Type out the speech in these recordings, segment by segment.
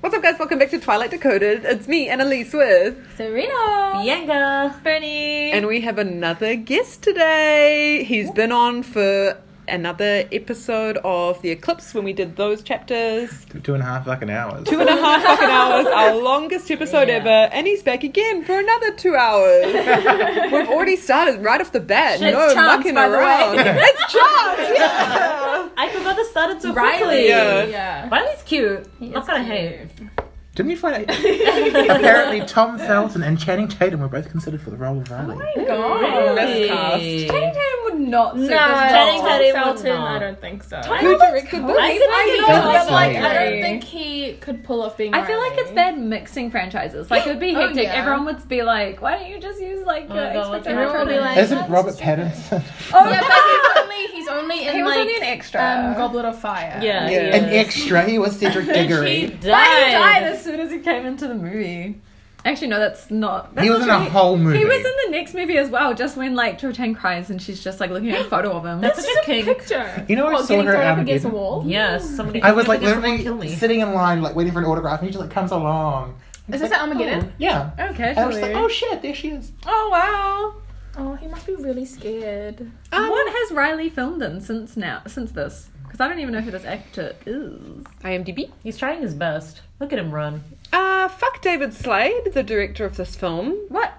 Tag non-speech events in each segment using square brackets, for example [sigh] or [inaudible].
What's up, guys? Welcome back to Twilight Decoded. It's me, Annalise with, Serena. Bianca. Bernie. and we have another guest today. He's been on for another episode of the Eclipse when we did those chapters. Two and a half fucking hours. Two and a half fucking hours, [laughs] our longest episode Yeah. ever, and he's back again for another two [laughs] hours. We've already started right off the bat. Shit's no chance, mucking by the way. [laughs] around. [laughs] it's chance, yeah. I forgot this started so Riley. quickly. Yeah. yeah. Riley's cute. Not is gonna cute. hate. Didn't you find Apparently, Tom Felton and Channing Tatum were both considered for the role of Riley. Oh, God. Really? Miscast. Channing Tatum would not. No, suit this Channing role. Tatum Tatum would Felton, not. I don't think so. Who directed this? I I know, No, Don't but say like, I that. don't think he could pull off being. I feel like it's Riley. bad mixing franchises. Like it would be Oh, hectic. yeah. Everyone would be like, "Why don't you just use like Oh your my God, Expecto everyone Patronum?" would be like- Isn't that's Robert Pattinson "Oh Yeah, but he's only he's only in he was like only an extra." um, Goblet of Fire. Yeah. Yeah. an extra? He was Cedric She Diggory. died. Why he died as soon as he came into the movie. Actually, no, that's not. That's He was in a literally- whole movie. He was in the next movie as well, just when like Chiltan cries and she's just like looking at a photo of him. That's such a It's king. picture. You know, I what, saw getting her thrown at up against a Armageddon. wall. Yes, somebody. I was like somebody just wanna literally kill me. sitting in line, like waiting for an autograph, and he just like comes along. oh, Is this at Armageddon? Yeah. okay, And I was like, oh shit, there she is. oh wow. Oh. he must be really scared. Um, what has Riley filmed in since now? Since this? Because I don't even know who this actor is. IMDb. He's trying his best. Look at him run. Uh, fuck David Slade, the director of this film. What?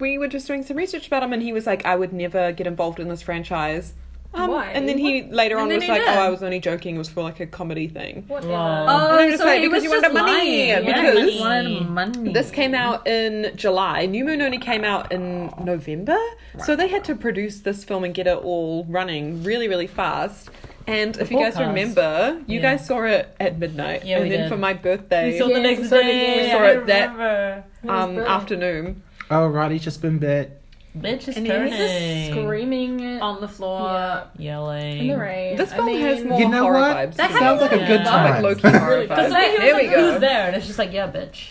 we were just doing some research about him and he was like i would never get involved in this franchise um, Why? and then he later And on then was he like did. oh i was only joking it was for like a comedy thing Whatever. Wow. Oh, And I'm just so like, he because was you just wanted money, lying. Yeah, because- he wanted money. this came out in july new moon only came out in november so they had to produce this film and get it all running really really fast and if you guys Forecast. remember you Yeah. guys saw it at midnight Yeah, and we then did. for my birthday We saw the Yes, next so did day. you. Saw I it that- remember. um, afternoon Oh, Riley's just been bit. Bitch is And he was turning. just Screaming it on the floor. Yeah. Yelling. in the rain. this I film has mean- more You know horror what? vibes That to Sounds like a Yeah. good Like time. low-key [laughs] horror Really vibes. good. Like, There we like, go. Who's there? And it's just like, yeah, bitch.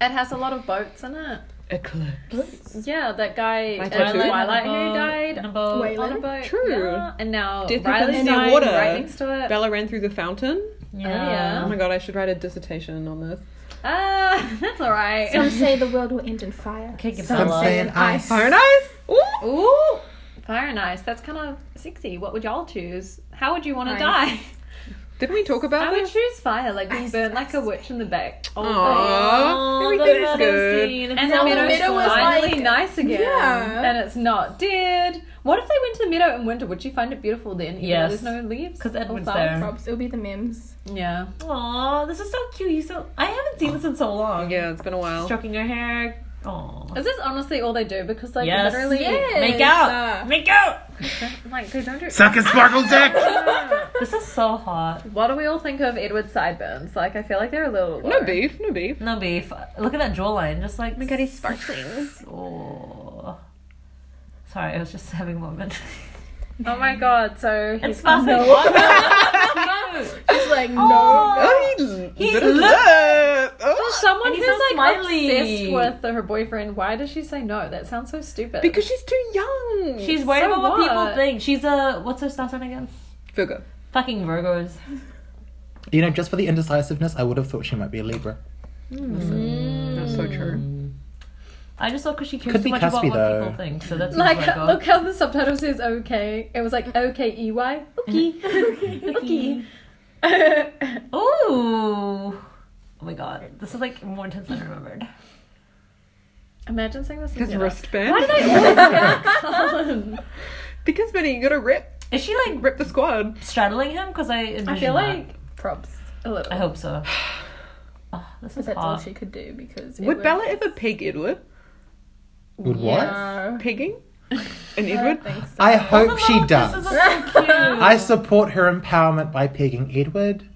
It has a lot of boats in it. Eclipse. Yeah, that guy My in tattoo? Twilight who Annabelle- died Annabelle- Wait. on a boat. True. Yeah, And now Death Riley's happens in the dying water. right next to it. Bella ran through the fountain. yeah. uh, Uh-huh. Oh my god, I should write a dissertation on this. Ah, [laughs] that's alright. Some say the world will end in fire. Kick it, Some Bella. say Some in say in ice. Fire and ice. Ooh. Ooh, fire and ice. That's kind of sexy. What would y'all choose? How would you want to Ice. die? Didn't we talk I about would this? choose fire, like being Ice, burnt like a witch in the back. all day. Aww, everything is good. And the the meadow meadow was was finally like- nice again. Yeah. And it's not dead. What if they went to the meadow in winter? Would you find it beautiful then? even though Yes. There's no leaves. Because or Edward's flowers? there. Props. It'll be the memes. Yeah. Aw, this is so cute. You so I haven't seen this in so long. Yeah, it's been a while. stroking her hair. Aw. Is this honestly all they do? Because like Yes. literally, Yes. Make out. Uh, Make out. [laughs] like they don't do. Suck a sparkle dick! This is so hot. What do we all think of Edward's sideburns? Like I feel like they're a little. No low. beef, no beef. No beef. Look at that jawline. Just like. my God, he's sparkling. Oh. Sorry, I was just [laughs] having a moment. Oh my god! So It's [laughs] he's fast. no. It's like no. Oh, he, He lit us looked- up. Oh. Someone And who's he's like so smiley. obsessed with her boyfriend. Why does she say no? That sounds so stupid. Because she's too young. She's worried So about what people what? think. She's a what's her star sign again? Virgo. Fucking Virgos. You know, just for the indecisiveness, I would have thought she might be a Libra. That's so true. I just thought because she cares Could so be much Cusby, about though. what people think. So that's like what I got. look how the subtitle says okay. It was like O K E Y. Okay. [laughs] okay. Ooh. Oh my god, this is like more intense than I remembered. [laughs] Imagine saying this. in His Europe. wristband. Why do they always get colours? [laughs] Because, Benny, you gotta rip, Is she like rip the squad. straddling him? Because I I envision feel that. like props a little. I [sighs] hope so. Oh, this But is that's all hot. she could do because. Would Bella ever peg Edward? Would No. Pegging? And I don't Edward? think [laughs] so. what? I hope Oh, she does. This is so [laughs] [laughs] cute. I support her empowerment by pegging Edward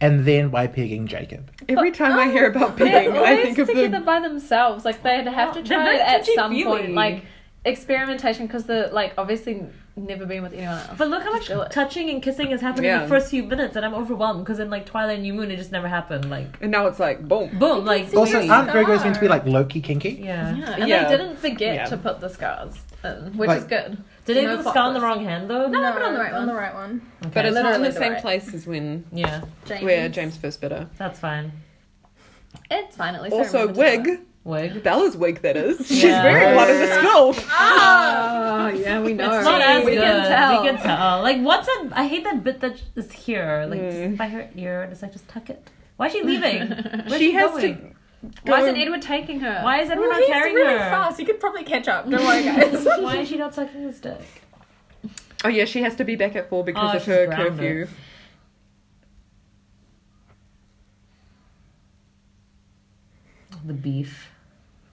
and then by pegging Jacob. Every time I hear about They're pegging, I always think of together the. by themselves. Like they'd have to They're try very it at touchy some point. feely. Like experimentation, because they're like obviously never been with anyone else. But look how much Do it. touching and kissing is happening in Yeah. the first few minutes, and I'm overwhelmed because in like Twilight and New Moon, it just never happened. Like, And now it's like, boom. boom, like, Also, yeah. aren't Virgos meant to be like low key kinky? yeah. Yeah, and Yeah. they didn't forget Yeah. to put the scars in, which is Like- good. Did they No put the scar on the fuckers. wrong hand though? No, but on the right on one. the right one. Okay. But it's not in Literally the the same right. place as when yeah, James. where James first bit her. that's fine. It's fine. At least I Also, remembered to do it. wig. Wig. Bella's wig, that is. She's Yeah. very part of this film. Oh, yeah, we know. It's not as we good. Can tell. We can tell. Like, what's a? I hate that bit that is here. Like, just by her ear, just like just tuck it. Why is she leaving? Where's she has going? to. Why go- isn't Edward taking her? Why is everyone Well, not he's carrying really her? fast. He could probably catch up. Don't worry, guys. Why is she not sucking his dick? Oh yeah, she has to be back at four because Oh, of she's her grounded. curfew. The beef.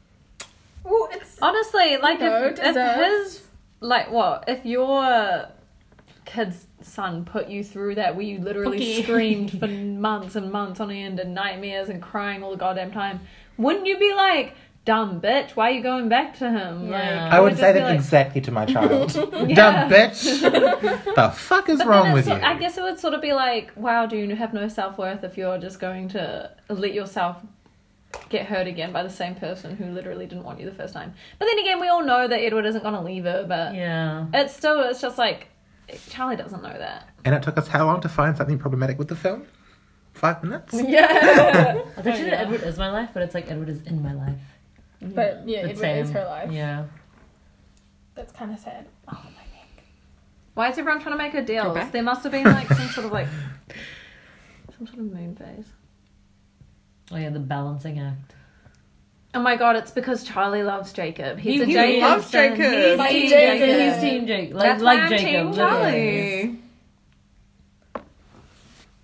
[laughs] well, it's Honestly, like You know, if, if deserves- his like what if your kid's son put you through that where you literally Okay. screamed [laughs] for months and months on end and nightmares and crying all the goddamn time, wouldn't you be like, dumb bitch, why are you going back to him? Yeah. Like, I you would just say be that like- [laughs] exactly to my child. Yeah. [laughs] Dumb bitch. the fuck But is then wrong it's with you? sort- I guess it would sort of be like, wow, do you have no self worth if you're just going to let yourself get hurt again by the same person who literally didn't want you the first time? But then again, we all know that Edward isn't going to leave her, but Yeah. it's still, it's just like, Charlie doesn't know [laughs] that. And it took us how long to find something problematic with the film? Five minutes? Yeah. I thought she said Edward is my life, but it's like Edward is in my life. but yeah, It's Edward is Sam. her life. Yeah. That's kind of sad. [laughs] Why is everyone trying to make her Go deals? back. There must have been like some sort of like, some sort of moon phase. Oh yeah, the balancing act. Oh my god, it's because Charlie loves Jacob. He's He- a he Jacob's loves son. Jacob. He's Like team Jacob. Jacob. Yeah. He's Team Jake. Like, That's like why I'm Jacob. Team literally. Charlie.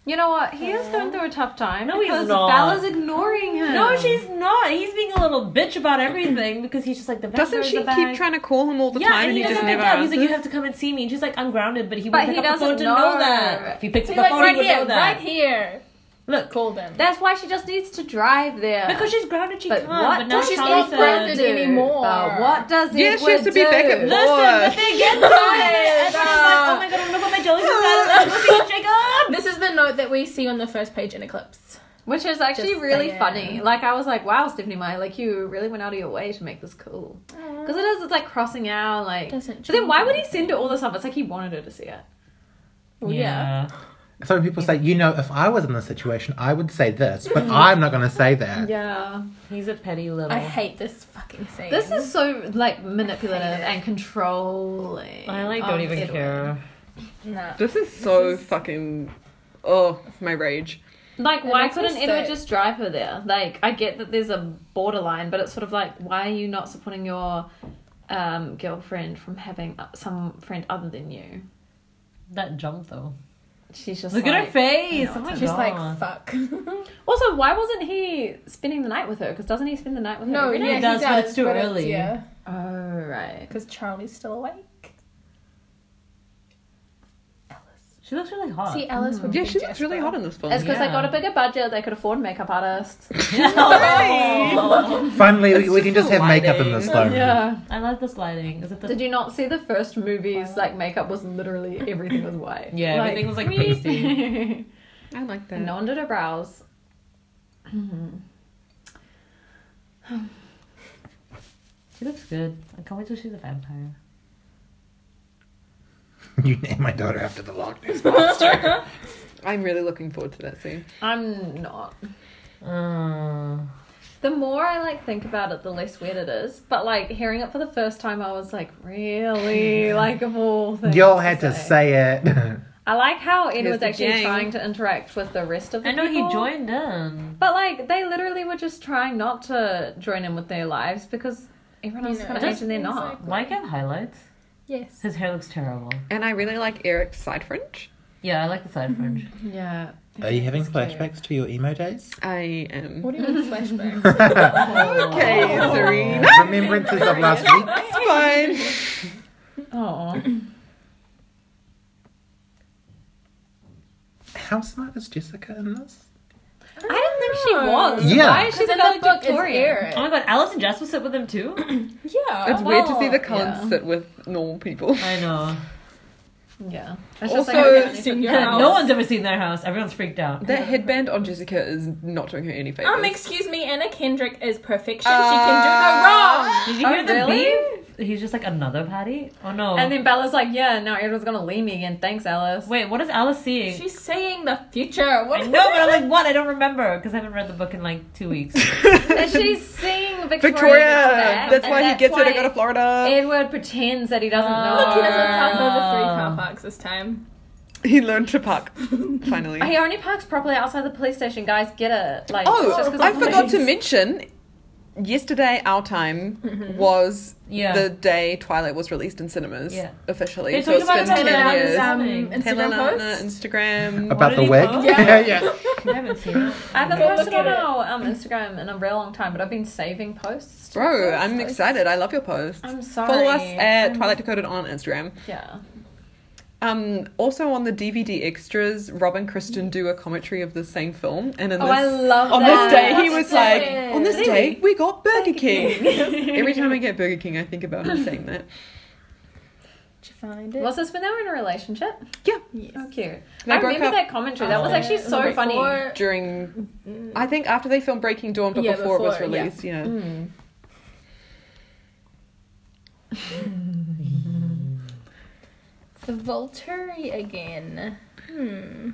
You know what? He is going through a tough time. No, he's because not. Bella's ignoring him. No, she's not. He's being a little bitch about everything because he's just like the bag, Doesn't where's she the bag? keep trying to call him all the yeah, time and he, just doesn't pick never up. He's like, you answers? have to come and see me. And she's like, I'm grounded, but he But would pick he up the phone doesn't to know. know. that. If he picks See, up the like phone, right he would here, know that. right here. Look, Call them. That's why she just needs to drive there. because she's grounded, she but can't. what But now does she's Charlie not Edward said- grounded. do? anymore. But what does Yeah, she has Edward to be do? back at Listen, but Gosh. they [laughs] get tired. And then she's like, oh my god, I'm gonna put my jelly out. I'm gonna see [laughs] Jacob. This is the note that we see on the first page in Eclipse. Which is actually Just really saying. funny. Like I was like, wow, Stephanie Meyer, like you really went out of your way to make this cool. Because it is, it's like crossing out, like. Doesn't But then why would he send her all this stuff? It's like he wanted her to see it. Well, Oh, yeah. So when people say, you know, if I was in this situation, I would say this, [laughs] but I'm not going to say that. Yeah. He's a petty little. I hate this fucking scene. This is so like manipulative I hate it. and controlling. I like of don't even Edward. care. nah. This is so fucking. Oh, my rage. Like, It why makes me couldn't Edward sick. just drive her there? Like, I get that there's a borderline, but it's sort of like, why are you not supporting your um, girlfriend from having uh, some friend other than you? That jump though. She's just Look like, at her face. Oh my She's God. like, fuck. [laughs] Also, why wasn't he spending the night with her? Because doesn't he spend the night with her? no, every yeah, night? he does, does, but it's too early. yeah, Oh right. because Charlie's still awake. She looks really hot. [laughs] See, Alice would Yeah, be she looks really Jasper. hot in this film. It's because they Yeah. got a bigger budget. They could afford makeup [laughs] artists. Finally, we, It's we can just just the have makeup in this though. yeah. I love this lighting. Is it the Did you not see the first movies? Like makeup was literally everything was white. Yeah, like, everything was, [laughs] like, pasty. I like that. And no one did her brows. She looks good. I can't wait till she's a vampire. [laughs] You name my daughter after the Loch Ness monster. I'm really looking forward to that scene. I'm not. Uh, The more I like think about it, the less weird it is. But like hearing it for the first time, I was like, [laughs] really, like of all things. Y'all had to say it. [laughs] I like how Here's Edward's the actually gang. trying to interact with the rest of the I know people. he joined in. But like they literally were just trying not to join in with their lives because everyone You else is know, going to just imagine they're things not. Mike like- have highlights. Yes. His hair looks terrible. And I really like Eric's side fringe. Yeah, I like the side fringe. Yeah. Are you having It's cute. flashbacks to your emo days? I am. What do you mean flashbacks? Okay, Serena. [laughs] Remembrances of last week. It's fine. [laughs] Oh. How smart is Jessica in this? I didn't think she was. Yeah. Why is she the in the book, it's valedictorian? Eric. Oh my god, Alice and Jess will sit with them [coughs] too? Yeah. It's weird to see the Well, Cullens yeah. sit with normal people. I know. Yeah. It's Also- [laughs] everyone is- Seen [laughs] your Yeah, house. no one's ever seen their house. Everyone's freaked out. That headband on Jessica is not doing her any favors. [laughs] Um, excuse me, Anna Kendrick is perfection. she can do no wrong. Did you Oh, hear the really? beef? he's just like another Patty. Oh no. And then Bella's like, yeah, now Edward's gonna leave me again. Thanks, Alice. wait, what is Alice seeing? She's seeing the future. What I know, but I'm like, what? I don't remember because I haven't read the book in like two weeks. And she's [laughs] seeing Victoria. Victoria. back, That's and why he that's gets her to go why to Uh, Florida. Edward pretends that he doesn't know. Look, he doesn't park know. over three car parks this time. He learned to park finally. He only parks properly outside the police station. Guys, get it. Like, it's just Oh, 'cause I the forgot to police- mention. Yesterday, our time Mm-hmm. was Yeah. the day Twilight was released in cinemas Yeah. officially. They so talked it's about been it on Taylor 10 Taylor years. Lautner's um, Something. Taylor Instagram Lautner, post. Instagram. [laughs] What About did the he wig? post? Yeah, yeah. [laughs] I haven't seen it. I haven't Go posted look on at it. our um, Instagram in a real long time, but I've been saving posts. Bro, I'm Posts. excited. I love your posts. I'm sorry. Follow us at Twilight Decoded on Instagram. Yeah. Um, also on the DVD extras, Rob and Kristen do a commentary of the same film, and in Oh, this, I love on that. this day he What's was that? like, on this Really? day we got Burger King. [laughs] Every time I get Burger King, I think about him saying that. Did you find it? Was this when they were in a relationship? Yeah, Oh, yes. cute. They I broke remember up- that commentary. That was Oh. actually so Before- funny. during I think after they filmed Breaking Dawn, but Yeah, before, it was before, yeah. released. Yeah. The Volturi again. Hmm.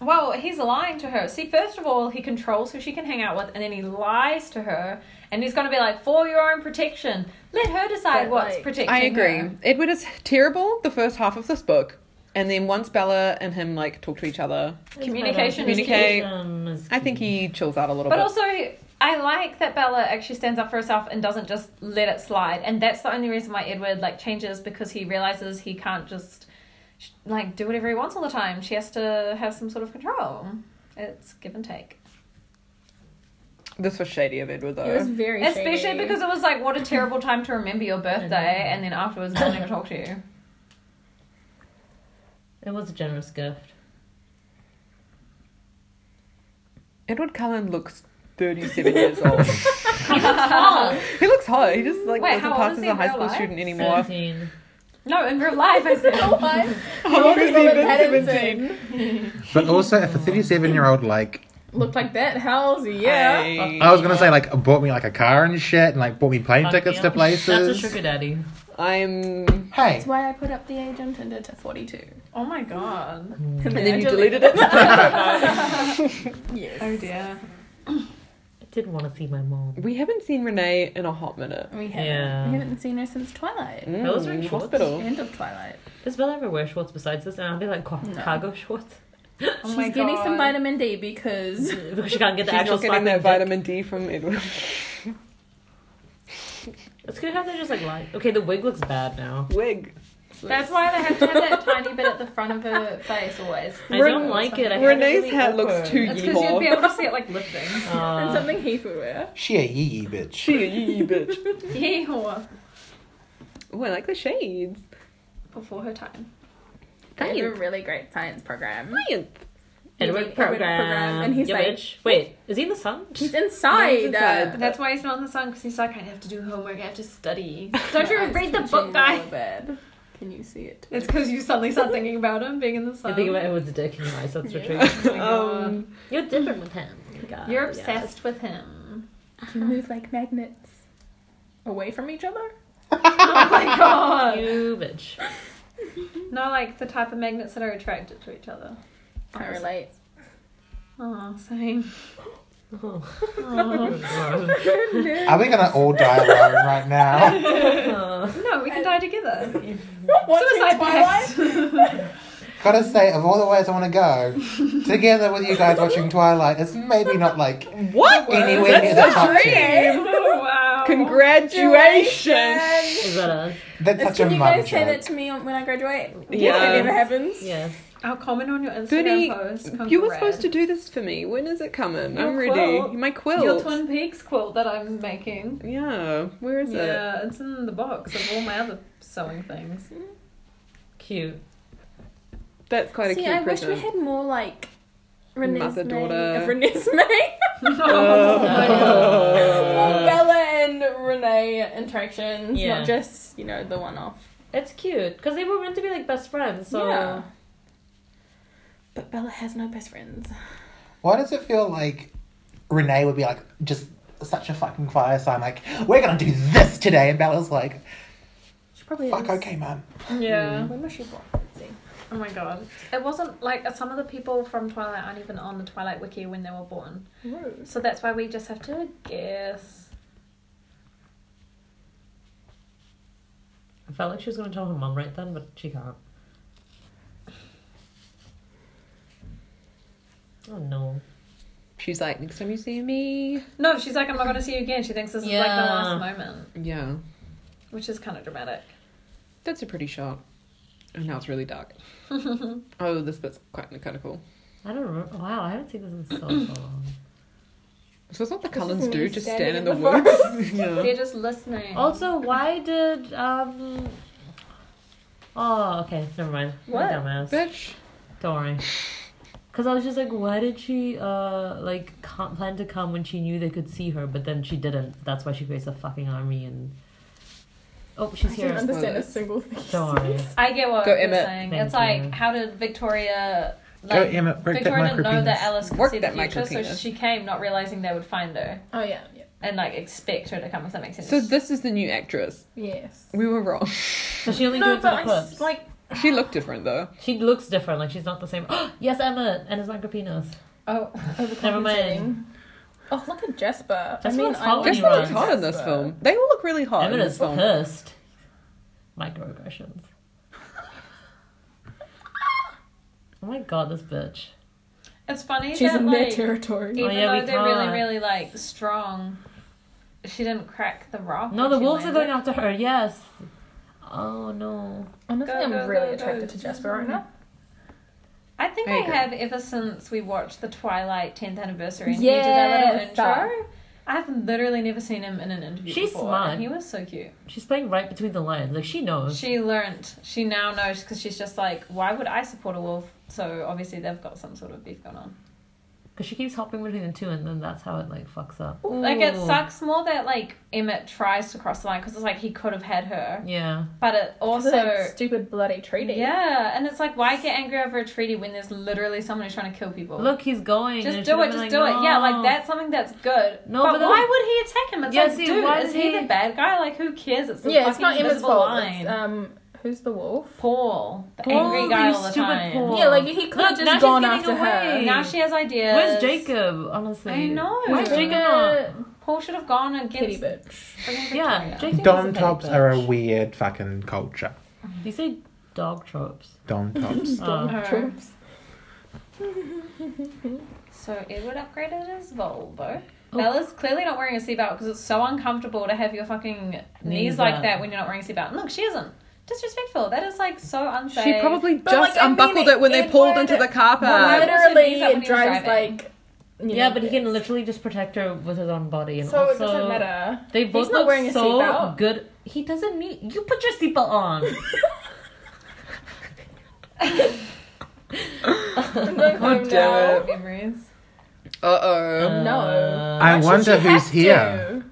Well, he's lying to her. See, first of all, he controls who she can hang out with, and then he lies to her, and he's going to be like, for your own protection, let her decide But, what's like, protecting I agree. her." Edward is terrible the first half of this book, and then once Bella and him like talk to each other, Communication is Communicate. key. I think he chills out a little But bit. also, I like that Bella actually stands up for herself and doesn't just let it slide. And that's the only reason why Edward like changes because he realizes he can't just sh- like do whatever he wants all the time. She has to have some sort of control. It's give and take. this was shady of Edward though. It was very Especially shady. [laughs] because it was like, what a terrible time to remember your birthday, and then [laughs] afterwards they'll never talk to you. it was a generous gift. Edward Cullen looks 37 years old. Oh. He looks hot. He just like Wait, how doesn't old pass is as he a in high real school life? student anymore. 17. [laughs] No, in real life, [laughs] I said. Oh my. [laughs] How long has he Robert been Pattinson 17? But also, if a 37 year old, like, Looked like that. How's he? Yeah. I, I was gonna say, like, bought me, like, a car and shit, and, like, bought me plane Fuck tickets yeah. to That's a places. sugar daddy. am Hey. That's why I put up the age on Tinder to 42. Oh my god. And And then you deleted [laughs] it. [laughs] Yes. Oh dear. I did want to see my mom. we haven't seen Renee in a hot minute. We haven't. Yeah. We haven't seen her since Twilight. Mm, Those are in shorts. hospital. End of Twilight. Does Bella ever wear shorts besides this? And are they like ca- No. cargo shorts? Oh She's my getting some God. vitamin [laughs] D because because she can't get the She's actual not getting sparkling that dick. vitamin D from Edward. It's good how they just like lie. Okay, the wig looks bad now. [laughs] Wig. That's why they have to have that tiny bit at the front of her face always. I Ren- don't like it. I find it Renee's really hair awkward. looks too It's because you'd be yee able to see it like lifting. [laughs] and Uh, something he would wear. She a yee yee bitch. She a yee bitch. Yeah, Oh, I like the shades. before her time. They have a Science. really great science program. Science. Edward Edward program, program. and he's Yeah, like- bitch. Wait, is he in the sun? He's inside. He's inside. Uh, That's why he's not in the sun because he's like, I have to do homework, I have to study. my Don't you eyes read the twitching book, a guy? little bit. Can you see it? It's because you suddenly start thinking about him being in the sun. I think about Edward's dick in your eyes. That's for Yeah. true. [laughs] Oh my God. Um, You're different with him. God, You're yeah. obsessed with him. You move like magnets. Away from each other? Oh my god. You bitch. No, like the type of magnets that are attracted to each other. I relate. Oh, same. Oh. [laughs] Oh. Are we gonna all die alone right [laughs] now? No, we can die together. Suicide pact. Gotta say, of all the ways I wanna go, together with you guys watching Twilight, it's maybe not like what? anywhere near the That's top a dream. ten. [laughs] wow. Congratulations. Is that us? That's such Can a you mum guys say that joke. to me when I graduate? Yeah. It never happens. Yes. I'll comment on your Instagram Goody, post. You were Congrats. supposed to do this for me. When is it coming? Your I'm ready. quilt. My quilt. Your Twin Peaks quilt that I'm making. yeah. Where is it? Yeah, it's in the box of all my other sewing things. [laughs] Cute. That's quite a See, cute I present. wish we had more like Renesmee. daughter. [laughs] Of Renesmee. [laughs] Oh my More god. Bella and Renee interactions, Yeah. not just you know the one-off. It's cute because they were meant to be like best friends. So Yeah. But Bella has no best friends. Why does it feel like Renee would be like just such a fucking fire sign. Like, we're gonna do this today. And Bella's like, She probably fuck, is. okay, mum. Yeah. When was she born? Let's see. Oh my god. It wasn't like some of the people from Twilight aren't even on the Twilight Wiki when they were born. Rose. So that's why we just have to guess. I felt like she was going to tell her mum right then, but she can't. Oh no. [laughs] She's like, next time you see me. No, she's like, I'm not going to see you again. She thinks this is like the Yeah. last moment, Yeah. which is kind of dramatic. That's a pretty shot. And now it's really [laughs] dark. oh, this bit's quite kind of cool. I don't remember. Wow, I haven't seen this in so long. So it's not the This Cullens isn't do, me just standing stand in the, in the [laughs] woods. [laughs] yeah. They're just listening. [coughs] Also, why did um? Oh, okay. Never mind. I'm a What? Dumbass. Bitch. Don't worry. Because I was just like, why did she uh like come, plan to come when she knew they could see her, but then she didn't. That's why she creates a fucking army and. Oh, she's I didn't here. understand a single thing. she Don't worry. said. I get what Go you're Emmett. saying. Thank it's like, you. how did Victoria. Like, Go, Emmett, Oh, break that Victoria didn't know micropenis. that Alice could Work see the that future, so micropenis. she came not realizing they would find her Oh yeah, yeah. and like expect her to come, if that makes sense. So this is the new actress. Yes. We were wrong. [laughs] So she only No, no, but for I the clips. s- like She looked different though. She looks different. Like she's not the same. [gasps] yes, Emma and his micropenis. oh, Never mind. overcompensating. Oh, look at Jasper. I Jasper mean, looks I hot like when Guess he what looks runs. hot in this Jasper. film? They all look really Oh, hot Emma in this is film. pissed. Microaggressions. oh my god, this bitch. it's funny. She's that, in their like, territory. Even Oh, yeah, we though they're really, can't. really like strong, she didn't crack the rock. No, when the she wolves are landed. going after her. Yes. Oh no. Honestly, Go, I'm go, really go, attracted go. to Jasper right now. I think There I you go. have ever since we watched the Twilight 10th anniversary and he Yes, uh, did that that. little intro. I've literally never seen him in an interview. She's before, smart. and He was so cute. She's playing right between the lines. Like she knows. She learnt. She now knows because she's just like, why would I support a wolf? So obviously they've got some sort of beef going on. Because she keeps hopping between the two, and then that's how it like fucks up. Like it Ooh. sucks more that like Emmett tries to cross the line because it's like he could have had her, Yeah. but it also Also, that stupid bloody treaty. Yeah, and it's like, why get angry over a treaty when there's literally someone who's trying to kill people? Look, he's going. just and do she'd it, be just like, do it. Yeah, "No." like that's something that's good. No, but, but then- why would he attack him? It's Yeah, like, see, dude, why is did he, he- the bad guy? Like, who cares? It's the yeah. fucking It's not Emma's invisible fault. line. It's, um, who's the wolf? Paul, the uh, Paul, angry guy you all the stupid time. Paul. Yeah, like he could Look, now have she's just gone getting after away. her. Now she has ideas. Where's Jacob? Honestly, I know. Where's Yeah. Jacob? at? Paul should have gone Kitty against. bitch. friggin' Yeah, Victoria. Jacob. is a Dom petty tops bitch. are a weird fucking culture. You say dog tropes. [laughs] Dom tops. Oh. Her. Troops. So Edward upgraded his Volvo. Oh. Bella's clearly not wearing a seatbelt because it's so uncomfortable to have your fucking knees, Knees like up. that when you're not wearing a seatbelt. And Look, she isn't. Disrespectful. That is like so unsafe. She probably But, just like, I mean, unbuckled it when they it pulled would- into the car Why park. would- Listen, Literally, when he it was drives driving. like. you Yeah, know, but he can this. literally just protect her with his own body, and So also it [laughs] doesn't matter. they both He's not look wearing a so seatbelt. good. He doesn't need. You put your seatbelt on. I'm going home damn now. it. Uh oh. No. Uh, I wonder she who's has here. to.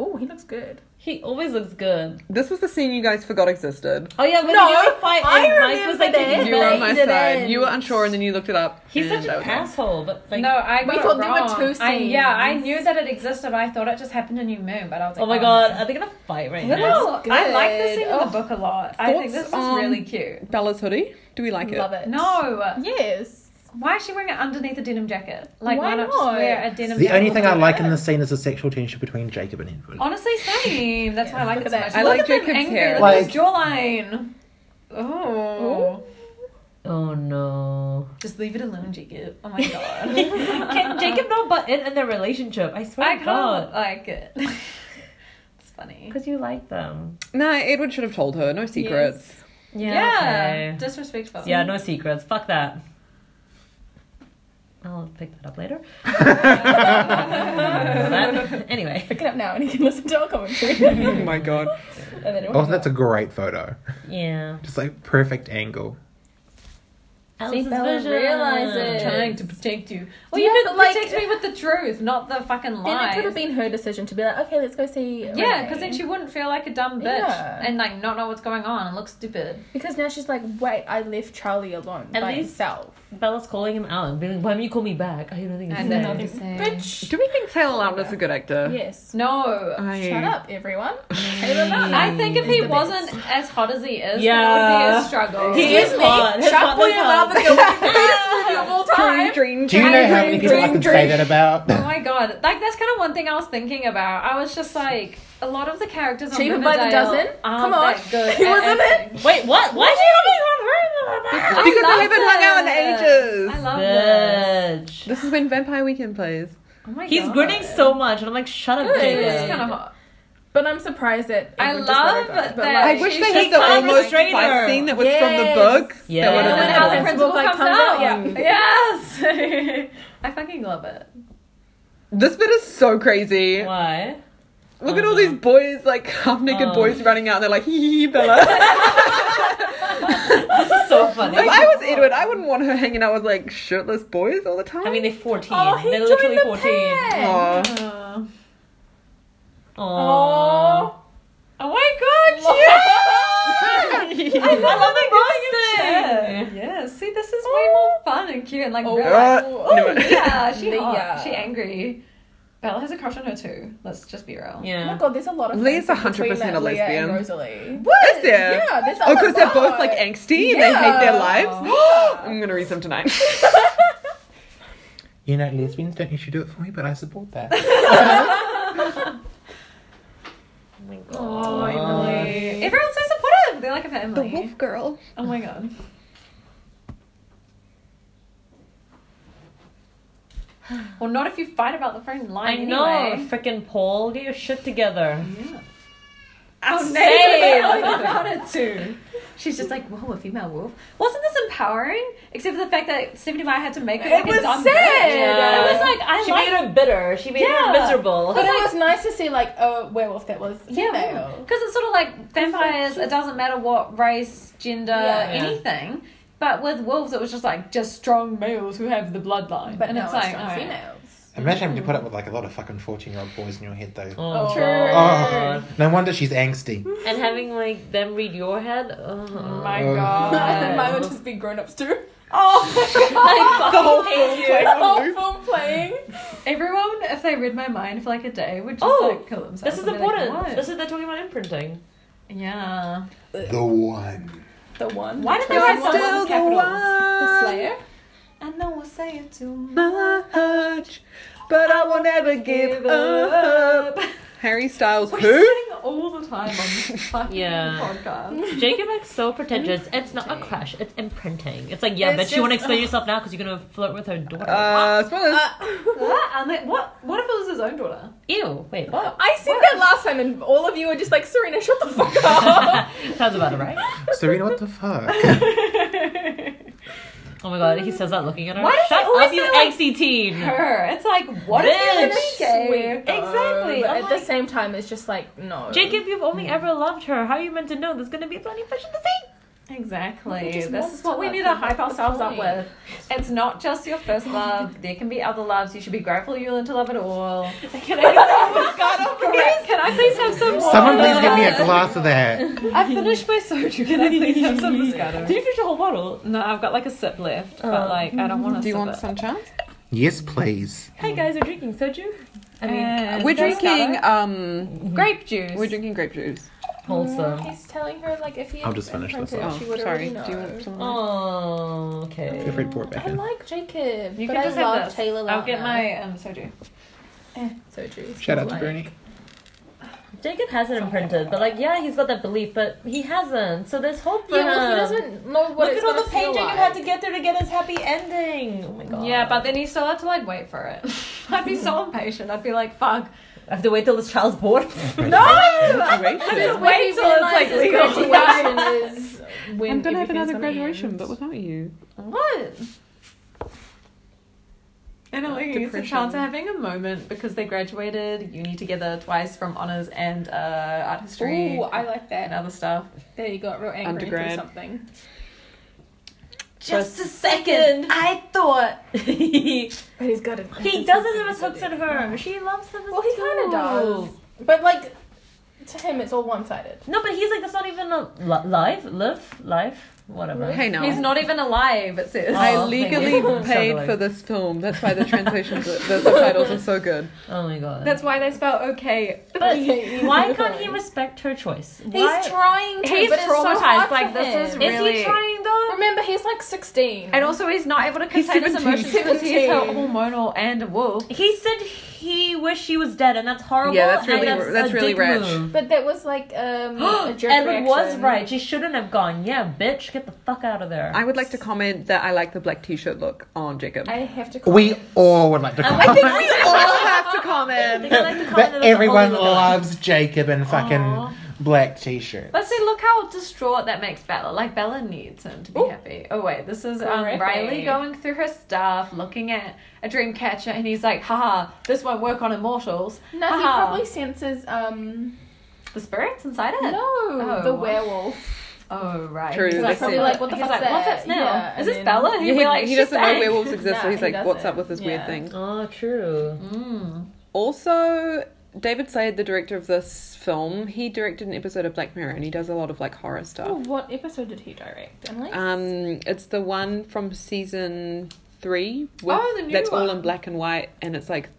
Oh, he looks good. He always looks good. This was the scene you guys forgot existed. Oh yeah, when No, you were fighting, I Mike was remember like, that. You were on my They side. didn't. You were unsure and then you looked it up. he's and such that an was it. asshole, but like, No, I got We it thought there were wrong. two I- yeah, I scenes. knew that it existed. I thought it just happened in New Moon, but I was like, oh my god, are they gonna fight right Hello. now? No, I like this Good. scene in Oh. the book a lot. I think Thoughts this is on- really cute. Bella's hoodie. Do we like it? Love it. No, Yes. why is she wearing it underneath a denim jacket? Like, why, Why not just not? wear a denim? The jacket only thing I with like it? in the scene is the sexual tension between Jacob and Edward. [laughs] Honestly, same. That's why I like Look it at so that. much. I Look like at them Jacob's angry. hair. Look at his Like- jawline. Oh. Oh no. Just leave it alone, Jacob. Oh [laughs] my god. [laughs] Can Jacob not butt in in their relationship? I swear I to kind of God. like it. [laughs] it's funny. Because you like them. Nah, Edward should have told her. No secrets. Yeah. okay. Disrespectful. Yeah, no secrets. Fuck that. I'll pick that up later. [laughs] That- Anyway, Pick it up now and you can [laughs] listen to our commentary. oh my god. and then it will Oh, that's a great photo. [laughs] yeah. Just like perfect angle. Alice's Bella vision. realizes. Trying to protect you. Well, Yeah, you could but, like- protect me with the truth, not the fucking And lies. it could have been her decision to be like, okay, let's go see. Yeah, Renee. because then she wouldn't feel like a dumb bitch Yeah. and like not know what's going on and look stupid. Because now she's like, wait, I left Charlie alone At by least- himself. Bella's calling him out and being like, "Why don't you call me back?" I don't think it's And then fair." I'll nothing. Bitch. Do we think Taylor Lautner's a good actor? Yes. No. I- Shut up, everyone. Taylor Lautner. I think if is he the wasn't as hot as he is, that would be Yeah. a struggle. He is hot. His Shot hot is boy and hot. lava girl. Greatest movie of all time. Dream, Do you I know how many drink, people I drink, could say that about? [laughs] Oh my god. Like that's kind of one thing I was thinking about. I was just like a lot of the characters on Cheaper Riverdale by the dozen? aren't Come on. that good He at was in it? acting. Wait, what? Why is he having on her? I Because I love haven't hung out in this. ages. I love this. Bitch. This is when Vampire Weekend plays. Oh my He's god. grinning so much, and I'm like, "Shut up, Good. It Jacob." is kind of hot. But I'm surprised that I Edward just let her love go. But, that like, I wish she- they she had the can't almost restrain her. fight scene that was from the Yes. book. Yeah. That would Yeah, have And been when Yeah. Alvin awesome. Principal Like, comes, comes out. out, yeah. Yes. [laughs] I fucking love it. This bit is so crazy. Why? Look at all Uh-huh. these boys, like half naked Oh. boys running out. and They're like, hee hee, hee, [laughs] Bella. This is so funny. if I was Edward, I wouldn't want her hanging out with like shirtless boys all the time. I mean, they're 14. Oh, he they're joined literally the 14. [laughs] pack. Aw. Oh. Aww. Oh my god, yeah! I [laughs] I love the Boston. Boston! Yeah, see, this is way more fun and cute and like, Oh, real uh, life. oh, no. [laughs] yeah, [laughs] she Leah. hot, she angry. Bella has a crush on her too. Let's just be real. [laughs] oh my Yeah. god, there's a lot of Leah's friendships 100% between a Leah and lesbian. Rosalie. What? Is there? Yeah, there's a Oh, because they're both lot. like angsty and they hate their [gasps] Yeah. lives. I'm gonna read some [laughs] tonight. You know, lesbians don't usually do it for me, but I support that. Oh my god. Oh, Emily. Everyone's so supportive. They're like a family. girl. Oh my [sighs] god. Well, not if you fight about the freaking I line. know. Anyway. Freaking Paul, get your shit together. Yeah. Our Same. [laughs] name about it too. She's just like, whoa, a female wolf. Wasn't this empowering? Except for the fact that Stephanie Meyer had to make it. It like a was dumb sad. bitch. Yeah. It was like I she like. made her bitter. She made Yeah. her miserable. [laughs] But it was nice to see like a werewolf that was yeah, female. because it's sort of like vampires. It doesn't matter what race, gender, Yeah. Yeah. anything. But with wolves, it was just like just strong males who have the bloodline. But and now it's like, strong alright. females. Imagine having to put up with like a lot of fucking 14 year old boys in your head though. Oh, True. God. No wonder she's [laughs] angsty. And having like them read your head. [laughs] Oh my Oh. god. [laughs] Mine would just be grown ups too. I The whole fucking film [laughs] hate you. played Whole on loop. film playing. Everyone, if they read my mind for like a day, would just Oh, like kill themselves. This is I'd be like, important. "What?" this is they're talking about imprinting. yeah. The one. The one. Why did they Chosen write one. someone Still with the capitals? The one. Slayer. I know we'll say it too much. much, but I won't ever give uh-huh. up. Harry Styles, We're who? singing all the time on [laughs] this fucking Yeah. podcast. Jacob is so pretentious. It's not a crush. It's imprinting. It's like yeah, It's but you want to just- uh, explain yourself now because you're gonna flirt with her daughter. Uh, spoilers. [laughs] what? And they, what? What if it was his own [laughs] daughter? Ew. Wait. [laughs] What? [laughs] I said that last time, and all of you were just like, Serena, shut the [laughs] fuck up. Sounds about it, right? Serena, what the fuck? Oh my god, he says that looking at her. Why does Shut it always up, you sound like- angsty teen. Her. It's like what if Bitch. Oh they were gay? though, Exactly. But I'm at like- the same time, it's just like, no. Jacob, you've only ever loved her. How are you meant to know there's gonna be plenty of fish in the sea? Exactly. We just This want is what we to need to love them, hype that's the ourselves up point. with. It's not just your first love. There can be other loves. You should be grateful you learned to love it all. [laughs] Can I, Correct. [laughs] Can I please have some more? [laughs] Someone please give me [laughs] a glass of that. I finished my soju. [laughs] Can I please have some Moscato? Did you finish the whole bottle? No, I've got like a sip left, but like I don't want to. Do you sip want it. some chance? Yes, please. Hey guys, we're drinking soju. I mean, And We're Moscato. drinking um uh, grape juice. we're drinking grape juice. wholesome. He's telling her, like, if he I'll had just finish this imprinted, Oh, she would sorry. already Do you want know. some? Oh, Feel okay. free to pour it back I in. like Jacob. You but can I just love have this. Taylor I'll get Lautner. my um, soju. [laughs] So true. Shout out to Like, Bernie. Jacob has it imprinted, but like, yeah, he's got that belief, but he hasn't. So there's hope for Yeah, well, him. he doesn't know what Look it's at all gonna the pain feel Jacob like. had to get through to get his happy ending. Oh my god. Yeah, but then you still have to like wait for it. [laughs] I'd be so impatient. I'd be like, fuck. I have to wait till this child's born. No! [laughs] When he Wait till it's like realizes legal. graduation is when I'm gonna have everything's another gonna graduation, end. but without you. What? And it like, it's a depression. chance of having a moment because they graduated uni together twice from honors and uh, art history Ooh, I like and that. other stuff. There you got real angry Undergrad. through something. Just a second. I thought. [laughs] he But he's got it. doesn't have his hooks in her. She loves him. as Well, he kind too. of does. But like, to him, it's all one sided. No, but he's like that's not even a li- live, live, life. whatever. Hey, no. He's not even alive, it says. I Oh, legally thank you. paid Satellite. for this film. That's why the translations, the subtitles are so good. Oh my god. That's why they spell okay. but [laughs] why can't he respect her choice? Why? He's trying to, He's but it's so traumatized, hard for like, him. this is Is he trying though? Remember, he's like 16. And also, he's not able to He's contain his 17. emotions because he's 17. hormonal and a wolf. He said he wished she was dead, and that's horrible. Yeah, that's really- and that's a really dick rich. move. but that was like [gasps] um, a jerk Edward was reaction. right. She shouldn't have gone. Yeah, bitch, get the fuck out of there. I would like to comment that I like the black t-shirt look on Jacob. I [laughs] I have to. We all would like to I comment think we all have to [laughs] comment. that everyone loves Jacob in fucking Aw. black t-shirt. But see, look how distraught that makes Bella. Like Bella needs him to be happy. Oh wait, this is um, Creepy. Riley going through her stuff, looking at a dream catcher, and he's like, "Haha, this won't work on immortals." No, he Haha. probably senses um the spirits inside it. no the werewolf. Oh right. True, He's they said like, probably that. like, what the He's fuck's like, that? What's that now? yeah, is and this then- Bella? yeah, He's he, like, he she's doesn't know back. werewolves exist, so No, he's he like, "What's doesn't. up with this Yeah. weird thing?" Oh, true. Mm. Also, David Slade, the director of this film, he directed an episode of Black Mirror, and he does a lot of like horror Oh, stuff. what episode did he direct? Emily. Um, it's the one from season three. Oh, the new that's all one. in black and white, and it's like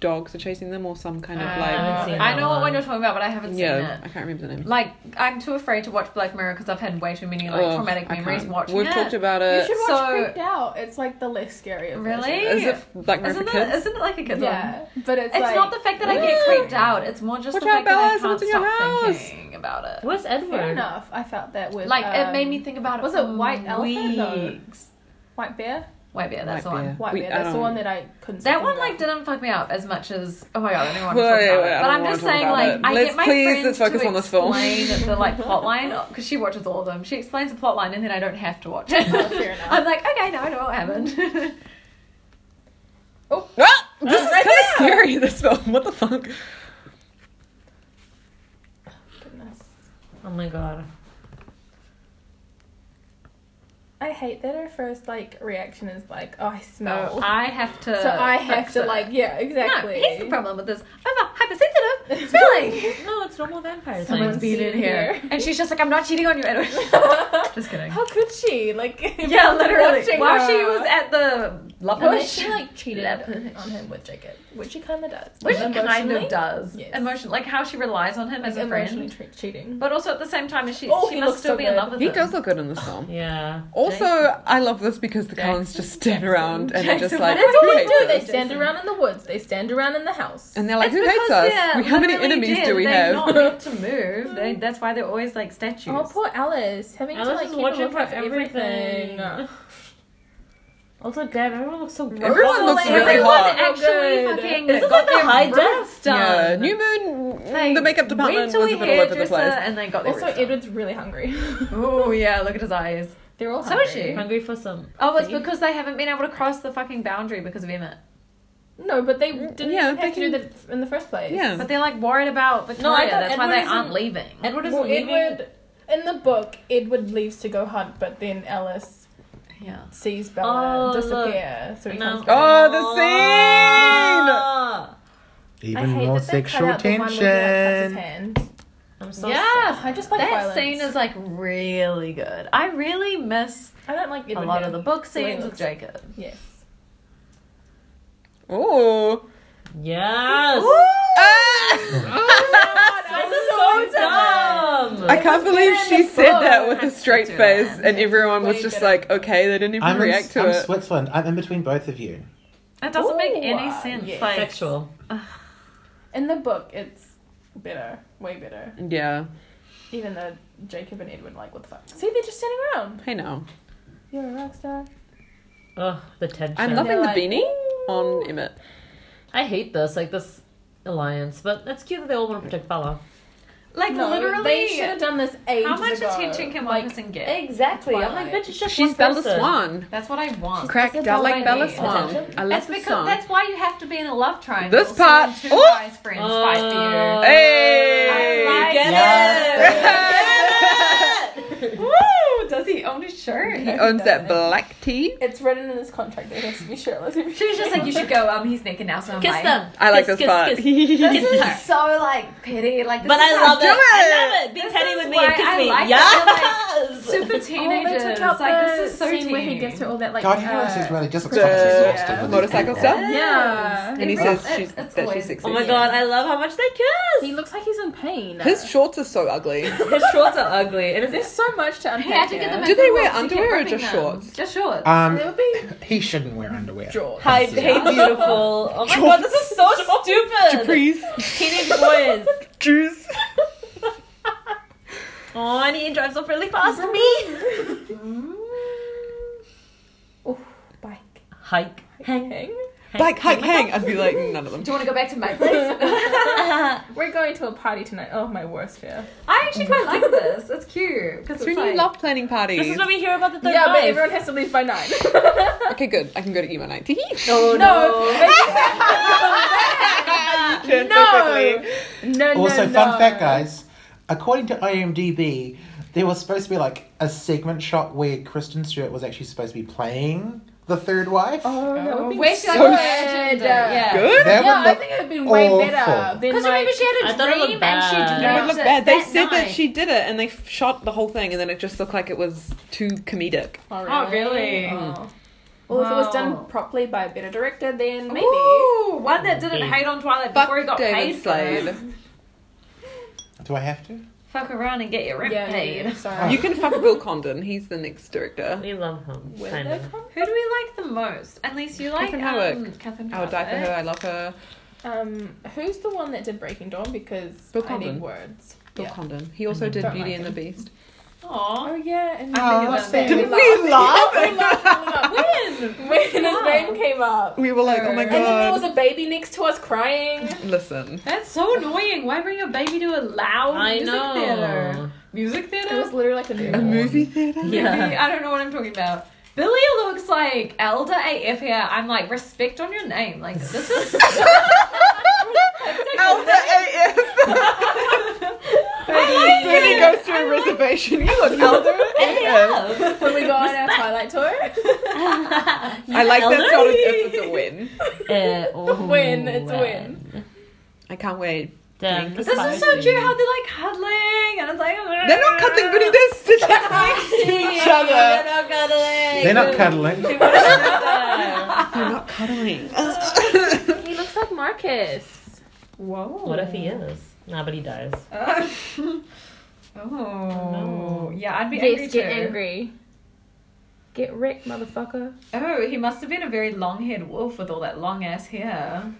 dogs are chasing them or some kind of Uh, like. haven't seen I that know what one one. you're talking about, but I haven't seen yeah, it. I can't remember the name. Like, I'm too afraid to watch Black Mirror because I've had way too many like Ugh, traumatic Oh, I memories can't. watching We've it. talked about you it. should watch Uh, so- Freaked Out. It's like the less scary. version. Really? As if Black Mirror for isn't kids. it? Isn't it like a kid's one? Yeah, but it's, It's like, not the fact that I get creeped out. It's more just Watch the out, fact that I Bella, can't someone's in stop your house. thinking about it. What's Fair Edward? enough. I felt that with Like it um, made me think about it. was for it White Elephant, though? Weeks. White Bear. White bear. That's White the Bear. one. White We- Bear. I That's the don't- one that I couldn't. That stop one like thinking didn't fuck me up as much as oh my god, I don't want to Wait, talk wait, about wait, I it. But don't I'm wanna just talk saying, about like, it. I Let's get my please, friends let's focus to on this film. [laughs] explain the like plot line because she watches all of them. She explains the plot line and then I don't have to watch about it. it. [laughs] Oh, fair enough. I'm like, okay, now I know what happened. [laughs] Ah, Oh, this is kind of scary. [laughs] This film. What the fuck? Goodness. Oh my god. I hate that her first like reaction is like, "Oh, I smell." No, Uh, I have to. so I fix have to it. like, yeah, No, exactly. here's the problem with this. I'm a hypersensitive smelling. No, it's normal [laughs] vampire Someone's science. been in here. And she's just like, I'm not cheating on you, Edward. [laughs] just kidding. [laughs] How could she? Like, [laughs] Yeah, literally. watching While her. she was at the love Well, bush, she like cheated Leopard. on him with Jacob, which she kind of does. [laughs] which she Like, kind emotionally- of does. Yes. Emotion, like how she relies on him as a emotionally friend, tre- cheating. but also at the same time, she Oh, she he must looks still so be in good. love with He him. does look good in this film. Yeah. Also, Jason- I love this because the Collins just stand around and they're just Jackson. like, That's all "Who they hates do. us?" They stand around in the woods. They stand around in the house. And they're like, It's who hates because us? they're We, how many literally enemies dead. do we have? they're not meant to move. They, that's why they're always like statues. oh, poor Alice, having to Alice like is keep a watching for lookout for [laughs] everything. everything. [laughs] Also, Deb, everyone looks so good. Everyone looks Everyone really hot. actually Good. fucking This is got like their a high roots def. yeah, done. New Moon, Like, the makeup department went was to a a bit all over the hairdresser place. And they got their Also, roots done. Edward's really hungry. Oh yeah, look at his eyes. [laughs] They're all So hungry. is she. Hungry for some. Oh, it's food? because they haven't been able to cross the fucking boundary because of Emmett. No, but they didn't yeah, have they to do that in the first place. Yeah. But they're like worried about Victoria. No, I thought That's why Edward they aren't isn't- leaving. Edward is Well, leaving. Edward, in the book, Edward leaves to go hunt, but then Alice Yeah. sees Bella Oh, disappear, so he No. comes back. oh, the scene! Ah, I Even hate more that they cut sexual out the one where he, like, cuts his tension. hand. I'm so. Yeah. I just like that violence. scene is like really good. I really miss I don't like Edward a lot here. of the book way it scenes with looks. Jacob. Yes. Oh. Yes. Ah! I'm so dumb. I can't believe she said that with a straight do face, that. and everyone was Way just better. like, okay, they didn't even I'm, in, react to I'm it. Switzerland. I'm in between both of you. It doesn't make any Ooh, sense. yes. Like Sexual. In the book, it's better, way better. yeah, Even though Jacob and Edward like what the fuck. See, they're just standing around. I know. You're a rock star. Ugh, the tension. I'm loving They're the like, beanie on Emmett. I hate this, like this alliance, but it's cute that they all want to protect Bella. like No, they should literally have done this ages how much ago. attention can one like? person get? Exactly. I'm like, bitch, it's just She's Bella Swan. That's what I want. Cracked She's out like Bella Bella Swan. Swan. I love That's this because song. that's why you have to be in a love triangle. This so part- two Oh! guys friends fight Oh. for Uh, you. Hey! [laughs] I like Yes. it. Woo! Does the only shirt. He owns that doesn't. black tea. It's written in this contract that he has to [laughs] be shirtless. every She was just like, you should go. Um, he's naked now, so am I. Kiss them. I like Kiss, this part. [laughs] kiss, This kiss. Kiss is her. so like pity. Like, this But is I how love it. do I love it. Be This petty is with me why and kiss I me. like that yes. [laughs] Super [laughs] Oh, they teenagers. took out like, the this is so scene teeny. where he gives her all that like. God, you know uh, this is really just looks like she's The lost it with motorcycle these people. stuff. Yeah. And he It's- says it's- she's, it's that she's always- sexy. Oh my god, I love how much they kiss. He looks like he's in pain. His shorts are so [laughs] ugly. His shorts are ugly. It is There's so much to He had unpack. to here. get them. Do they at wear Woolworths to underwear keep or ripping just them. shorts? Just shorts. It Um, would be [laughs] he shouldn't wear underwear. drawn. Hi, hey, beautiful. Oh my god, this is so stupid. Please, [laughs] Teenage boys. juice. Oh, and he drives off really fast to me. Bike. Hike, hang. Hang. Like hike, hang. I'd be like none of them. Do you want to go back to my place? We're going to a party tonight. Oh, my worst fear. I actually quite like this. It's cute because So it's you like love planning parties. This is when we hear about the third yeah, wife. but everyone has to leave by nine. [laughs] Okay, good. I can go to emo night. [laughs] Oh, no. No, no, Also, no. fun fact, guys. According to IMDb, there was supposed to be like a segment shot where Kristen Stewart was actually supposed to be playing the third wife. Oh, that would be Where she like So imagined it. Yeah. Good. Oh, That yeah, I would think look it would have been way awful. better. than, Because remember like- she had I a thought it looked dream and she bad. did It not would look bad. They said that night. she did it, and they f- shot the whole thing, and then it just looked like it was too comedic. Oh really? Oh. Well, if it was Wow. done properly by a better director, then maybe. Ooh, one that didn't Maybe. hate on Twilight Fuck before he got David paid for Slade. it. Do I have to? Fuck around and get your rent Yeah, paid. yeah, sorry. You can fuck Bill Condon. He's the next director. We love him. Where Kind did of. that come Who do we like the most? Unless you like Catherine um, Howard. Catherine I would die for Howard. her. I love her. Um, who's the one that did Breaking Dawn? Because Bill I need Condon. words. Bill Yeah. Condon. He also did Don't Beauty like and the Beast. Aw. Oh yeah, and Oh, I that's think sad. it was Did we laugh? We laughed, we laughed. [laughs] when? When his name came up. We were like, oh my And then there was god. a baby next to us crying. Listen. That's so annoying. Why bring your baby to a loud I music er theater? [laughs] know. Music It theater? was literally like a A movie. movie theater? Maybe. Yeah. I don't know what I'm talking about. Billy looks like Elder AF here. I'm like, respect on your name. Like, this is. [laughs] Elder [laughs] AF. Billy goes to a reservation. You [laughs] look elder AF. When we go [laughs] on our Twilight tour. I like that elderly. sort of if it's a win. Uh, oh, Win, it's a win. I can't wait. Damn, This This is so spicy. cute how they're like cuddling and it's like. [laughs] They're not cuddling, but he [laughs] does sit next to each They're other. not cuddling. They're not cuddling. They're not cuddling. He looks like Marcus. Whoa. What if he is? Nah, but he dies. oh. [laughs] No. Yeah, I'd be angry Yes, too. get angry. Get wrecked, [laughs] motherfucker. Oh, he must have been a very long haired wolf with all that long ass hair.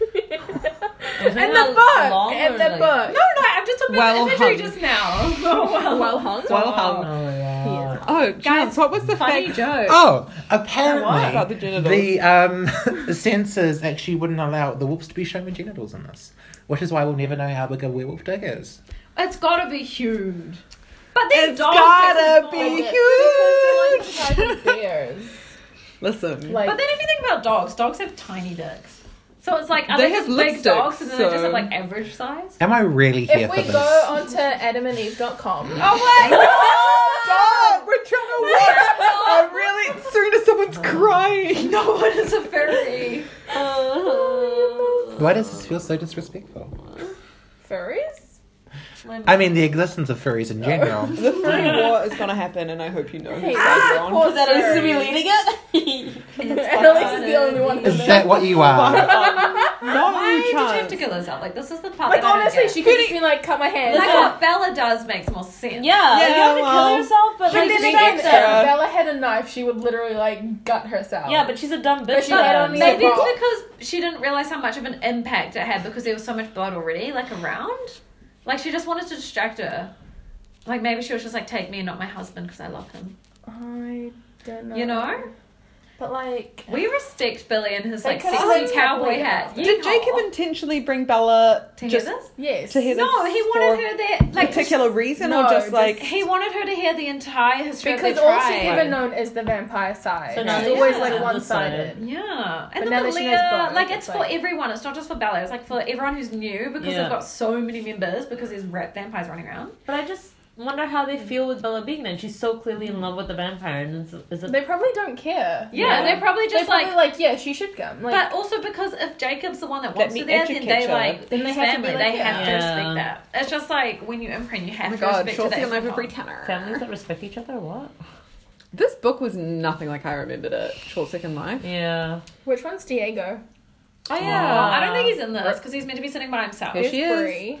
In And the book. And the No, book. no, I'm just talking about Well the imagery hung. just now. [laughs] Oh, well. Well hung. [laughs] Well hung. Oh, yeah. Oh, guys, what was the Funny fake? joke. Oh, What about the apparently genitals? the um [laughs] the censors actually wouldn't allow the wolves to be shown with genitals in this, which is why we'll never know how big a werewolf dick is. It's gotta be huge. But then it's gotta huge. be huge. Because they're like the size of bears. Listen, Like, But then if you think about dogs, dogs have tiny dicks. So it's like, are They they, have just big lipsticks, dogs and then they just so- have like average size? Am I really here if for we this? go onto [laughs] adamandeve.com, Oh my stop! We're trying to [laughs] watch. I'm really Serena. Someone's crying. No one is a fairy. Oh, Why does this feel so disrespectful? furries? I mean, the existence of furries in general. [laughs] The free war is gonna happen, and I hope you know. Hey, who I sides you're on. support furries. leading [laughs] it? And Elise is the only one Is that that what you are? No Why did you have chance. to kill us out? Like this is the part. Like, that I don't honestly, get. she could have been like, cut my hair. Like Like, what Bella does makes more sense. Yeah, Yeah, you have to well. kill yourself, but but like, then she again, gets if extra. Bella had a knife, she would literally, like, gut herself. Yeah, Oh. but she's a dumb bitch. But she had then. on the- Maybe Yeah. it's because she didn't realize how much of an impact it had because there was so much blood already, like around. Like she just wanted to distract her. Like maybe she was just like, take me and not my husband because I love him. I don't know. You know? But, like, We respect Billy and his They like could sexy only cowboy play hat. Did Jacob Yeehaw. intentionally bring Bella to just hear this? yes. to hear this No, he for wanted her there. Like particular reason, or No, just just- like He wanted her to hear the entire history Because of the all tribe. she's ever known is the vampire side. So So now it's they always have like another one sided. Yeah, and But then now the that she leader, knows both, like it's, it's for like- everyone. It's not just for Bella. It's like for everyone who's new because Yeah. they've got so many members because there's rat vampires running around. But I just wonder how they feel with Bella being there. She's so clearly in love with the vampire, and it's, is it They probably don't care. Yeah, they're probably They're just probably like, like, yeah, she should come. Like, But also because if Jacob's the one Let that wants me to there, then educate they her. like Then they his have to be family. like, they have to yeah. respect that. It's just like when you imprint, you Oh have my to god, respect that. Chauncey and from Love every home. tenor. families that respect each other? or What? This book was nothing like I remembered it. Short Second Life. Yeah. which one's Diego? Oh yeah. I don't think he's in this because he's meant to be sitting by himself. Yeah, she There's is. Bree.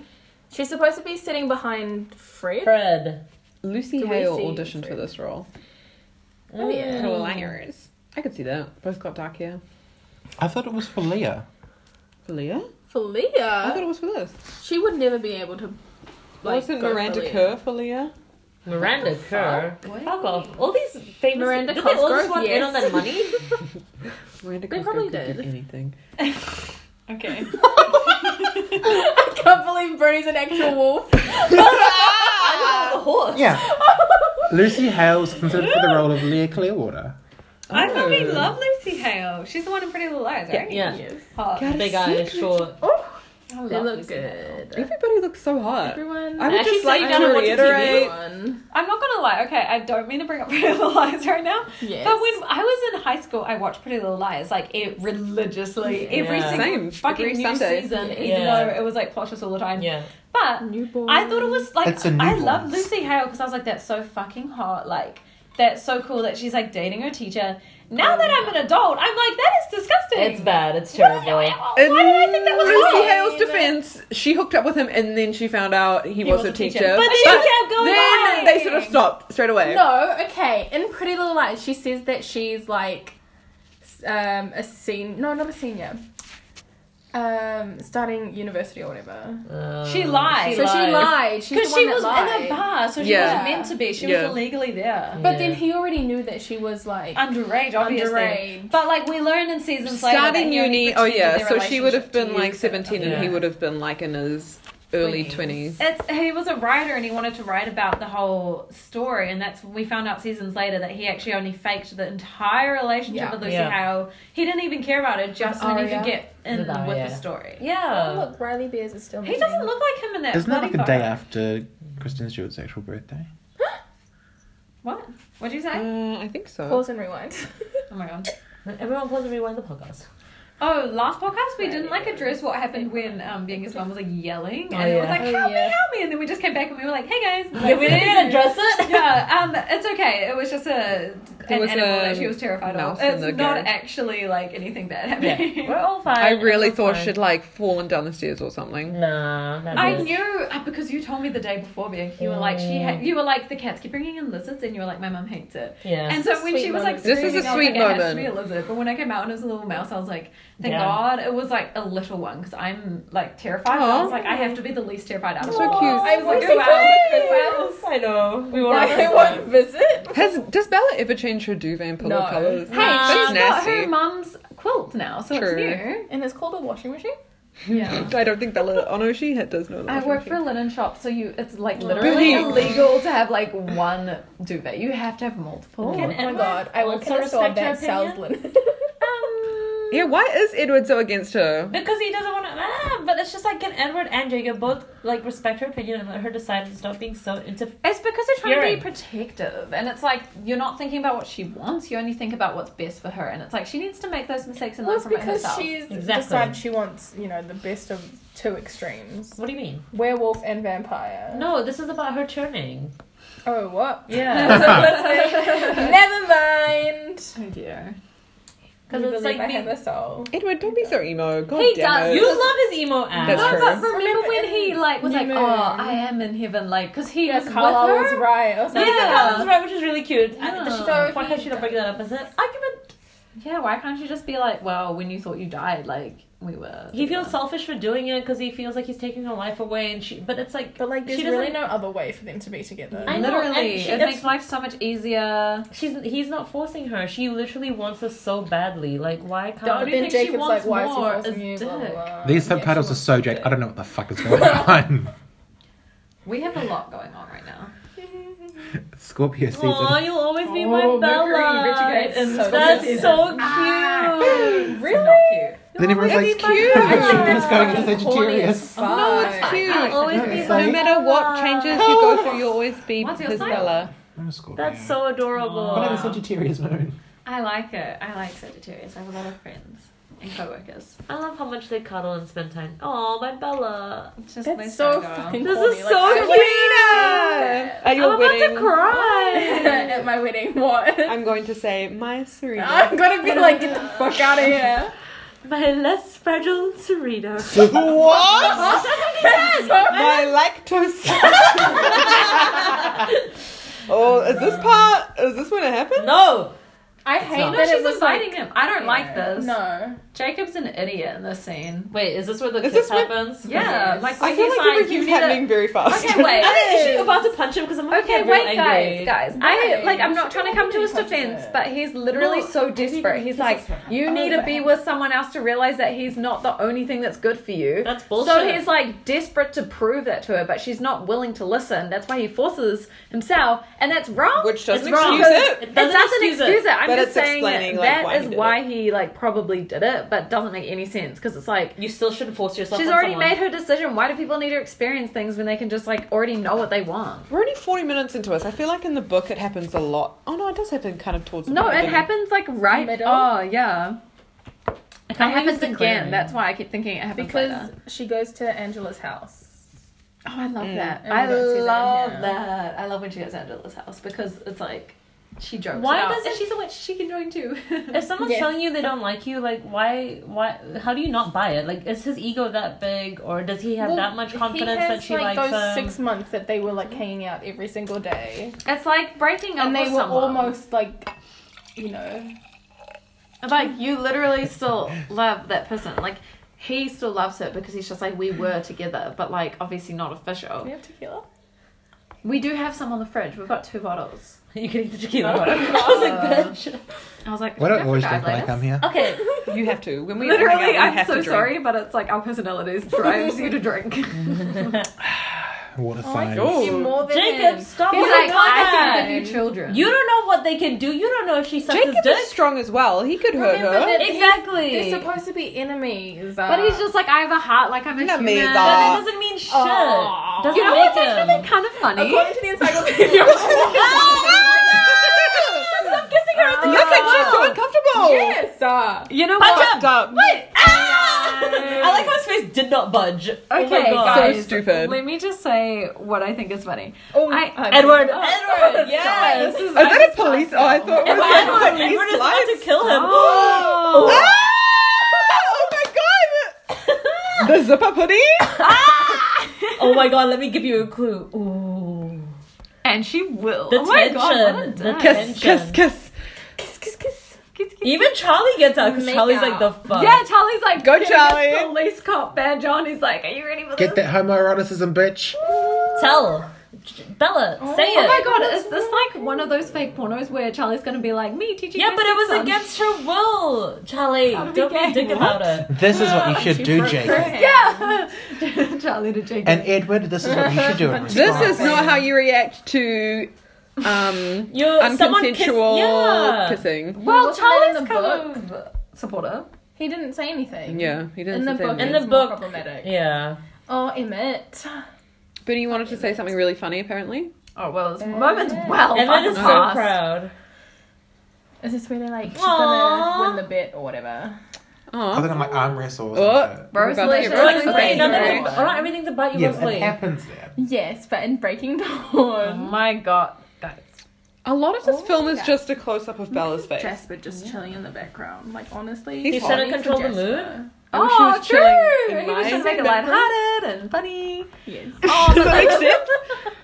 She's supposed to be sitting behind Fred. Fred. Lucy Do we Hale see auditioned for through? this role. Oh, Mm. yeah. Hilarious. I could see that. Both got dark hair. I thought it was for Leah. For Leah? For I thought Leah, it was for this. she would never be able to. Uh, Like, Wasn't go for Miranda Leah. Kerr for Leah? Miranda Kerr. What? Fuck off. All these famous. Miranda did they all just Cosgrove, want in yes. on that money? Miranda They Kerr probably could get did. anything. Okay. [laughs] I [laughs] can't believe Bernie's an actual wolf. The horse. Yeah. [laughs] Lucy Hale's considered for the role of Leah Clearwater. I fucking Oh. love Lucy Hale. She's the one in Pretty Little Lies, right? Yeah. Yes. Hot. God, [laughs] it's Big so eyes, good. short. I love They look Lucy Hale. good. Everybody looks so hot. Everyone. I would Actually, just so you like don't to know what to do. reiterate. Everyone. I'm not gonna lie. Okay, I don't mean to bring up [laughs] Pretty Little Lies right now, Yes. but when I was in high school, I watched Pretty Little Lies like it religiously every Yeah. single Same. fucking Every new Sunday. season, even Yeah. though it was like plot twists all the time. Yeah. But Newborn. I thought it was like It's a I newborn. love Lucy Hale because I was like, that's so fucking hot. Like that's so cool that she's like dating her teacher. Now that I'm an adult, I'm like that is disgusting. It's bad. It's [laughs] terrible. Why In did I think that was Lucy wrong? Hale's defense, she hooked up with him and then she found out he, was, a teacher. But then she kept going then back. they sort of stopped straight away. No, okay. In Pretty Little Lies, she says that she's like s- um, a senior. No, not a senior. Um, starting university or whatever. Um, She lied. so she lied. She's Because the one she that was lied. in a bar, so she Yeah. wasn't meant to be. She Yeah. was illegally there. But Yeah. then he already knew that she was like. Underage, obviously. Underage. But like we learn in seasons Starting later. that he uni, only oh pretended yeah, their so she would have relationship to been like use it. 17 and Yeah. he would have been like in his early 20s. 20s. It's, he was a writer and he wanted to write about the whole story, and that's when we found out seasons later that he actually only faked the entire relationship Yeah. with Lucy Yeah. Hale. He didn't even care about it, just so that he Aria. could get in With with, Aria. the story. Oh, Yeah. look, Riley Bears is still. He doesn't look like him in that. Isn't that like bloody a day photo. after Kristen Stewart's actual birthday? What? What'd you say? Uh, I think so. Pause and rewind. [laughs] oh my god. Everyone pause and rewind the podcast. Oh, last podcast we didn't like address what happened when um Benga's mum was like yelling and Oh, it was yeah. like Oh, help me, yeah. help me, and then we just came back and we were like, hey guys, Yeah, we didn't even address [laughs] it. yeah, um, it's okay. It was just a There an was animal a that she was terrified of. mouse in It's the not garage. actually like anything bad happening. [laughs] [laughs] Yeah. [laughs] We're all fine. I really Everyone's thought fine. she'd like fallen down the stairs or something. Nah. not I this. knew uh, because you told me the day before, Big. You were like she. Ha- you were like the cats keep bringing in lizards, and you were like my mum hates it. Yeah. And so when Sweet she was like, moment. This is a screaming, I sweet like, it has to moment. be a lizard. But when I came out and it was a little mouse, I was like, thank Yeah. God it was like a little one because I'm like terrified. And Aw. I was like, I have to be the least terrified out of So all. cute. I was like, Why oh, wow, so I know. We [laughs] were Why all won't visit? Has does Bella ever change her duvet and pillow No. covers? Hey, Nah, That's she's got her nasty. mum's quilt now, so True. [laughs] it's And it's called a washing machine. Oh new. Yeah. I don't think Bella. Oh no, she had- does know that. I work for a linen shop, so you it's like Booty. literally illegal to have like one duvet. You have to have multiple. Can Oh my Edward god, I work also in a store respect her that [laughs] sells linen. [laughs] Um, Yeah, why is Edward so against her? Because he doesn't want to. Ah, but it's just like can Edward and Jacob both like respect her opinion and let her decide and stop being so into. It's because they're trying Urine. to be protective, and it's like you're not thinking about what she wants. You only think about what's best for her, and it's like she needs to make those mistakes and Well, learn from it's it because herself. she's Exactly. decided she wants, you know, the best of two extremes What do you mean? werewolf and vampire. No, this is about her turning. Oh, what? Yeah. [laughs] Never [laughs] mind. Oh dear. Because it's it's like like I me- have a soul. Edward, don't be so emo. God He damn does. it. you love his emo ass. That's No, true. but remember Remember when he like was New like, Moon. "Oh, I am in heaven," like because he was with Carla was her. right. Or something. Yeah. That's right, which is really cute. I- Yeah. does she- So why he- can't she not bring that up as an argument? Yeah, why can't you just be like, "Well, when you thought you died, like we were." He feels selfish for doing it because he feels like he's taking her life away, and she. But it's like, But like, there's she really doesn't. no other way for them to be together. I know, and Literally, she- it that's- makes life so much easier. She's he's not forcing her. She literally wants us so badly. Like why can't? Don't But you then think she Jacob's wants like, why is he more? forcing you? It's Blah, blah, dick. blah. These Yeah, she subtitles are wants so dick. jacked. I don't know what the fuck is going on. We have a lot going on right now. Scorpio season. Aw, you'll always be Oh, my Mercury Bella. retrogrades And so that's cute. so cute. Really? It's not cute. Then everyone's like, It's cute. I think that's going into Sagittarius. No, it's cute. I'll always Okay. be So- like, No matter what changes you go through, you'll always be What's your sign? Isabella. I'm a Scorpio. that's so adorable. But I'm a Sagittarius moon. [laughs] I like it. I like Sagittarius. I have a lot of friends and coworkers. I love how much they cuddle and spend time. Oh, my Bella. It's just my That's so girl. fucking This corny, is like, so I [laughs] cute. went Serena! At your I'm wedding, about to [laughs] cry. At my wedding, what? [laughs] I'm going to say, my Serena. I'm gonna be like, get the fuck out of here. my less fragile Serena. what? my lactose. [laughs] oh, is this part? Is this when it happened? No. I hate not. No, that it she's was inviting like. him. I don't like this. No. Jacob's an idiot in this scene. Wait, is this where the Is kiss this where- happens? Yeah, Yes. like I when feel he's like, like you everything's need happening to. very fast. Okay, [laughs] wait. I think she's about to punch him because I'm gonna Okay, get real wait, angry. guys, guys. Why? I like. I'm You not should trying be to come to holding his punches defense, there. but he's literally No, so I think desperate. He's this like, is right. you need to but- be with someone else to realize that he's not the only thing that's good for you. That's bullshit. So he's like desperate to prove that to her, but she's not willing to listen. That's why he forces himself, and that's wrong. Which doesn't It's wrong. excuse it. It It doesn't, excuse, it. I'm But just it's saying explaining, that like, why that is he did why he like probably did it, but doesn't make any sense because it's like You still shouldn't force yourself. she's on already someone. made her decision. Why do people need to experience things when they can just like already know what they want? We're only 40 minutes into us. I feel like in the book it happens a lot. Oh no, it does happen kind of towards the No, it beginning. happens like right. Middle? Oh yeah, I it can't believe happens it's again. declaring. That's why I keep thinking it happens Because later. she goes to Angela's house. Oh, I love that. And we I don't see that in love here. that, I love when she goes to Angela's house because it's like she jokes. Why it out. doesn't- If she's a witch? She can join too. If someone's Yes. telling you they don't like you, like why, why, how do you not buy it? Like, is his ego that big, or does he have Well, that much confidence he has, that she like, likes um, those him? [laughs] six months that they were like hanging out every single day, [laughs] it's like breaking up and they with were someone. almost like, you know, Like you literally still love that person. Like he still loves her because he's just like we were together, but like obviously not official. we have tequila. We do have some on the fridge. We've got two bottles. you can eat the tequila. I was like, bitch. I was like, Why don't "Forgot I always the drink when I guidelines." come here? [laughs] Okay, You have to. When we all hang out, Literally, we I'm have to so drink. sorry, but it's like our personalities drives you to drink. [laughs] He's Water Oh my signs. God. You're more than Jacob, him. stop. like, with your I can mind. give you children. You don't know what they can do. You don't know if she sucks Jacob his is dick. strong as well. He could hurt Remember her. [laughs] [laughs] that- Exactly. They're supposed to be enemies. uh, but he's just like, I have a heart, like I'm a Not human. me, You but dog. know that doesn't mean shit. Aw. Doesn't what's actually make him. kind of funny? According to the encyclopedia. Stop kissing her. That's actually so uncomfortable. yes. Uh, You know Punch what? him. Dumb. Ah! I like how his face did not budge. Okay, oh my Okay, God. guys. guys, stupid. Let me just say what I think is funny. oh, I- I'm- Edward. [laughs] Edward, yes. Is that a police? Oh, I thought it Edward, was like Edward, police Edward is about to lights. kill him. Ah! Oh my god! The zipper pudding? Oh my god, let me give you a clue. Ooh. And she will. The oh my God, what a tension. dick. The Kiss, kiss, Attention. kiss. Even Charlie gets out because Make Charlie's out. like the fuck. Yeah, Charlie's like, Go, getting Charlie. his Police cop badge on. He's like, Are you ready for Get this? that homoeroticism, bitch. Tell. J- Bella, say Oh it. my god, is this like one of those fake pornos where Charlie's gonna be like, Me teaching Yeah, my but it was stepson." against her will. Charlie, How did don't we be a get- dick What? about it. This is what you should do, Jake. Yeah! [laughs] Charlie to Jacob. And Edward, this is what you should do. In This response. is not how you react to um You uh, someone kiss- unconsensual yeah. kissing. well, Wasn't that in Charlie's the kind of supporter. he didn't say anything. Yeah, he didn't In say the book, that. In the it's more book, problematic. Yeah. Oh, Emmett. But he wanted to say something really funny, apparently. Oh well, Uh, this moment's well and then fucking is so fast. proud. Is this where they're like, she's Aw. gonna win the bet or whatever? Other Oh, than my arm wrestle. or Oh. some shit. Rose Rose Lynch. Lynch. Rose Rose Lynch. Lynch. Another Everything, Very oh, not everything's about you Yes, was it late. happens there. Yes, but in Breaking Dawn. Oh my god, guys. A lot of this Oh, film is yeah. just a close up of Bella's face. Jasper just chilling in the background. Like, honestly. He's she's trying to control the I wish he Oh, was chilling in true. He was my- just making lighthearted and [laughs] funny. Yes. Oh, Does that make sense?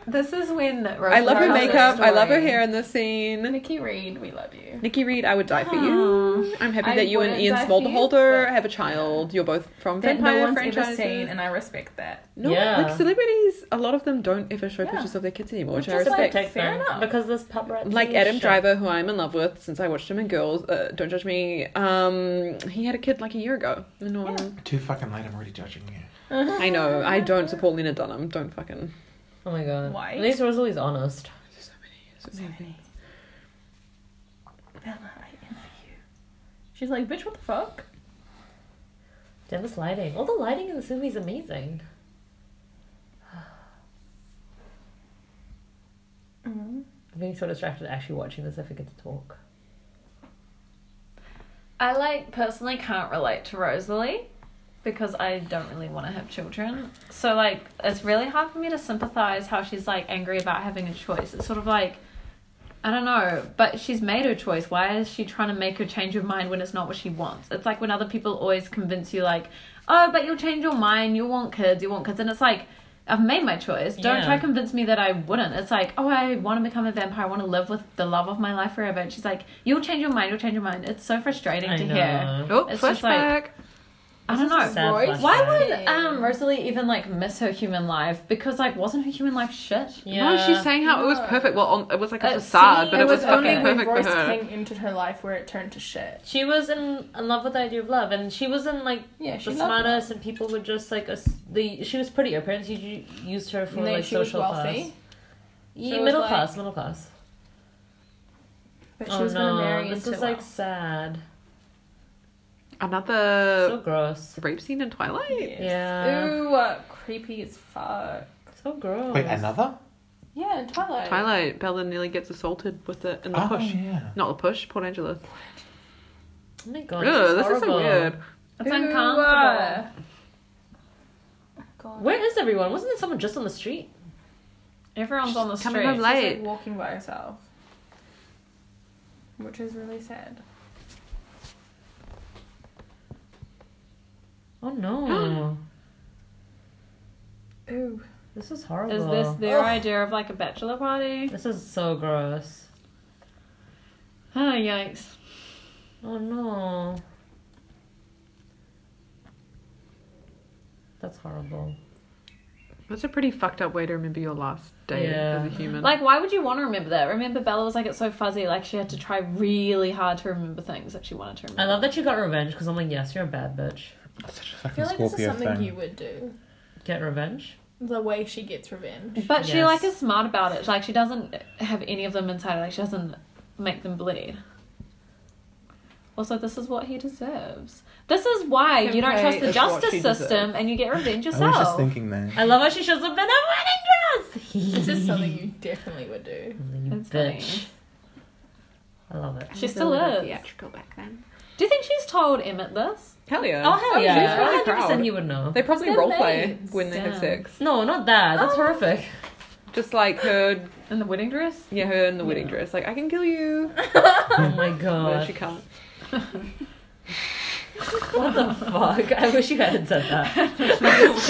This is when Rose I love her tells makeup. I love her story. hair in this scene. Nikki Reed, we love you. Nikki Reed, I would die for you. I'm happy I that you and wouldn't Ian die for you, Smallholder but- have a child. You're both from That no vampire one's ever franchises. seen, and I respect that. no, Yeah. like celebrities, a lot of them don't ever show Yeah. pictures of their kids anymore, which, I is, like, respect. Protect fair them, enough. Because this paparazzi. Like Adam shit. Driver, who I'm in love with since I watched him in Girls. Uh, don't judge me. Um, he had a kid like a year ago. And no one- Too fucking late. I'm already judging you. I know. I don't support Lena Dunham. Don't fucking. Oh my god. Why? At least Rosalie's honest. So many. So many. Bella, I envy you. She's like, bitch, what the fuck? Dennis lighting. All the lighting in this movie is [sighs] amazing. Mm-hmm. I'm getting so distracted actually watching this, I forget to talk. I like personally can't relate to Rosalie because I don't really want to have children. So like it's really hard for me to sympathize how she's like angry about having a choice. It's sort of like I don't know, but she's made her choice. Why is she trying to make her change her mind when it's not what she wants? It's like when other people always convince you like, "Oh, but you'll change your mind. You'll want kids. You want kids." And it's like I've made my choice. Don't Yeah. try to convince me that I wouldn't. It's like, oh, I want to become a vampire. I want to live with the love of my life forever. And she's like, you'll change your mind. You'll change your mind. It's so frustrating I to know. hear. Oh, It's just flashback. like- I don't know. Sad Royce? flashback. Why would um Rosalie even like miss her human life? Because like wasn't her human life shit? Yeah. No, she's saying how it was No. perfect. Well, on, it was like a Uh, facade, see, but it, it was, was fucking only when perfect Royce for her. King entered her life where it turned to shit. She was in, in love with the idea of love, and she wasn't like Yeah, she the loved smartest, and people would just like us. The she was pretty. Her parents u- used her for And then like she was social class, wealthy, yeah, was, middle like- class, middle class. but she Oh was going to marry no, this into is like sad. So Another gross. rape scene in Twilight. Yeah. Uh, Ooh, uh, creepy as fuck. So gross. Wait, another? Yeah, in Twilight. Twilight. Bella nearly gets assaulted with it in the Oh, push. yeah. Not the push. Port Angeles. Oh my Ugh, god. this horrible. is so weird. It's Ooh, uncomfortable. uh, God. Where is everyone? Wasn't there someone just on the street? Everyone's on the She's street. coming home She's late. like walking by herself, which is really sad. Oh no. Ooh, this is horrible. Is this their Ugh. idea of like a bachelor party? This is so gross. Oh yikes! Oh no. That's horrible. That's a pretty fucked up way to remember your last day Yeah. as a human. Like, why would you want to remember that? Remember, Bella was like, it's so fuzzy. Like, she had to try really hard to remember things that she wanted to remember. I love that she got revenge because I'm like, yes, you're a bad bitch. Such a I fucking feel like this is Scorpio something thing. you would do. Get revenge? The way she gets revenge. But she Yes. like is smart about it. Like she doesn't have any of them inside. her. Like she doesn't make them bleed. Also, this is what he deserves. This is why you don't Okay, trust the is what justice she system, deserves. and you get revenge I was just yourself. thinking that. I love how she shows up in a wedding dress. [laughs] This is something you definitely would do. you That's bitch. funny. I love it. She still is. theatrical back then. Do you think she's told Emmett this? Hell yeah. Oh hell yeah! she's really One hundred proud. percent, he would know. They probably It's their roleplay mates. when they have Damn. sex. No, not that. That's horrific. Just like her, In the wedding dress? [laughs] yeah, her in the wedding dress. Like I can kill you, oh my but she god! [laughs] can't. what the fuck? I wish you hadn't said that. [laughs] Shamika,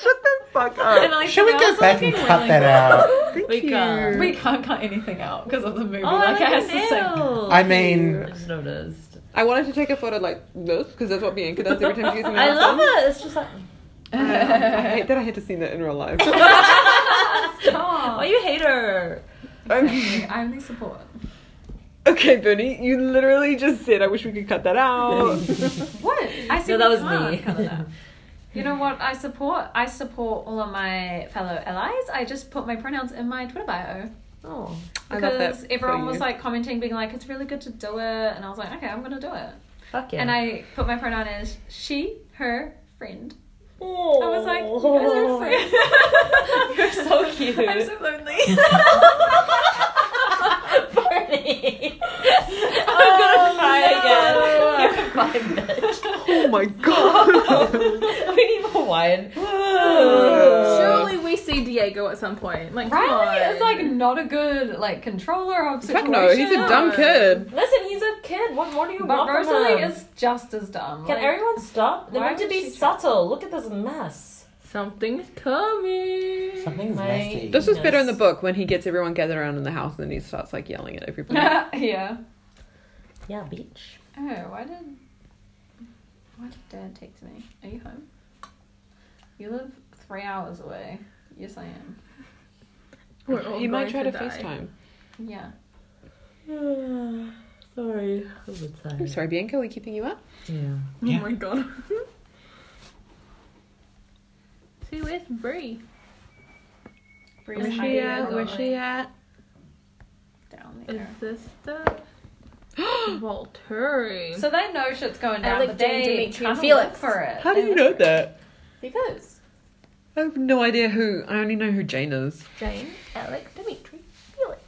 shut the fuck And up. like, Should we the go girls are back and looking cut really that out? Thank We you. can't. We can't cut anything out because of the movie. oh, like, it has to say. [laughs] nails. I mean, I just noticed. I wanted to take a photo like this because that's what Bianca does every time she's in the [laughs] I love bathroom. it. It's just like, I hate that I had to see that in real life. [laughs] Stop. oh, you hate her. Um, I'm the support. okay, Bernie, you literally just said I wish we could cut that [laughs] out. What? I see No, that we was can't me. colour [laughs] that. You know what I support? I support all of my fellow allies. I just put my pronouns in my Twitter bio Oh, I love that. because everyone for was you. like commenting, being like, "It's really good to do it," and I was like, "Okay, I'm gonna do it." fuck yeah. And [laughs] I put my pronoun as she, her, friend. oh. I was like, "You guys are friends." You're so [laughs] cute. I'm so lonely. [laughs] Bernie. I'm gonna [laughs] [laughs] cry again. You're a fine oh my god. bitch. we need Hawaiian. Surely we see Diego at some point. Like, come Riley on. is like not a good like controller of Fuck situations. no, he's a dumb kid. Listen, he's a kid. What more do you But want Rosalie from him? is just as dumb. Can Like, everyone stop? They Why need to would be she try- subtle. Look at this mess. something's coming. Something's My- messy. This was better in the Yes. book when he gets everyone gathered around in the house and then he starts like yelling at [laughs] everybody. [laughs] yeah. Yeah, bitch. Oh, why did why did Dad text me? Are you home? You live three hours away. Yes, I am. We're all he might going try to, to die. FaceTime. Yeah. Sorry. I'm tired. I'm sorry, Bianca, are we keeping you up? Yeah. Yeah. Oh my god. [laughs] See, where's Bree? Where's Bree's she at? Where's she at? down Is there. this the [gasps] Volturi. So they know shit's going down, but Alexander, they Dimitri, can't and Felix. look for it. How do you know that? Because I have no idea who. I only know who Jane is. Jane, Alec, Dimitri, Felix.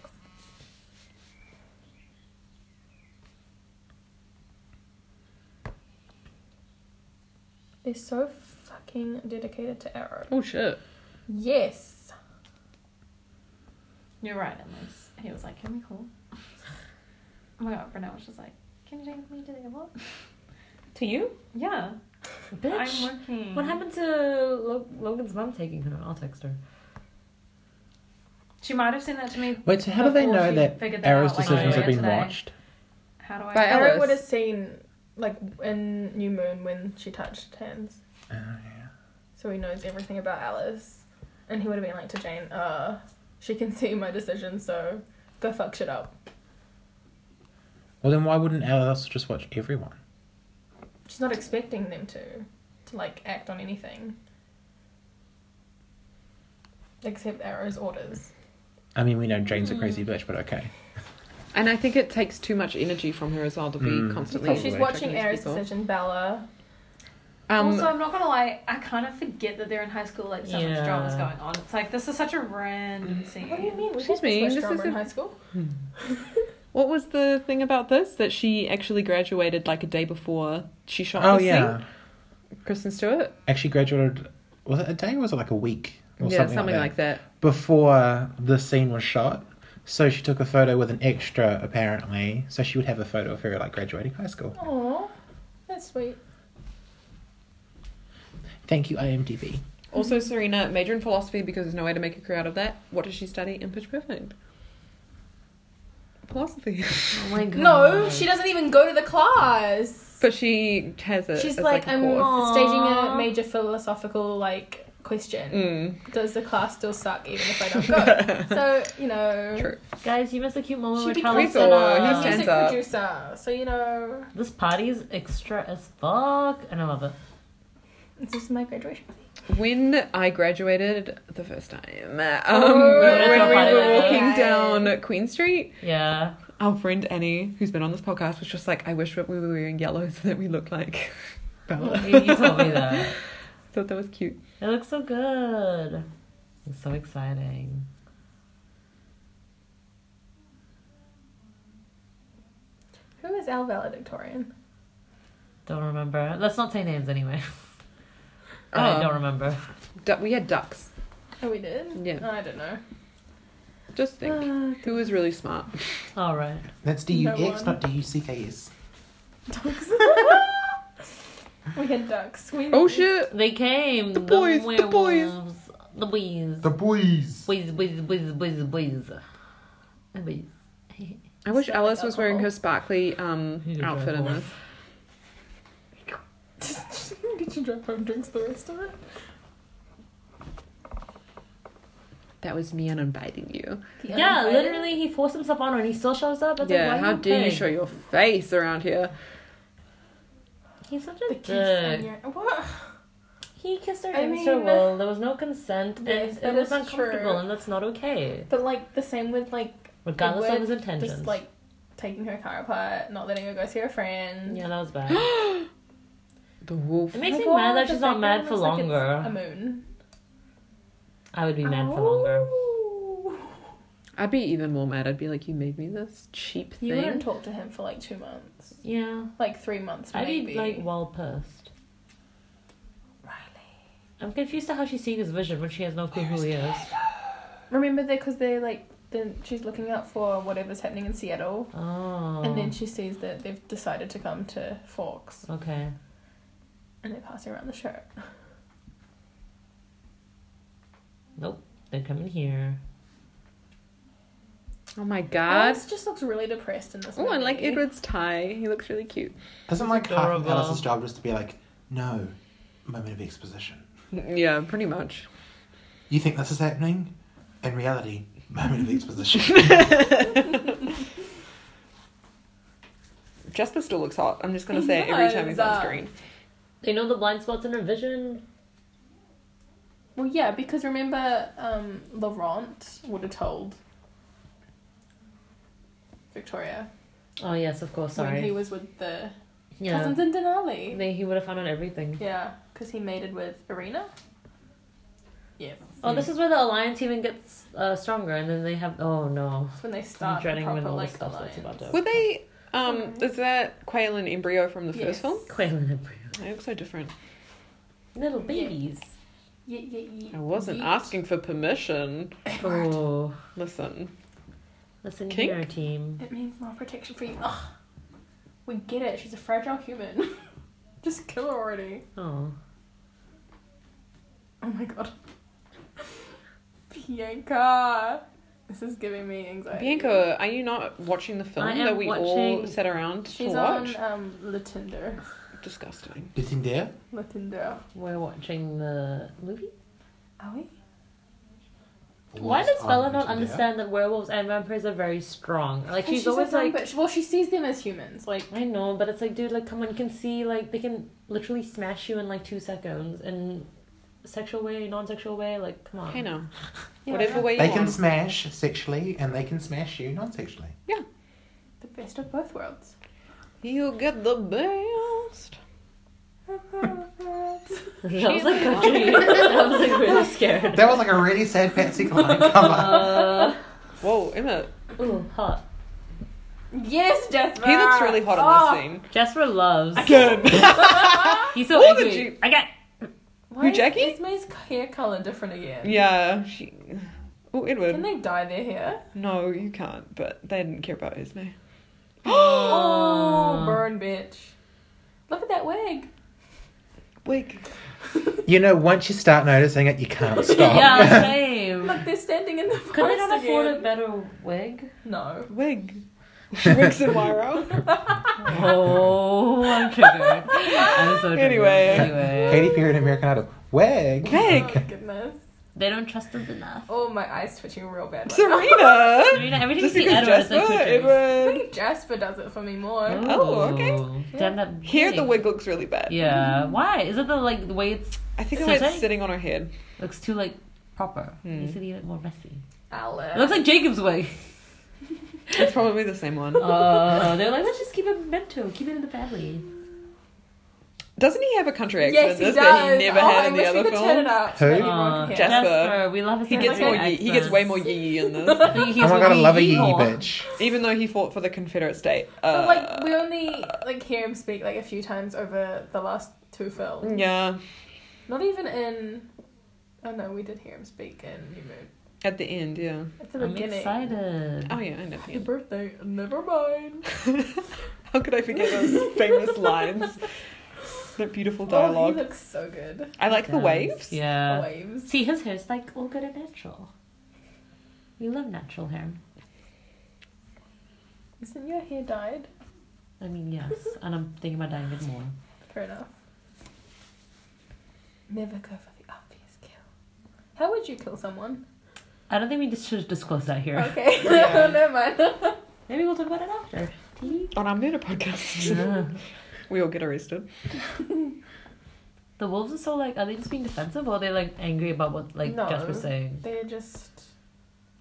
They're so fucking dedicated to Arrow. Oh shit. Yes. You're right, Emily's. He was like, "Can we call?" [laughs] Oh my god, Brunel was just like, "Can you take me to the airport?" To you? Yeah, Bitch. I'm working. What happened to Lo- Logan's mom taking her? I'll text her. She might have sent that to me. Wait, so how do they before know she that figured that Arrow's out, like, decisions earlier have been today. watched? How do I? By Arrow Alice. would have seen, like, in New Moon when she touched hands. Oh, yeah. So he knows everything about Alice. And he would have been like to Jane, uh, she can see my decision, so go fuck shit up. Well, then why wouldn't Alice just watch everyone? She's not expecting them to, to like act on anything. Except Arrow's orders. I mean, we know Jane's a crazy bitch, but okay. And I think it takes too much energy from her as well to be Mm. constantly. Because she's checking watching these Arrow's people. decision, Bella. Um, also, I'm not gonna lie. I kind of forget that they're in high school. Like so much Yeah. drama's going on. It's like this is such a random scene. What do you mean? We Excuse had this me, much this drama in isn't- high school. what was the thing about this that she actually graduated like a day before she shot? Oh this yeah, thing? Kristen Stewart. actually graduated. Was it a day or was it like a week or yeah, something, that? like that. before the scene was shot. So she took a photo with an extra, apparently. So she would have a photo of her like graduating high school. Aww, that's sweet. Thank you, IMDb. Also, Serena major in philosophy because there's no way to make a career out of that. What does she study in Pitch Perfect? Philosophy. [laughs] Oh my god. No, she doesn't even go to the class. But she has it. She's as, like, a I'm course. staging a Aw. major philosophical like question. Mm. does the class still suck even if I [laughs] don't go? so, you know, True. Guys, you missed a cute moment She with We Charles becomes- saw, he she's a Senna. stands music up. producer. So, you know, This party is extra as fuck, and I love it. this is my graduation. When I graduated the first time, um, Oh, when we were yeah. walking down Queen Street, Yeah. our friend Annie, who's been on this podcast, was just like, I wish that we were wearing yellow [laughs] so that we look like [laughs] Bella. you, you told me that. Thought that was cute. It looks so good. It's so exciting. Who is our valedictorian? Don't remember. Let's not say names anyway. [laughs] Oh. I don't remember. Du- we had ducks. Oh, we did? Yeah. I don't know. Just think. Ah. Who was really smart? All right. That's D U No X, one. not D U C K S. Ducks. Ah, [laughs] we had ducks. We Oh shit! They came. The boys, the boys. werewolves, The boys. The boys. Boys, boys, boys, boys, boys. The boys. I wish Sounds like Alice was wearing alcohol. her sparkly um, He did outfit in drive this. Did you drive home drinks the rest of it? That was me uninviting you. Yeah, literally, he forced himself on her and he still shows up. It's yeah, like, why how you dare you pig? show your face around here? He's such The a kiss on dick. your... What? He kissed her I against her mean- will. There was no consent, and Yes, that it was is uncomfortable, true. and that's not okay. But, like, the same with, like, Regardless It of his would intentions. just, like, taking her car apart, not letting her go see her friend. yeah, that was bad. [gasps] The wolf. It makes Oh my me mad God, that the she's not mad background for looks like it's longer. A moon. I would be mad for Oh. longer. I'd be even more mad. I'd be like, you made me this cheap You thing. wouldn't talk to him for like two months, Yeah. like three months I'd maybe. be like well pissed. I'm confused to how she's seeing his vision when she has no clue who he is. Remember that because they're like then she's looking out for whatever's happening in Seattle, Oh. and then she sees that they've decided to come to Forks, Okay. and they're passing around the shirt. Nope. They're coming here. Oh my god. Alice just looks really depressed in this. Oh, and like movie. Edward's tie. He looks really cute. Isn't like half of adorable. Alice's job just to be like, no, moment of exposition. Mm, Yeah, pretty much. You think this is happening? In reality, [laughs] moment of exposition. [laughs] Jasper still looks hot. I'm just gonna say it every time he's on Yes. uh, screen. They know the blind spots in her vision. Well, yeah, because remember, um, Laurent would have told Victoria Oh yes, of course. when he Sorry. was with the Yeah. cousins in Denali. They, he would have found out everything. Yeah, because he mated with Arena. Yeah, Oh, this is where the alliance even gets uh, stronger, and then they have. Oh no, that's when they I'm start the dreading proper when all like this stuff that's about alliance. Were to. they? Um, is that Quail and Embryo from the first Yes. film? Quaylen and Brew. They look so different. Little babies. Yeah, yeah, yeah. I wasn't Yeet. asking for permission. Oh, Listen, listen Kink? here, team. It means more protection for you. Ugh. We get it. She's a fragile human. [laughs] Just kill her already. Oh, Oh my god. Bianca. This is giving me anxiety. Bianca, are you not watching the film I am that we all watching- sat around She's to watch? on um Latinder. Disgusting. It's in there. Latinder. we're watching the movie. Are we? Why does Bella not It's in there. understand that werewolves and vampires are very strong? Like And she's, always a zombie, like, but she- well, she sees them as humans. Like, I know, but it's like, dude, like, come on, you can see, like, they can literally smash you in like two seconds in sexual way, non-sexual way. Like, come on. Hey now, Yeah, whatever yeah. way you They can want. smash sexually and they can smash you non sexually. the best of both [laughs] worlds. you get the best. [laughs] That was like country. [laughs] that was like really [laughs] scared. That was like a really sad Patsy [laughs] Cline cover. Uh, Whoa, Emma, ooh, hot. yes, Jasper. Ah, he looks really hot on this scene. Jasper loves. Good. He's so What did angry. you- I got. Why Who, is Jackie? Esme's hair color different again? yeah. She... Oh, Edward. Can they dye their hair? No, you can't. But they didn't care about Esme. Oh, burn, bitch. Look at that wig. Wig. You know, once you start noticing it, [laughs] you can't stop. Yeah, same. Look, they're standing in the forest Could they not again. afford a better wig? No. Wig. She works at [laughs] Wyro. Oh, I'm triggered. I'm so triggered. Anyway. anyway, Katy Perry and American Idol. Wag. Oh, Wig. goodness. they don't trust us enough. Oh, my eye's twitching real bad. Right now. Serena. Serena, everything you Just see because Edward is Jasper, like twitching. I Edward. think Jasper does it for me more. Oh, okay. Damn that. Here, the wig. wig looks really bad. Yeah. Why? Is it the like the way it's I think the way it's Sitting? sitting on her [laughs] head. looks too like proper? Hmm. It needs to be a bit more messy. Alice. It looks like [laughs] Jacob's wig. It's probably the same one. Uh, they're like, let's just keep it memento, keep it in the family. Doesn't he have a country accent? Yes, he This does. That he never oh, I had in the wish other we could turn it film. up. Who? Maybe Aw, we'll- yeah. Jasper. Uh, we love his He gets American more. Ye- he gets way more yee in [laughs] this, accent. He's oh my god, I way love a yee more. bitch. even though he fought for the Confederate state. But Uh, like we only like hear him speak like a few times over the last two films. yeah, Not even in. Oh no, we did hear him speak in New Moon. at the end, yeah. At the I'm beginning. excited. Oh yeah, I know. the Your end. birthday. Never mind. [laughs] How could I forget those famous lines? That beautiful Oh, dialogue. he looks so good. I like the Yes. waves. The Yeah. Waves. See, his hair's like all good and natural. We love natural hair. Isn't your hair dyed? I mean, yes, and I'm thinking about dying it more. Fair enough. Never go for the obvious kill. How would you kill someone? I don't think we just should disclose that here. [laughs] Okay, Yeah. [laughs] never mind. [laughs] Maybe we'll talk about it after. On our murder podcast, Yeah. [laughs] we all get arrested. [laughs] The wolves are so like, are they just being defensive or are they like angry about what like No. Jasper's saying? They're just.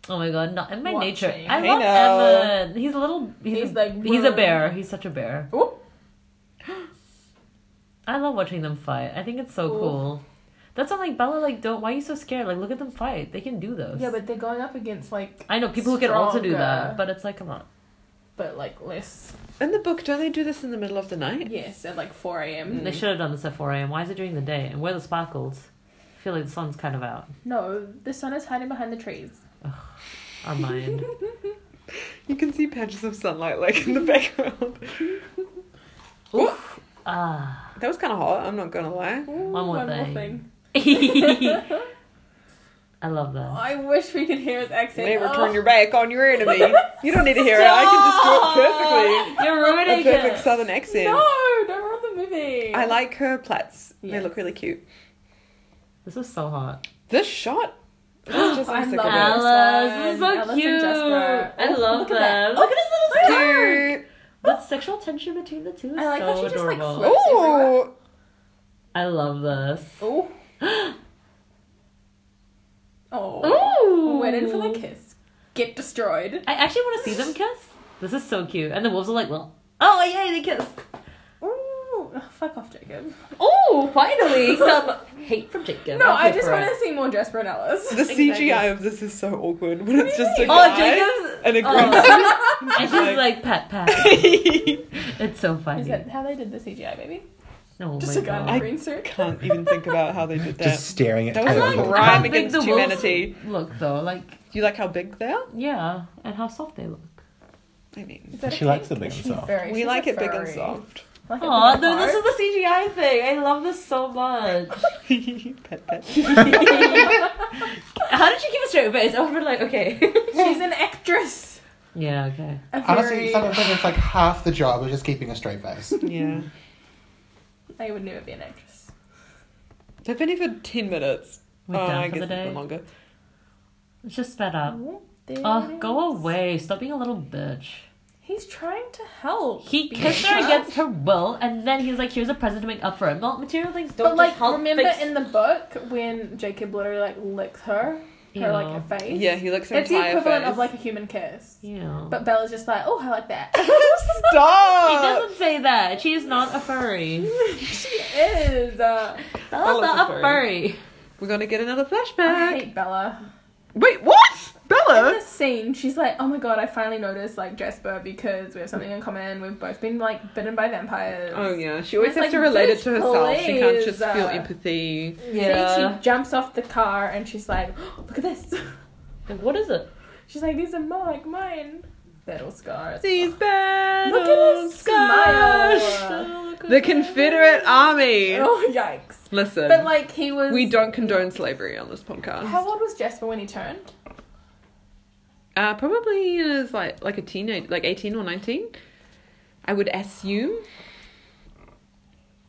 Oh my god, not in my nature. Watching. I Hey love now. Emma. He's a little. He's, He's a, like, he's a "Brr." bear. He's such a bear. Oh. [gasps] I love watching them fight. I think it's so Ooh. cool. That's why, like Bella, like don't. Why are you so scared? Like look at them fight. They can do those. Yeah, but they're going up against like, I know people who can also do Stronger. that, but it's like come on. but like less. In the book, don't they do this in the middle of the night? Yes, at like four a.m. Mm. They should have done this at four a.m. Why is it during the day? And where are the sparkles? I feel like the sun's kind of out. No, the sun is hiding behind the trees. Our [laughs] mind. [laughs] You can see patches of sunlight like in the [laughs] background. ah. That was kind of hot. I'm not gonna lie. One more thing. [laughs] I love that. [laughs] I wish we could hear his accent. Never Oh. turn your back on your enemy. You don't need to hear it. I can just You're do it ruining perfectly. A perfect it. southern accent. No, don't ruin the movie. I like her plaits. They Yes. look really cute. This is so hot. This shot. [gasps] This is just I sick love of Alice. Alice, this is so Alice and cute. Jasper. I Oh, love look at them. that. Look at his it. little scarf. Cute. That sexual tension between the two is I like so how she just, like, adorable. flips. Ooh. I love [gasps] this. Oh. oh. Ooh, Oh. Waiting Oh. for the kiss. Get destroyed. I actually want to see them kiss. This is so cute. And the wolves are like, well, oh, yay, they kissed. Ooh, oh, fuck off, Jacob. Oh, [laughs] finally, some hate from Jacob. No, I'm I here just for want it. to see more Jasper and Alice. The CGI of this is so awkward when it's just a Oh, guy [laughs] Jacob's. and a girl. [laughs] Oh. and she's like, pat, pat. It's so Is funny. that how they did the CGI, baby? oh, Just my a guy God. in a I- green suit. Can't even think about how they did Just that. staring at That was Taylor. like Lautner. right- crime big against the wolves humanity. Look though, like Do you like how big they are? yeah, and how soft they look. I mean, Is that a She likes pink? it big and She's soft. very- we she's like a it big and furry. [laughs] soft. Like it Oh, big and this hard. is the CGI thing. I love this so much. pet, pet. How did she keep a straight face? I would [laughs] like, okay. [laughs] She's an actress. Yeah, okay. A Honestly, very- sometimes it's like half the job is just keeping a straight face. Yeah. I would never be an actress. They've been here for 10 minutes. We're oh, done I guess for the it's been day. longer. It's just sped up. There Oh, go it is. away. Stop being a little bitch. He's trying to help. He Be kissed her nice. against her will, and then he's like, here's a present to make up for it. Well, material things don't But just like, help remember fix- [laughs] in the book when Jacob literally like licks her, her like Yeah. her face. Yeah, he looks her it's the entire equivalent face. of like a human kiss. Yeah. But Bella's just like, oh, I like that. [laughs] She [laughs] Stop! doesn't say that. She is not a furry. she is. Uh, Bella's Bella's not a a furry. furry. We're gonna get another I flashback. hate Bella. Wait, what? In Bella? this scene, she's like, oh my god, I finally noticed like Jasper because we have something in common. We've both been like bitten by vampires. Oh, yeah. She always It's has like, to relate it to bitch, herself. She can't please, just uh, feel empathy. See, she jumps off the car and she's like, "Oh, look at this. [laughs] Like, what is it? She's like, these are more like mine. Battle scars. These bad Look at his smile. The Confederate Army. Oh, yikes. Listen, But like, he was. we don't condone slavery on this podcast. How old was Jasper when he turned? Uh, probably is like like a teenage, like eighteen or nineteen. I would assume.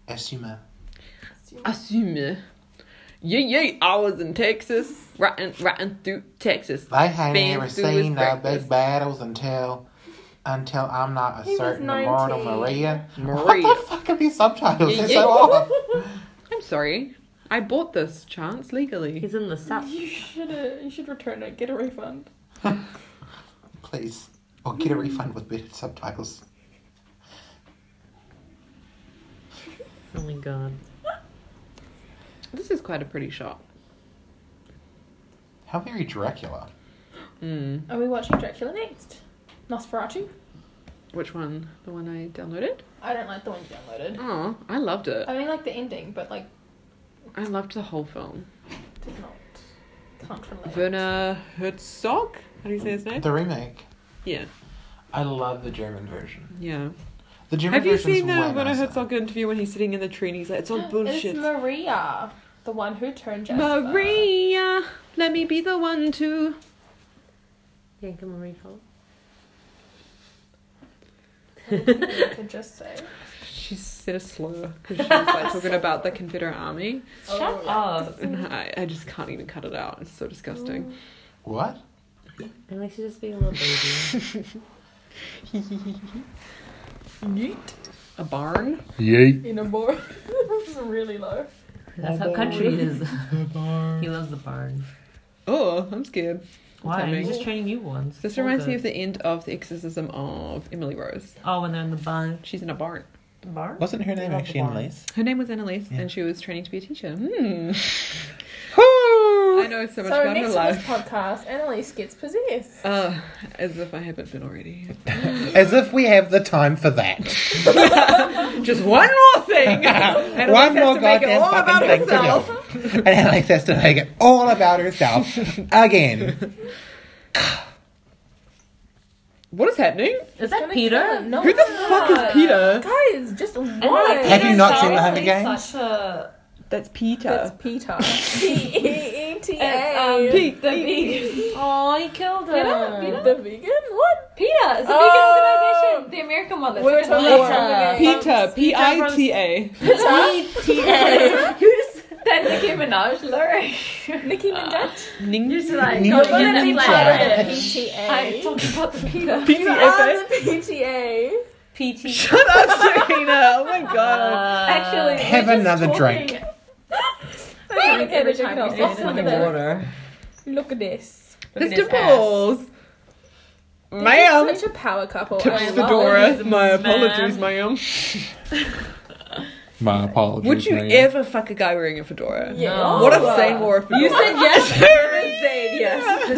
Assume. Assume. Yeah, yeah. I was in Texas, riding, riding through Texas. They ain't Been never through his seen no breakfast. big battles until until I'm not a He was certain immortal 19. Maria. What Maria. the fuck are these subtitles? Yeah, [laughs] They're yeah. so off. I'm sorry. I bought this chance legally. He's in the [laughs] south. You should uh, you should return it. Get a refund. Please. Or get a refund with better subtitles. Oh my god. This is quite a pretty shot. How very Dracula. Mm. Are we watching Dracula next? Nosferatu? Which one? The one I downloaded? I don't like the one you downloaded. Oh, I loved it. I mean, like the ending, but like I loved the whole film. did not can't relate. [gasps] Werner Herzog? How do you say his name? The remake. Yeah. I love the German version. Yeah. The German Have you version is seen uh, the way Werner nicer. Herzog interview when he's sitting in the tree and he's like, it's all [gasps] It's oh, bullshit. Maria, the one who turned Jasper. [laughs] Maria, let me be the one to. Yank him a refill. You could just say. She said a slur because she was like talking about the Confederate Army. Shut Oh, up. And I, I just can't even cut it out. It's so disgusting. What? And like she's just being a little [laughs] baby. Neat. A barn? Yeet. In a board. [laughs] this is really low. That's how country it is. [laughs] [laughs] he loves the barn. Oh, I'm scared. Why? timing. He's just training new ones. This reminds me of the end of The Exorcism of Emily Rose. Oh, when they're in the barn. She's in a barn. Barn? Wasn't her name Love the actually barn. Annalise? Her name was Annalise, Yeah. and she was training to be a teacher. Hmm. I Who? know so So much about her next to this life. podcast, Annalise gets possessed. Uh, as if I haven't been already. [laughs] As if we have the time for that. Just one more thing. [laughs] And Elise One has more to make it goddamn all about fucking thing herself. to do. And Alex has to make it all about herself [laughs] again. What is happening? Is that Peter? No. Who the fuck is Peter? Guys, just Have one. you not seen The Hunger Games? Such a That's Peter. That's [laughs] Peter. E P-E-E-T-A. um, Pete. the [laughs] vegan. Oh, he killed Peter? her. Peter? The vegan? What? Peter is a Oh. vegan organization. The American one. That's We were like a talking later. Peter. about- P I T A. Peter. That's Nicki Minaj lyric. [laughs] Nicki Minaj? Ning. Just like, Nicki no, but then Minaj. it's Part like, of the PTA. I'm talking about the Peter. You PTA. are Ah, the PTA. PT. Shut up, Serena. Oh my god. Uh, Actually, Have we're just another [laughs] talking- drink. Okay, Every we time check we it say out. Look at this. Look at this. There's Look at his dimples. They're Ma'am. Such a power couple. Oh, I Tips love Fedora. it. My apologies, ma'am. My apologies. Would you man. ever fuck a guy wearing a fedora? Yeah. What if Zayn wore a fedora? [laughs] You said yes. Zayn, yes.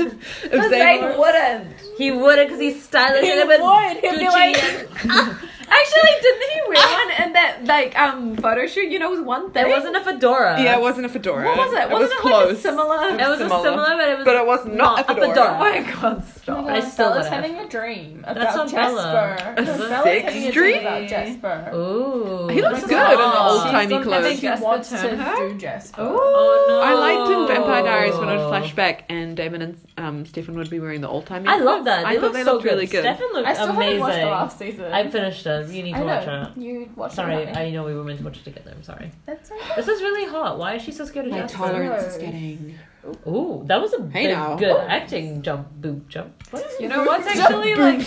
If Because Zayn they wore- wouldn't. He would because he's stylish He and it would. was He'd be Gucci like, Actually, didn't he wear one in that like um photo shoot? You know, it was one thing. It wasn't a fedora. yeah, it wasn't a fedora. What was it? It Wasn't was it close. like a similar? It It was a similar, but it was. but it was not, Not a a fedora. fedora. Oh my god, Oh stop. my I god, still Bella's would have. having a dream That's about on Bella. Jasper. A Bella's sex having dream? a dream about Jasper. Ooh. He looks That's good in the awesome. old timey She's on- I clothes. think- She Jasper wants to Turner? do Jasper. Oh no. I liked in Vampire Diaries when I'd flashback and Damon and um, Stefan would be wearing the old timey. I love that. They I thought look they so looked really good. Stefan looked I still haven't amazing. watched the last season. I finished it. You need to I watch know. it. You watched Sorry, it. right? I know we were meant to watch it together. I'm sorry. That's okay. This is really hot. Why is she so scared of My Jasper? tolerance is Jasper. getting. Ooh, that was a Hey big, now. good acting jump, boob jump. What? You know what's actually [laughs] like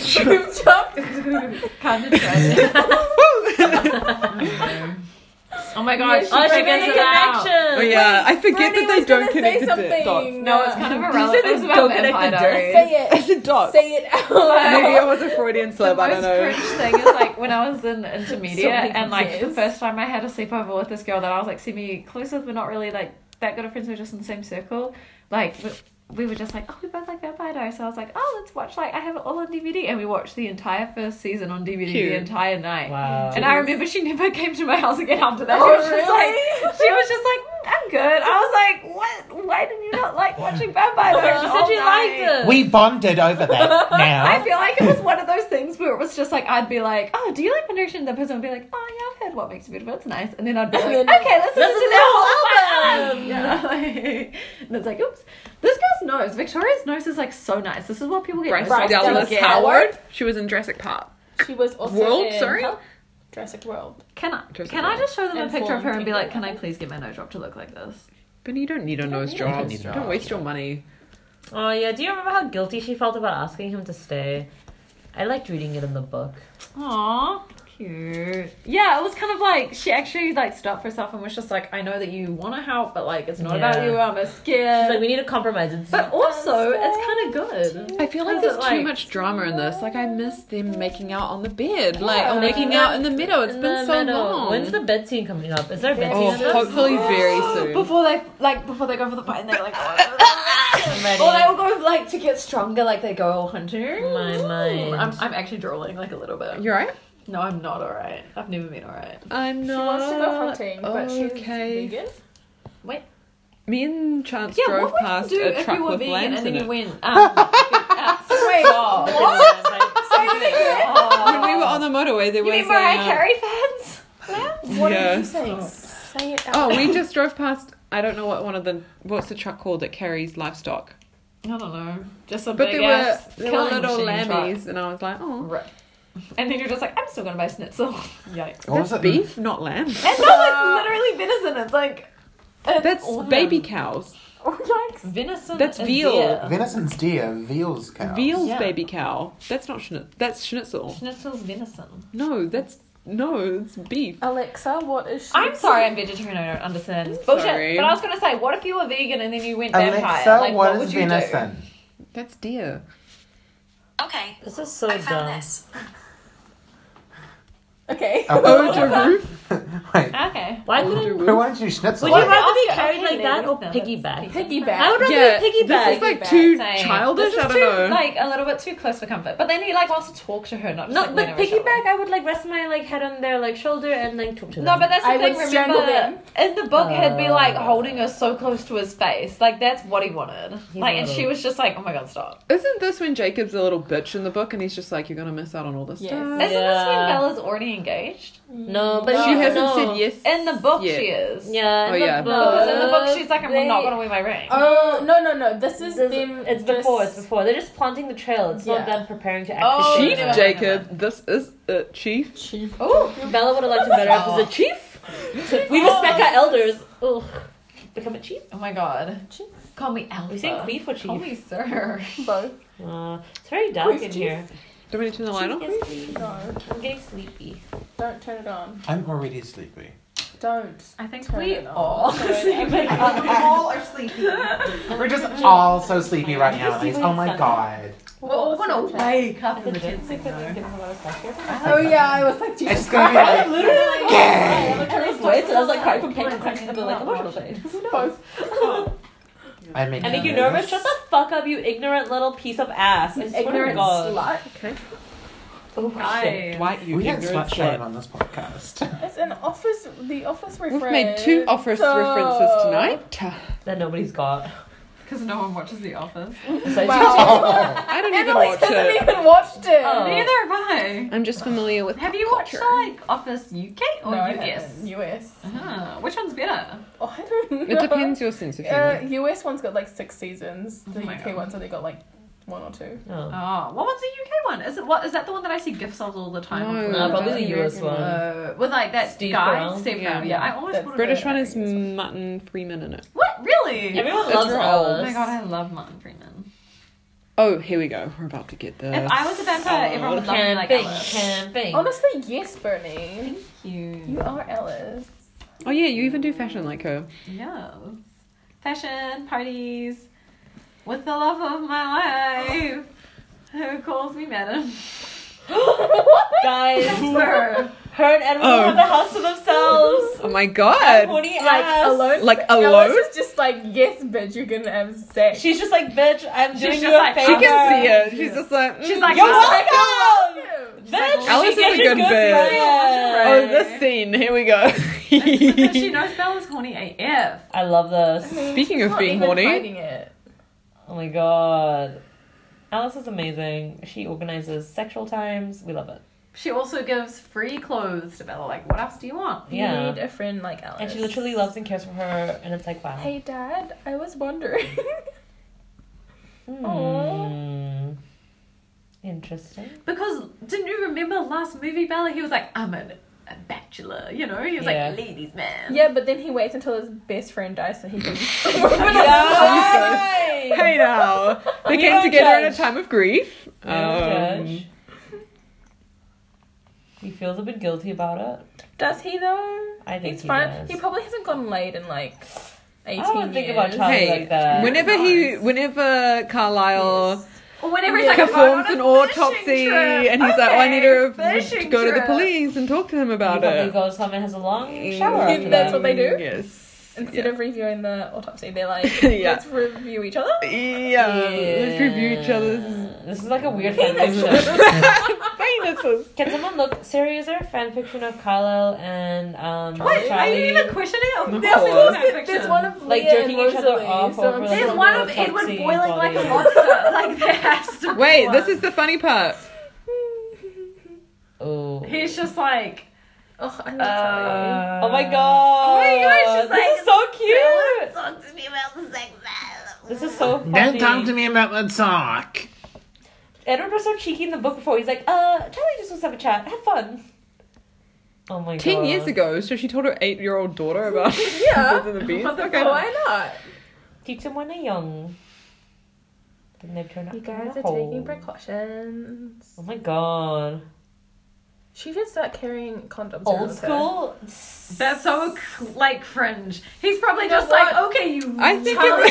kind of tragic? Oh my gosh, Oh, she she's gets making an action. Oh yeah, I forget Bernie that they was don't gonna connect say the di- dots. [laughs] something. No, it's kind of You said irrelevant. It's it's about go connect Vampire the Diaries. Say it. I said dots. Say it out loud. Maybe I was a Freudian The slip. I don't most know. cringe thing is like when I was in intermediate Something and like the exists. first time I had a sleepover with this girl that I was like semi close with, but not really like that good of friends. We were just in the same circle. Like we, we were just like, oh, we both like Vampire Diaries. So I was like, oh, let's watch. Like I have it all on DVD, and we watched the entire first season on DVD Cute. the entire night. Wow. And I remember she never came to my house again after that. Oh, she was just really? like, she was just like, "Mm, I'm good. I was like, what? Why did you not like watching Vampire Diaries? Oh, She all said she night?" liked it. We bonded [laughs] over that I now. feel like it was one of those things where it was just like I'd be like, "Oh, do you like Penetration?" And the person would be like, "Oh, yeah, I've heard What Makes You Beautiful. It's nice." And then I'd be like, then- "Okay, let's listen to is their the whole whole album." Yeah, like- [laughs] and it's like, "Oops, this girl's nose, Victoria's nose is like so nice. This is what people get." Bryce nose jobs Dallas for. Howard. She was in Jurassic Park. She was also World, in sorry? Hel- Jurassic World. Can I Just can a I little. just show them a And picture of her form and be like, "Can I people. please get my nose job to look like this?" But you don't need a nose need a job. nose job. Don't waste your money. Oh yeah. Do you remember how guilty she felt about asking him to stay? I liked reading it in the book. Aw, cute. Yeah, it was kind of like she actually like stopped herself and was just like, "I know that you want to help, but like it's not about Yeah. you. I'm a scared." She's like, we need a compromise. It's But oh, also, it's kind of good. I feel Is like it there's like- too much drama in this. Like I miss them making out on the bed, like or making making out in the meadow. It's in been the so middle. long. When's the bed scene coming up? Is there a bed Oh, scene? in this? hopefully [gasps] very soon. Before they like before they go for the fight and [laughs] they're like, oh. I'm or ready. they all go like to get stronger, like they go all hunting. My mind. I'm, I'm actually drooling like a little bit. You're right. No, I'm not alright. I've never been alright. I'm She not. wants to go hunting, but she's okay. vegan. Me and Chance Yeah, drove what would past you do a if truck you were with vegan lambs and in then you it. went? Um, [laughs] [laughs] Wait, what? [laughs] When we were on the motorway, there You was mean Mariah a, uh, Carey fans? What Yeah. did you say? Say it out Oh, loud. [laughs] we just drove past. I don't know what one of the what's the truck called that carries livestock. I don't know. Just a But big there were ass there were killing little machine truck. lambies, and I was like, oh, Right. And then you're just like, I'm still gonna buy schnitzel. Yikes. What was that's it? beef, not [laughs] lamb. And no, it's literally venison. It's like it's That's awesome. baby cows. Oh, yikes. Venison. That's and veal. deer. Venison's deer, veal's cow. Veal's Yeah. baby cow. That's not schnitzel. That's schnitzel. Schnitzel's venison. No, that's no, it's beef. Alexa, what is she? I'm sorry, I'm vegetarian. I don't understand. It's Bullshit. sorry. Oh, But I was gonna say, what if you were vegan and then you went Alexa, vampire? Like, what would is you venison? [laughs] That's deer. Okay, This is so I found dumb. this. [laughs] Okay. Oh, Oh, de roof. wait. do? Okay. Why couldn't? De Would Who roof. wanted to do you schnitzel? rather be Oscar, carried okay, like they that or listen, that's piggyback? Piggyback. I would rather Yeah, be This piggyback. is like Piggyback, too same. childish. This is I don't too, know. Like a little bit too close for comfort. But then he like wants to talk to her, not just, No, like, but lean over her piggyback, I would like rest my like head on their like shoulder and like talk to them. No, but that's the I thing. would strangle Remember, in the book, he'd be like Uh. holding her so close to his face. Like that's what he wanted. He like, and wanted- she was just like, "Oh my god, stop!" Isn't this when Jacob's a little bitch in the book, and he's just like, "You're gonna miss out on all this Yes. stuff." Isn't this when Yeah. Bella's already engaged? no, but She no, hasn't no. said yes. In the book, Yeah. she is. Yeah. Oh, in the yeah. Because in the book- book, she's like, "I'm They- not gonna wear my ring." Oh no no no! This is This- them. it's just- before. It's before. They're just planting the trail. It's Yeah. not them preparing to Oh, actually. Chief no. Jacob, this is it, Chief. Chief. Oh, Bella would have liked him better if it Oh. was a chief. We respect our elders. Ugh. Become a chief. oh my god. Chief. Call me Alpha. We say Uh, queen for Call chief. me sir. Both. Uh, it's very dark Queen's in chief. here. Do we need to turn the light on? Yes, please. No, I'm getting sleepy. don't turn it on. I'm already sleepy. Don't. I think Turn we it on. all. [laughs] [laughs] We're just all so sleepy right now. Elise. Oh my god. Well, want to wake up in the tent. Oh yeah, I was like, Jesus It's gonna be Christ. like, gay. I was like crying from pain and crying from like emotional pain. I mean, And if you nervous, shut the fuck up, you ignorant little piece of ass. I swear to [laughs] Ignorant God. Oh, slut. Shit, Dwight, you We had ignorant slut shame slut. on this podcast. It's an office, the office We've reference. made two office So- references tonight. That nobody's got. Because no one watches The Office. Besides Wow. [laughs] Oh, I don't even Emily watch hasn't it. even watched it. Oh. Neither have I. I'm just familiar with. Have you watched like Office Oh, UK or No, I US? haven't. US. Ah, which one's better? Oh, I don't know. It depends your sense of Uh, humor. US one's got like six seasons. The Oh my UK God. one's only got like one or two. you. Oh. Oh, what was the UK one? Is it what is that the one that I see gifs of all the time? No, With, Uh, No, probably the US one. uh, with like that Steve guy Carell? Steve Yeah. Carell. Yeah, I always That's thought it British was- one is Mutton Freeman in it. What really? Everyone It's loves real. Alice. Oh my god, I love Martin Freeman. Oh, here we go. We're about to get the. If I was a vampire, Oh, everyone would love me like Camping, Alice. camping. Honestly, [laughs] yes, Bernie. You. You are Alice. Oh yeah, you even do fashion like her. Yes. Fashion parties with the love of my life. Who calls me madam? Guys, Whisper. her and Edward Oh. have the house [laughs] to themselves. Oh my And god. Woody asks- Like Alice alone. is just like, yes, bitch, you're gonna have sex. She's just like, bitch, I'm doing just you a like, favor. She can see it. She's just like. She's mm, like, You're She's like, welcome! Bitch, Alice she is a gets good bitch. friends. Oh, this scene. Here [laughs] we go. It's because [laughs] she knows Bella's horny AF. I love this. Speaking of Not being even horny, hiding it. Oh my god. Alice is amazing. She organizes sexual times. We love it. She also gives free clothes to Bella. Like, what else do you want? You Yeah. need a friend like Alice. And she literally loves and cares for her, and it's like, wow. Hey, Dad, I was wondering. [laughs] Hmm. Interesting. Because didn't you remember last movie, Bella? He was like, I'm an, a bachelor, you know? He was Yeah. like, ladies man. yeah, but then he waits until his best friend dies so [laughs] he can. hey now, they We came don't together at judge. a time of grief. No Um, judge. He feels a bit guilty about it. Does he though? I think He's he fine. does. He probably hasn't gone late in like eighteen I don't think about years. Charlie Hey, like that. whenever he, whenever Carlisle Or whenever he's like, I'm performs on an a autopsy, and he's like, oh, I need to, fishing go to the trip." police and talk to him he about probably it. goes home and has a long shower. After that. That's what they do? Yes. [laughs] Instead yeah. of reviewing the autopsy, they're [laughs] like, Yeah. let's review each other. Yeah, let's review each other's This is like a weird fanfiction. [laughs] penises. Can someone look? Siri, is there a fanfiction of Carlisle and um, Wait, are Charlie? you even questioning it? Of There's- course it's There's, fanfiction. one of Like, Leah jerking and each other Rosalie, off so I'm over sure- There's Little one of autopsy Edward boiling like a body. monster. [laughs] like, there has to be Wait, one. this is the funny part. Oh. He's just like, Oh, I love uh, Charlie. Oh my god! Oh my god, she's this like, is so cute. Talk to me about the sex life. This is so funny. Don't talk to me about the talk. Edward was so cheeky in the book before. He's like, "Uh, Charlie just wants to have a chat. Have fun." Oh my god! Ten years ago, so she told her eight-year-old daughter about [laughs] Yeah. Birds and the Bees. What the Okay. fuck? Why not? Teach them when they're young. Then they turn out. You to be guys a are taking hole. precautions. Oh my god! She should start carrying condoms. around Old her. school. that's so like cringe. He's probably You know just what? like, okay, you. I think it Charlie,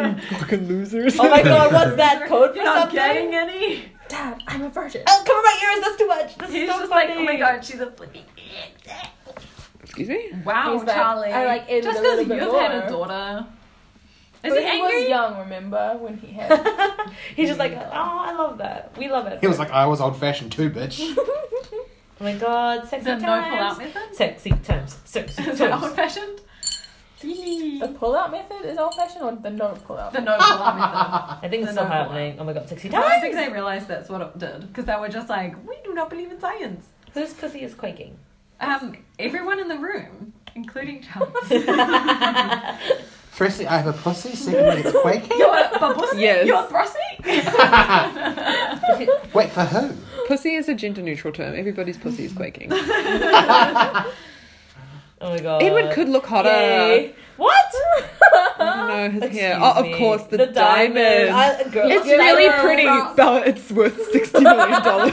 was you [laughs] fucking losers. Oh my god! [laughs] What's that code for You're not something? getting any. Dad, I'm a virgin. Oh, cover my ears. That's too much. This He's is so just funny. like, oh my god, she's a flipping. Excuse me. Wow, He's like, I like it Just a little because bit you've more. had a daughter. Is But he he angry? was young, remember when he [laughs] had? [laughs] He's just like, oh, I love that. We love it. He was like, I was old fashioned too, bitch. oh my god, sexy The no times. pull out method? Sexy times. [laughs] Sexy Is it times. old fashioned? the pull-out method is old-fashioned, or the no pull-out? The no pull out [laughs] method. I think it's The still no pull-out. happening. Oh my god, sexy I don't times. think they realised that's what it did because they were just like, we do not believe in science. Whose pussy is quaking? Um, everyone in the room, including Charles. [laughs] Firstly, I have a pussy. Secondly, it's quaking. You're pussy? Yes. You're thrusty? Wait, for who? Pussy is a gender-neutral term. Everybody's pussy is quaking. Oh my god. Edward could look hotter. Yay. What? No, his Excuse hair. Oh, me. of course, the, diamond. I, girl, It's you're really like, pretty, girl, but it's worth sixty million dollars.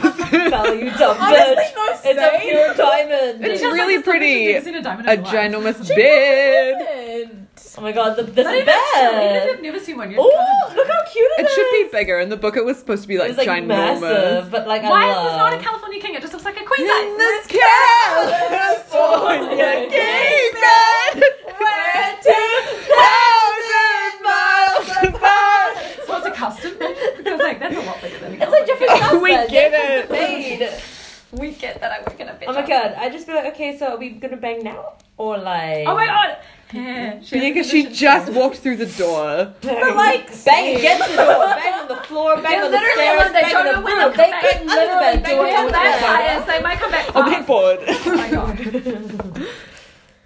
[laughs] Bella, you dumb bitch. Honestly, It's a pure diamond. It's really pretty. You've seen a diamond a in your life. ginormous bed. no statement. Yes. Oh my god, the, this Not is even silly, bad. because I've never seen one. You're Oh, look how cute it It is. should be bigger. In the book, it was supposed to be It like was like ginormous. massive, but like I Why love. is this not a California king? It just looks like a queen size. this cow, [laughs] California caveman, we're two thousand miles apart. So it's a custom because like that's a lot bigger than a [laughs] It's like Jeffrey Dahmer. [laughs] We get it. That's what made. we get that I work in a bitch. Oh my god, I just be like, okay, so are we gonna bang now or like? Oh my god. Yeah, she has a Bianca, she condition. just walked through the door. But like, bang against the door, bang on the floor, bang They're on the literally on stairs, the bang on shoulder the window, roof. They come can back. literally They do what have they vampires. want. They might come back. On that fast. board. [laughs] Oh my god. [laughs]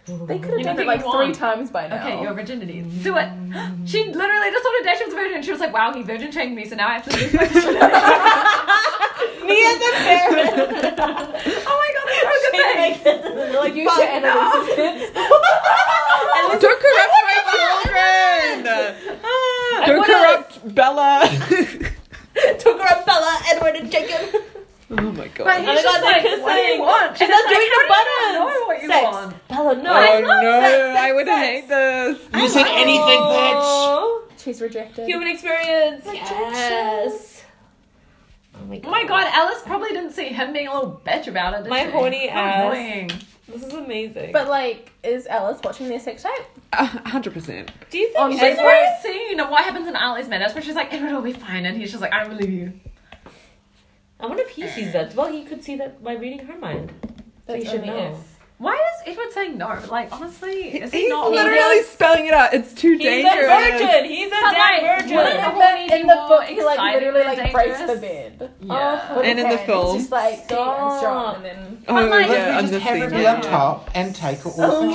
They could You have done get it like what you three times by now. Okay, your virginity. Do it. She literally just on a date she was a virgin. She was like, "Wow, he virgin shamed me, so now I have to [laughs] lose my virginity." Me and the parents. oh my god, that's such a They thing. make sense and then they're like, you should end up with this. Don't corrupt [laughs] my children! Don't corrupt Bella! [laughs] Took her up Bella, Edward, and Jacob. oh my But god. he's Oh my just god, they're like, kissing. "What do you want?" She's And it's not like, doing the "I don't even buttons. know what you Sex. want. Bella, no. Oh no, sex, I would sex. hate this. You said anything, bitch. Oh, She's rejected. Human experience. Rejection. Yes. Oh my god. Oh my god, Alice probably didn't see him being a little bitch about it. Did My she? horny How ass. Annoying. This is amazing. But like, is Alice watching their sex tape? Uh, 100%. do you on think she's She's Facebook? already seen what happens in Ali's man. That's where she's like, "Edward will be fine," and he's just like, "I believe you." I wonder if he sees that. Well, he could see that by reading her mind. So he That's should only know. Why is Edward saying no? Like, honestly, is he He's not literally spelling it out. It's too He's dangerous. a virgin. He's a But, damn like, virgin. what if. Yeah. In the, in the book, he like Exciting literally and like breaks the dangerous. bed. Yeah. "Oh, With And in the parents. film. It's just like being Stop. strong and then. Oh yeah, like, Let I'm me just just have her seeing it. be on top and take it [laughs] all Oh, from literally.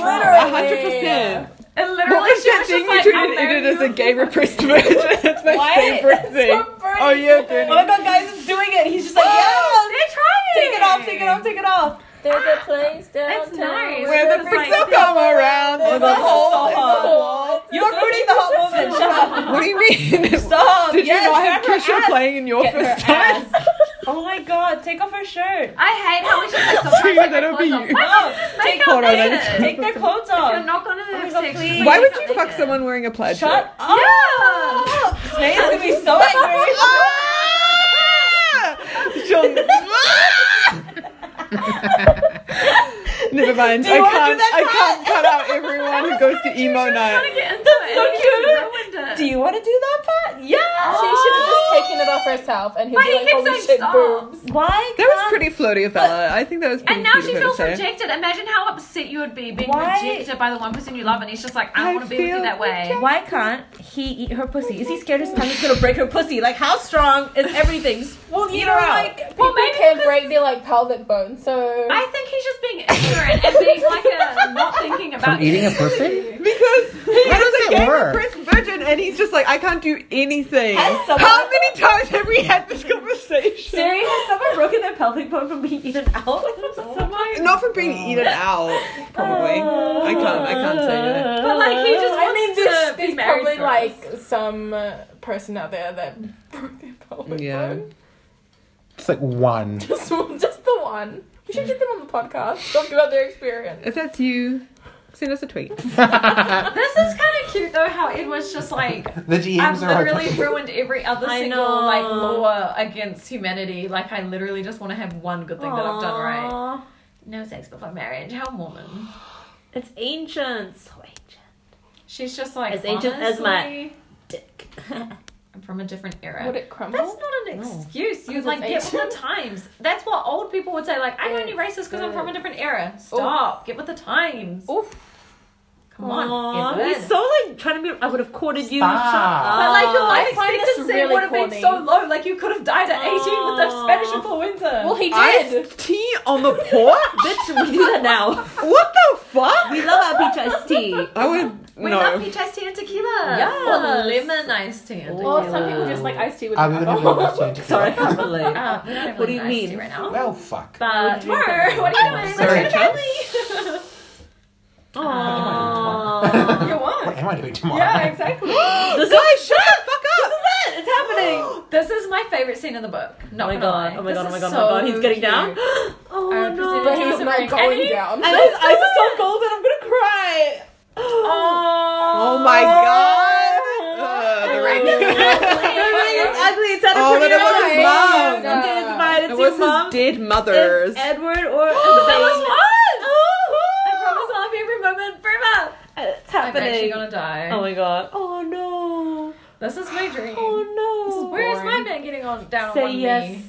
100%. her. And literally, What was she that was thing you just like, tweeted? "I'll It marry is a you." gay repressed virgin. That's my Why? favorite thing. Oh yeah, Oh my god, guys, it's doing it. He's just like, yeah, Oh, They're trying. take it off, take it off, take it off. There's a place downtown. nice. where Where the It's freaks like- will come around. There's There's a a hole in hole. the wall. You're ruining the hot moment. [laughs] Shut up. What do you mean? [laughs] Stop. Did yes, you not have grab her Kesha ass. playing in your Get her first time? ass. [laughs] Oh my god, take off her shirt. I hate how we should [laughs] like sometimes Dude, take that'll our be clothes you. off. No, Make take, up Hold on, I later. just- take their clothes You're off. not gonna Oh my have God, sex. please. Just Why make would up you fuck later. someone wearing a plaid shirt? Shut up. Yeah. Snake's gonna be so [laughs] angry. She'll- Never mind. Do you I wanna do can't. that I part? can't cut out everyone who goes [laughs] to emo Trying night. to get into That's it. so You cute. just ruined it. Do you want to do that part? Yeah. She should have just taken it off herself and he'd But be he like, keeps holy saying shit, stop. boobs. Why? That was can't- pretty floaty of [laughs] Ella. I think that was. Pretty And now cute she of her to feels say. rejected. Imagine how upset you would be being Why- rejected by the one person you love, and he's just like, I, I don't want to be with feel you that way. Why can't he eat her pussy? Is he scared his tongue is gonna break her pussy? Like, how strong is everything? Just Well, eat you her know, out. like, people Well, maybe can because- break their like pelvic bones, so. I think he's just being ignorant and being like [laughs] a not thinking about From eating a it. pussy? Because he How does is a that gay work? repressed virgin, and he's just like, I can't do anything. Has someone- How many times have we had [laughs] this conversation? Siri, has someone broken their pelvic bone from being eaten out? [laughs] Someone? [laughs] Not from being Oh. eaten out, probably. I can't. I can't say that. But like he just I wants mean, to there's, be there's married. probably first. like some uh, person out there that [laughs] broke their pelvic Yeah. bone. It's like one. Just, just the one. We should get them on the podcast, talk about their experience. If that's you, send us a tweet. This is kind of cute though. How it was just like The DMs I've are open. literally [laughs] ruined every other I single know. like law against humanity. Like I literally just want to have one good thing that I've done right. Aw. No sex before marriage. How Mormon? It's ancient. So ancient. She's just like As ancient as my- "Honestly, [laughs] Dick. I'm from a different era. Would it crumble? That's not an No. excuse. You Because like get it's with the times. That's what old people would say. Like I'm only racist because I'm from a different Oh. era. Stop. Get with the times. Oof. Come on. Aw, Edward. He's so like trying to be. I would have courted you. Stop. Shut up. But like your life I find this expectancy really would have been corny. so low. Like you could have died at 18 with the Aw. Spanish influenza. Well, he did. Iced tea on the porch? Bitch, we do that now. what the fuck? [laughs] We love our peach iced tea. I would we no. love peach iced tea and tequila. Yes. Or lemon iced tea and tequila. Or some people just like iced tea with I would have alcohol. [laughs] loved to. Sorry, I [laughs] can't relate. Uh, we don't have What do you lemon iced mean? tea right now. Well, fuck. But tomorrow, what are you doing? Sorry, Chubbs. Let's go to Bali. Aww. You won't. Um, What am I doing tomorrow? Yeah, [gasps] exactly. This Guys, shut the fuck up! is it. It's happening. [gasps] This is my favorite scene in the book. Not Oh my gonna god! lie. Oh my This god! is Oh my god! so Oh my god! He's getting cute. down. Oh I would no! presume But He's he's a not ring. going [laughs] And he- down. And his eyes are so golden. I'm gonna cry. [gasps] Oh my god! Ugh, the ring [laughs] ugly. It's out Oh, but it was his mom. It's fine. It's It your was mom. his dead mother's. Edward [gasps] or I promise I'll be every moment forever. It's I'm actually happening. gonna die. Oh my god. Oh no. This is my dream. Oh no. Where is my man getting on down on Say one yes. knee?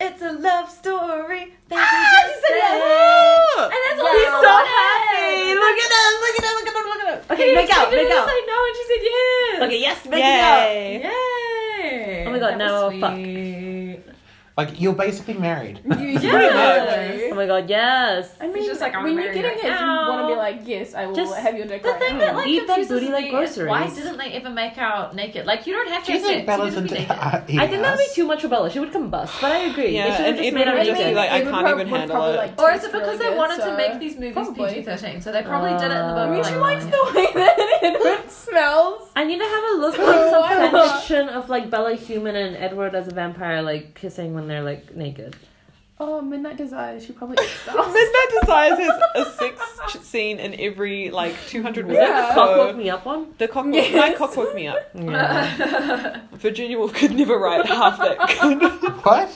It's a love story. Ah, she said yes. And that's all He's I so wanted. happy. Look at him. Look at him. Look at him. Look at him. Okay, make out. She Make didn't out. say no, and she said yes. Okay, yes, make out. Yay. Yay! Oh my god, That was no, sweet. [laughs] Like you're basically married. [laughs] Yeah. Oh my god, yes. I mean, just like, I'm when you're married getting right it, you now. want to be like, yes, I will Just have your dick The right thing now. that like Eat that confuses booty like me is why groceries. didn't they ever make out naked? Like you don't have to Do you have sex. think Bella's you can be into naked. [laughs] I think that would be too much for Bella. She would combust, but I agree. Yeah, they should have and just it made would out make I you mean, naked. like, I it would can't prob- even would handle probably, it. like, Or is taste it because really they good, wanted so- to make these movies Probably. PG thirteen? So they probably did it in the Uh, moment. Would She like, likes oh, the way [laughs] that Edward smells. I need to have a look So on some why fan not? fiction of like Bella human and Edward as a vampire, like kissing when they're like naked. Oh, Midnight Desire. She probably [laughs] eats that. Midnight Desires has a sex ch- scene in every like 200 words. Is that the cock woke So me up [laughs] one? the cock woke, my cock woke me up. Yeah. Virginia Woolf could never write half [laughs] that. What?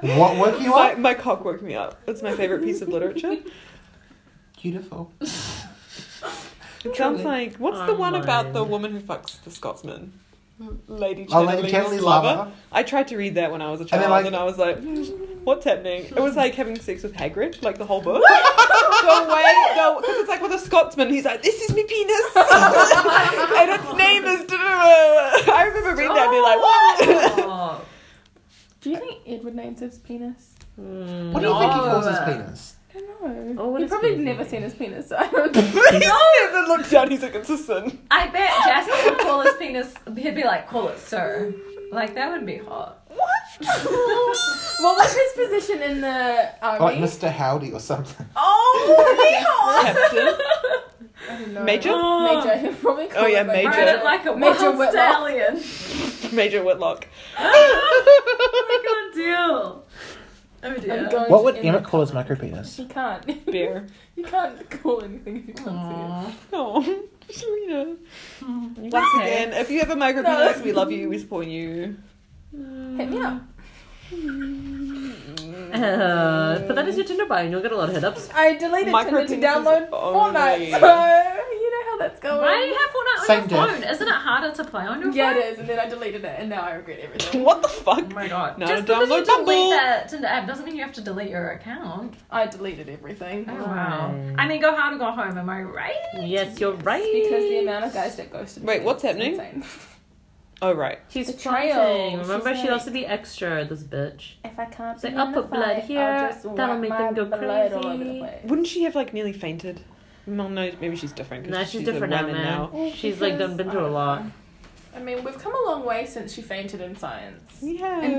what woke you my, up? my cock woke me up. It's my favorite piece of literature. [laughs] Beautiful. It sounds like what's the one about the Online. woman who fucks the Scotsman? Lady Oh, Lady Chatterley's Chatterley's lover. lover. I tried to read that when I was a then, child, and, I like- was like, "Hmm, "What's happening?" It was like having sex with Hagrid, like the whole book. the way, the because it's like with a Scotsman, he's like, "This is me [laughs] penis," and its name is. I remember reading that and being like, "What?" [laughs] [laughs] [laughs] Oh, Do you think Edward names his penis? Mm. What do you think he No. calls his penis? I don't know. Oh, what He is probably penis never name? seen his penis, so I [laughs] don't know. He's never looked down. He's like, "It's a sin." I bet Jasper would call his penis. He'd be like, "Call it sir." Like that would be hot. What was his position in the army? Oh, Like Mr. Howdy or something. [laughs] Captain. I don't know. Major? [laughs] Major. He'll probably call Oh, yeah, it like- Major. Ride it like a Major wild Whitlock. stallion. Major Whitlock. Oh my god, deal. Oh I'm dear. going What to would end Emmett up- call his micro penis? You can't. [laughs] Beer. You can't call anything if you can't Aw. Oh, Serena. Once again, if you have a micro penis, we love you. We support you. see it. Hit me up. Uh, [laughs] but that is your Tinder bio, and you'll get a lot of hit ups. I deleted Micro Tinder to penises download only. Fortnite, so you know how that's going. Why do you have Fortnite on Same your diff. phone? Isn't it harder to play on your Yeah, phone? it is, and then I deleted it, and now I regret everything. What the fuck? Oh my god. No, Just download because you Bumble. delete that Tinder app doesn't mean you have to delete your account. I deleted everything. Oh, wow. I mean, go hard or go home, am I right? Yes, you're right. Because the amount of guys that ghosted me Wait, what's is happening? insane. Oh right. She's The trial. trying. Remember, She's she like- loves to be extra, this bitch. If I can't Say, be I'll in the put blood fight, here, I'll just that'll wipe make my them go blood all over the crazy. place. Wouldn't she have like nearly fainted? Well, no, maybe she's different. 'cause Nah, she's, a different now, woman man. She's like done been through a lot. I mean, we've come a long way since she fainted in science. [laughs] Yeah. In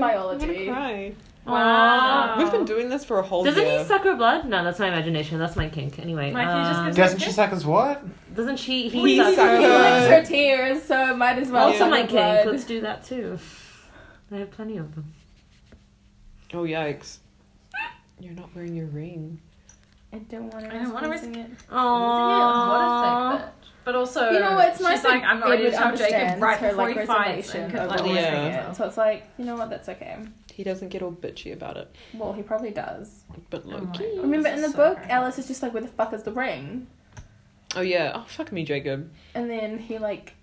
I'm biology. gonna cry. Wow. We've been doing this for a whole Doesn't year. he suck her blood? No, that's my imagination. That's my kink. Anyway, Mike, you just um, gonna- Doesn't she suck his what? doesn't she? He, He sucks sucks He licks her. her tears, so might as well. Oh, Also, suck my her kink. blood. Let's do that too. I have plenty of them. Oh yikes! You're not wearing your ring. I don't want to. I don't wanna risk it. What a Oh, thick bitch. But also, You know, it's she's nice. like, that I'm not ready to Edward tell Jacob understands right her before like he fights reservation and of could like releasing Yeah. it. So it's like, you know what? That's okay. He doesn't get all bitchy about it, Well, he probably does. but Oh look. my Oh, God. Remember in the So book, great. Alice is just like, "Where the fuck is the ring?" yeah. Oh fuck me, Jacob. And then he like,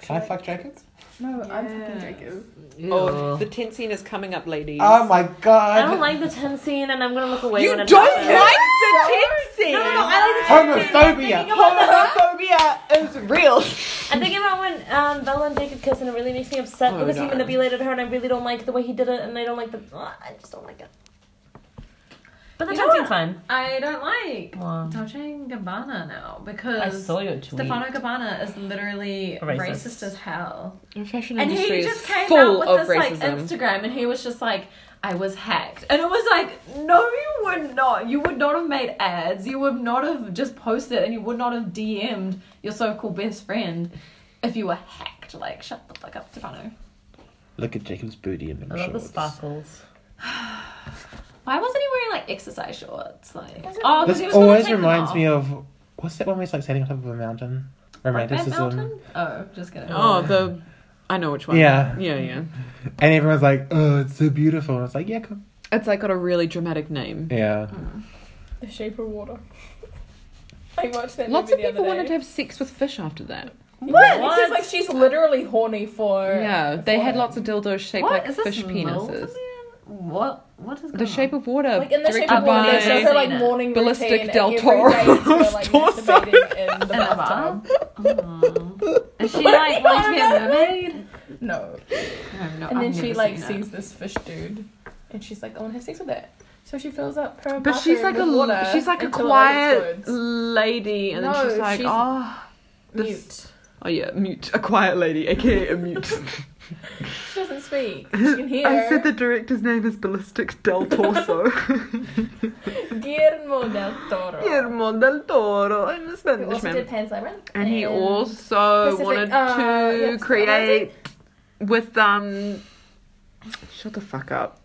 Can I fuck Jacob? no, I'm fucking Yes. Jacob. Oh, Ew. the tent scene is coming up, ladies. Oh my god. I don't like the ten scene, and I'm gonna look away you when it don't happens. like the tent scene. No, no, no, I like the Homophobia. Homophobia is real. I'm thinking about when um, Bella and Jacob kiss, and it really makes me upset Oh, because no. he manipulated her, and I really don't like the way he did it, and I don't like the. Ugh, I just don't like it. But the You know dancing's fine. I don't like Wow. Dolce and Gabbana now because I saw your tweet. Stefano Gabbana is literally Racist. racist, as hell, The fashion and industry is he just came full out with of this like racism. Instagram, and he was just like, "I was hacked," and it was like, "No, you would not. You would not have made ads. You would not have just posted, and you would not have DM'd your so-called best friend if you were hacked." Like, shut the fuck up, Stefano. Look at Jacob's booty in I love the sparkles. [sighs] Why wasn't he wearing like exercise shorts? Like, Is it- oh, because This he was gonna always take them reminds off. me of what's that one where it's like standing on top of a mountain? Like, Red Romanticism. Mountain. Oh, just kidding. Oh, the. I know which one. Yeah. Yeah, yeah. And everyone's like, oh, it's so beautiful. And it's like, yeah, cool. It's like got a really dramatic name. Yeah. The Shape of Water. [laughs] I watched that Lots of movie people the other wanted to day. have sex with fish after that. What? Because like she's literally horny for. Yeah, they had lots of dildos shaped What? like Is this fish Mulder penises. What? What is The going Shape on? of Water, Like in the shape directed of water, I've it's just by her like seen it. morning Ballistic routine, and Del every Toro. day she's sort of, [laughs] like, Torso. masturbating in the In a bathtub. [laughs] bath? Oh. Is she like going to be a mermaid? No. No, And then I've she never like seen it. sees this fish dude, and she's like, "I want to have sex with that." So she fills up her. but she's bathroom like a with water she's like a until it quiet explodes. lady, and No, then she's like, she's oh, mute. oh yeah, mute, a quiet lady, aka a [laughs] mute. She doesn't speak. She can [laughs] hear. I said the director's name is Ballistic Del [laughs] Torso. Guillermo del Toro. Guillermo del Toro, I'm a Who Spanish also man. did Pan's Labyrinth. and he [laughs] also Pacific- wanted uh, to yeah, Pacific create with um shut the fuck up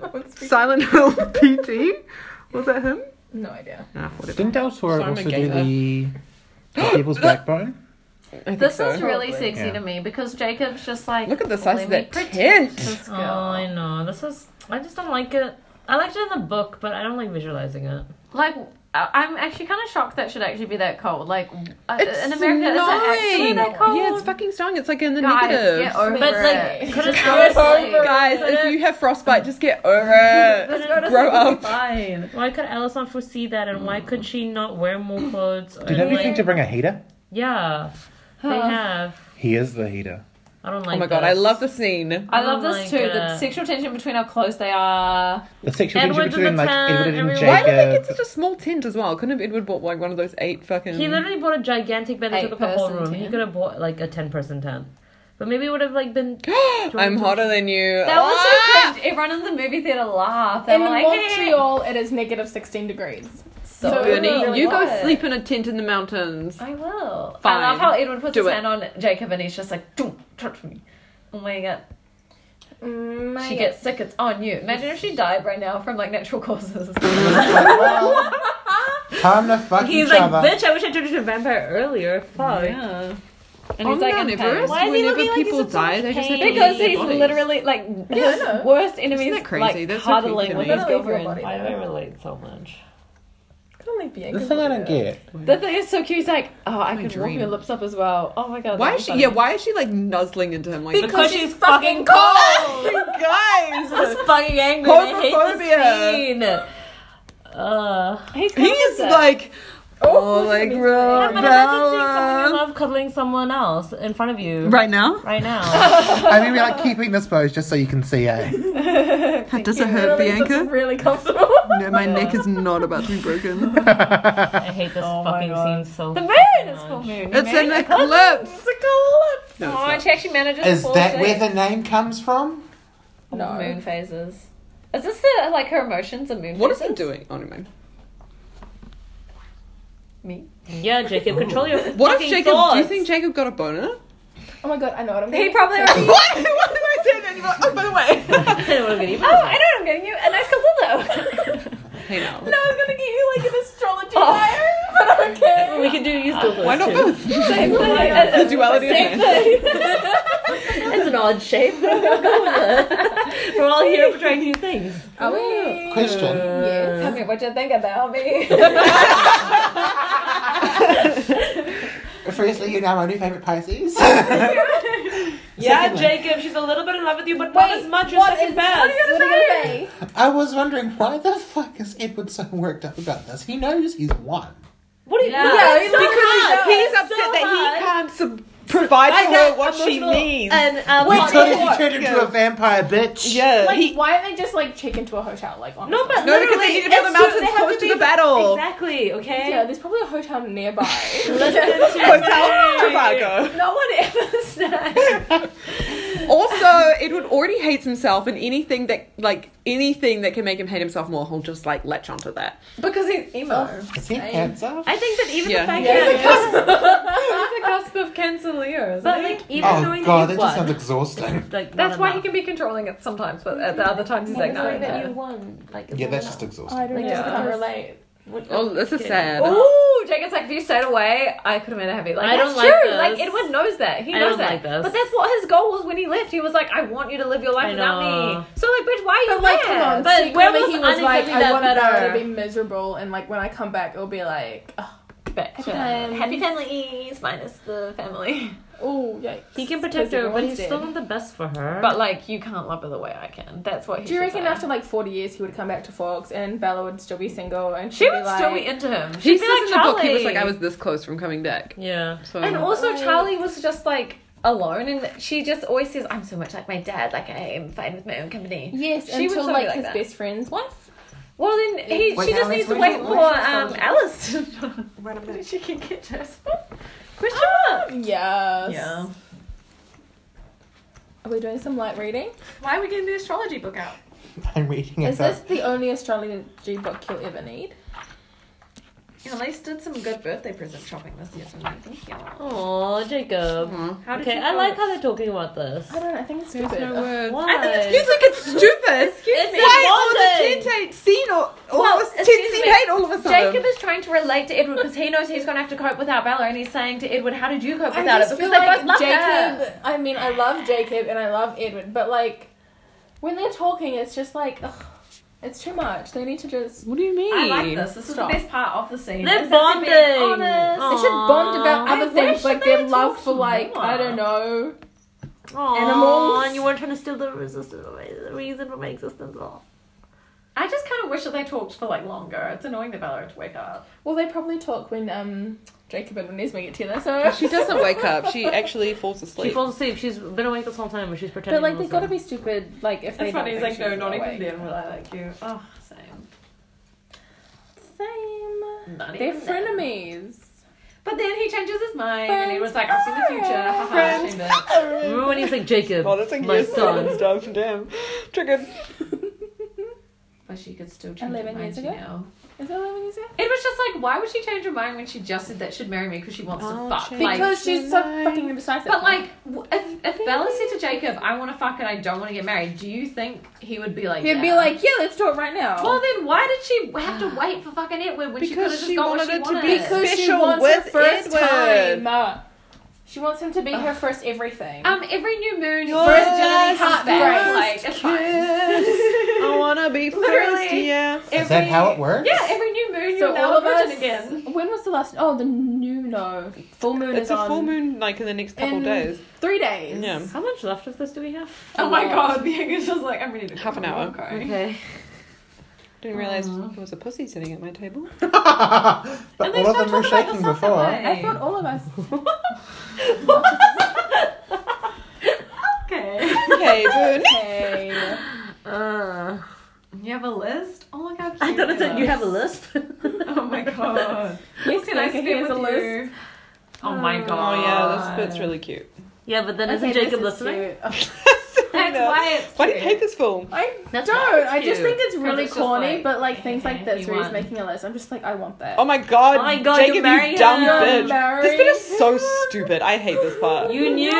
No, one's speaking. silent hill pt was that him No idea. ah whatever Didn't Del Toro Simon also Gaynor. do the Devil's Backbone? i think This so is really Probably. sexy Yeah. to me because Jacob's just like. look at the size let of me that protect tent this Oh, girl. I know. This was. I just don't like it. I liked it in the book, but I don't like visualizing it. Like, I- I'm actually kind of shocked that should actually be that cold. Like, uh, it's in America, is it actually snowing. that cold? yeah it's fucking snowing it's like in the Guys, negatives get over But, like, it. could it Just honestly- get over it. guys if you have frostbite just get over it Just go to grow up Fine. Why could Alice not foresee that, and why could she not wear more clothes? Did or, nobody like- think to bring a heater? Yeah, they have. He is the heater. I don't like. oh my god i this. love the scene I love Oh this my too. The God. sexual tension between our clothes, they are. The sexual Edward's tension in between the like tent, Edward and everyone- Jacob. why did they get such a small tent as well? Couldn't have Edward bought like one of those eight fucking? He literally bought a gigantic bed that took up the whole Eight-person room. He tent. could have bought like a ten person tent, but maybe it would have like been. [gasps] I'm hotter than you. That was Ah! so cringe. Everyone in the movie theater laughed. They In were like, Montreal, it is negative 16 degrees. So, Bernie, it really you go was. sleep in a tent in the mountains. I will. Fine. I love how Edward puts Do his it. hand on Jacob and he's just like, don't touch me. Oh my god. My Mm, She gets sick, it's on you. Imagine if she died right now from like natural [laughs] causes. Time to fuck He's each like, other. bitch, I wish I turned into a vampire earlier. Fuck. Yeah. And On he's like, Mount in Everest, pain. Why is he whenever looking like people he's in so die, much they just have pain? to Because leave he's their bodies. literally like his I know. worst enemy Isn't is that crazy? like That's so creepy cuddling to with me. his Literally your girlfriend. body. Why do I relate so much? can only be The thing I don't get. The thing is so cute. He's like, oh, I My can warm dream. your lips up as well. Oh my god. Why that'd is she? be funny. Yeah, why is she like nuzzling into him? Like, [laughs] Because she's fucking cold! guys, Just fucking angry. I hate Homophobia. this scene. Uh, He's, kind of he's upset. like, oh, Oh, like, he's bro, but imagine seeing someone you love cuddling someone else in front of you right, right now. now. I mean, we're like keeping this pose just so you can see eh? it. Does it hurt, Bianca? really comfortable. [laughs] No, my neck is not about to be [laughs] broken. I hate this fucking scene so. The moon is full moon. it's an [laughs] eclipse. It's a eclipse. No, it's oh, not. and she actually manages Is to that fall where asleep. the name comes from? All the moon phases? Is this the, like her emotions and moon What is phases? he doing? Oh, never mind. Me. Yeah, Jacob, control your [laughs] What fucking if Jacob? thoughts. Do you think Jacob got a boner? Oh my god, I know what I'm He getting. probably [laughs] already. What? [laughs] Why do I say that? And you're like, oh, by the way. it would have been even? Oh, I know what I'm getting you. A nice Calzillo. [laughs] [laughs] hey, now. I was gonna get you like an astrology Oh. diary, but [laughs] [laughs] okay. We can do use Google. Why not both? Same thing. The [laughs] duality of [laughs] Same man. It's an odd shape. We're all here for trying new things. Are we? Question. Yes. Tell me what you think about me. Firstly, you know my new favourite [laughs] [laughs] Pisces. [laughs] Yeah, Secondly, Jacob, she's a little bit in love with you, but not Wait, as much. You're second What are best. you gonna say? I was wondering why the fuck is Edward so worked up about this? He knows he's won. What are you? Yeah. Yeah, he's like, Because he's it's upset so that hard. he can't sub- provide for her what she needs. And uh, um, He hot could dog. have turned into a vampire bitch. yeah. like, he, why don't they just like check into a hotel? Like, honestly? No, but no, because literally, they need to be on the it's true, mountains they have close to, be- the battle. Exactly. Okay. [laughs] yeah, there's probably a hotel nearby. [laughs] Listen to Hotel me. Trivago. No one ever snaps. Also, Edward already hates himself, and anything that like anything that can make him hate himself more, he'll just like latch onto that. [laughs] Because he's emo. Is he handsome? I think that even Yeah. the fact Yeah. that He's a cusp of Cancer Leo, isn't But, he? like, even Oh knowing god, that that you just won, sounds exhausting. Like not That's why he enough. can be controlling it sometimes, but at the other times he's like, even no, knowing no. that you won, like, Yeah, why that's not? just exhausting. I don't know. Yeah. I can't relate. What- Oh, this is Okay. sad. Ooh, Jacob's like, if you stayed away, I could have made it happy. Like, I that's don't like true. this. Like, Edward knows that. He I knows don't that. like this. But that's what his goal was when he left. He was like, I want you to live your life I without know. me. So, like, bitch, why are you But like, there? come on. But where was he was like, unacceptably I that want Dara to better? be miserable, and like when I come back, it'll be like, oh, Back to Um, uh, happy families minus the family. ooh, yikes. He can protect her, but he's Because still not the best for her. But like, you can't love her the way I can. That's what. He Do you should reckon say. after like 40 years he would come back to Fox and Bella would still be single and she'd She would be like, still be into him. He She'd says be like in the Charlie. book he was like, I was this close from coming back. yeah, So And Oh. also, Right. Charlie was just like alone, and she just always says, "I'm so much like my dad. Like I am fine with my own company." yes, She would until still be like, like his that. best friend's wife. Well, then he, Wait, she just Alice, needs to what wait did you- for um, Alice. to- [laughs] She can get just. Question mark. Yes. Yeah. Are we doing some light reading? Why are we getting the astrology book out? [laughs] I'm reading Is about this the only astrology book you'll ever need? You know, Elise did some good birthday present shopping this year for me. Thank you. oh Jacob. Aw. How did Okay, you I feel? like how they're talking about this. I don't know. I think it's There's stupid. Oh, no word. Why? I think it's music. It's stupid. It's me. Why all the bonding. Ted scene or all Well, of us Ted excuse scene me. hate all of a sudden? Jacob is trying to relate to Edward because he knows he's going to have to cope without Bella, and he's saying to Edward, "How did you cope I without it?" just Because feel they like both love Jacob. her. I mean, I love Jacob and I love Edward, but like when they're talking, it's just like, ugh, it's too much. They need to just. what do you mean? I like this. This is Stop. the best part of the scene. They're Is that they're being bonding. honest. They should bond about I other things, wish like they their love talked for like more. I don't know. Aw, Animals. and you weren't trying to steal the resistance, the reason for my existence. Aw. I just kind of wish that they talked for like longer. It's annoying that Bella had to wake up. Well, they probably talk when um Jacob and Renesmee get together. So, She doesn't wake up. She actually falls asleep. She falls asleep. She's been awake this whole time, but she's pretending. but like they also. gotta be stupid. Like if they It's funny. He's don't like, think no, she's not even awake. then will I like you. Oh, same. Same. Not They're even then. frenemies. But then he changes his mind, and he Friends was like, "I've seen the future." Haha, Friends shame it. Remember when he's like Jacob, Oh, that's like my years ago and [laughs] son. stuff. Damn. Triggered. But she could still change her 11 mind. years You ago? know. Is that what you said? It was just like, why would she change her mind when she just said that she'd marry me because she wants Oh, to fuck? change. Like, Because she's so fucking indecisive. but like, w- if, if Bella said to Jacob, "I want to fuck and I don't want to get married," do you think he would be like? he'd be "Yeah"? like, "Oh." yeah, let's do it right now. Well, then why did she have to wait for fucking Edward when she could have Because just she gone wanted she it to wanted? be because she special wants with her first Edward. time. Uh, She wants him to be her first everything. um, every new moon, Your first January comes last back. Like, breath. it's fine. I wanna be Literally. first. Yeah. Is that how it works? Yeah, every new moon, so you're now all of virgin us. [laughs] again. When was the last? Oh, the new no full moon It's is a on full moon like in the next couple in days. Three days. Yeah. How much left of this do we have? Oh my god, the English was like, I'm ready to Half an go. hour. Okay. Okay. Didn't realise there was a pussy sitting at my [laughs] table. but all of them were shaking before. I thought all of us. Okay. Okay, Boone. Okay. Uh, You have a list? Oh my god. I thought it said you have a list. lisp. Oh [laughs] my [laughs] god. Yes, Can I Becca, speak here's with a list. you? Oh my Oh god. yeah, that's, that's really cute. [laughs] yeah, but then isn't Okay, Jacob this is listening? cute. Oh, That's why it's. Why do you cute. hate this film? I That's don't. I just cute. think it's really it's just corny, like, but like things like this you where he's won. making a list. I'm just like, I want that. Oh my god, Oh my God, Jacob, you're marrying you dumb him. bitch. You're This bit is so stupid. I hate this part. You knew.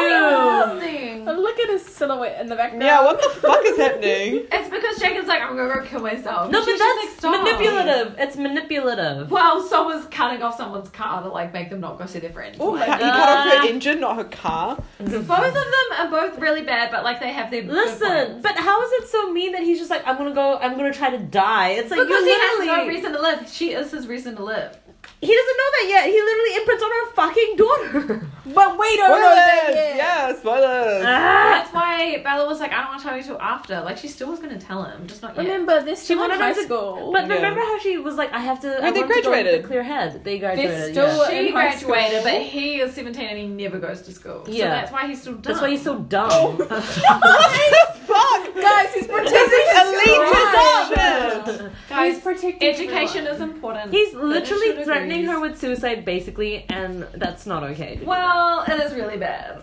Oh, look at his silhouette in the background. yeah, what the fuck [laughs] is happening? It's because Jacob's like, I'm gonna go kill myself. No, And Oh, but she's just that's like, "Stop." manipulative. It's manipulative. Well, someone's cutting off someone's car to like make them not go see their friends. Oh, Like, you cut off her engine, not her car. both of them are both really bad, but like they have their. good Listen, points. but how is it so mean that he's just like, I'm gonna go, I'm gonna try to die? It's like Because you he literally, has no reason to live. She is his reason to live. he doesn't know that yet. He literally imprints on her fucking daughter. [laughs] But we don't Spoilers! know that yet. Yeah, [laughs] spoilers! [laughs] Ah. That's why Bella was like, I don't want to tell you till after. Like she still was gonna tell him, just not yet. Remember, this She she went wanted in high him to- school. [laughs] But Yeah. remember how she was like, I have to. I they want to go with graduated. a clear head. They graduated. still- yeah. in she high school. graduated, but he is 17 and he never goes to school. Yeah. So that's why he's still dumb. Oh. That's why he's so dumb. [laughs] guys, he's [laughs] protecting Guys, He's protecting education is important. [laughs] he's Finish your literally threatening degrees. her with suicide, basically, and that's not okay. Well, it is really bad.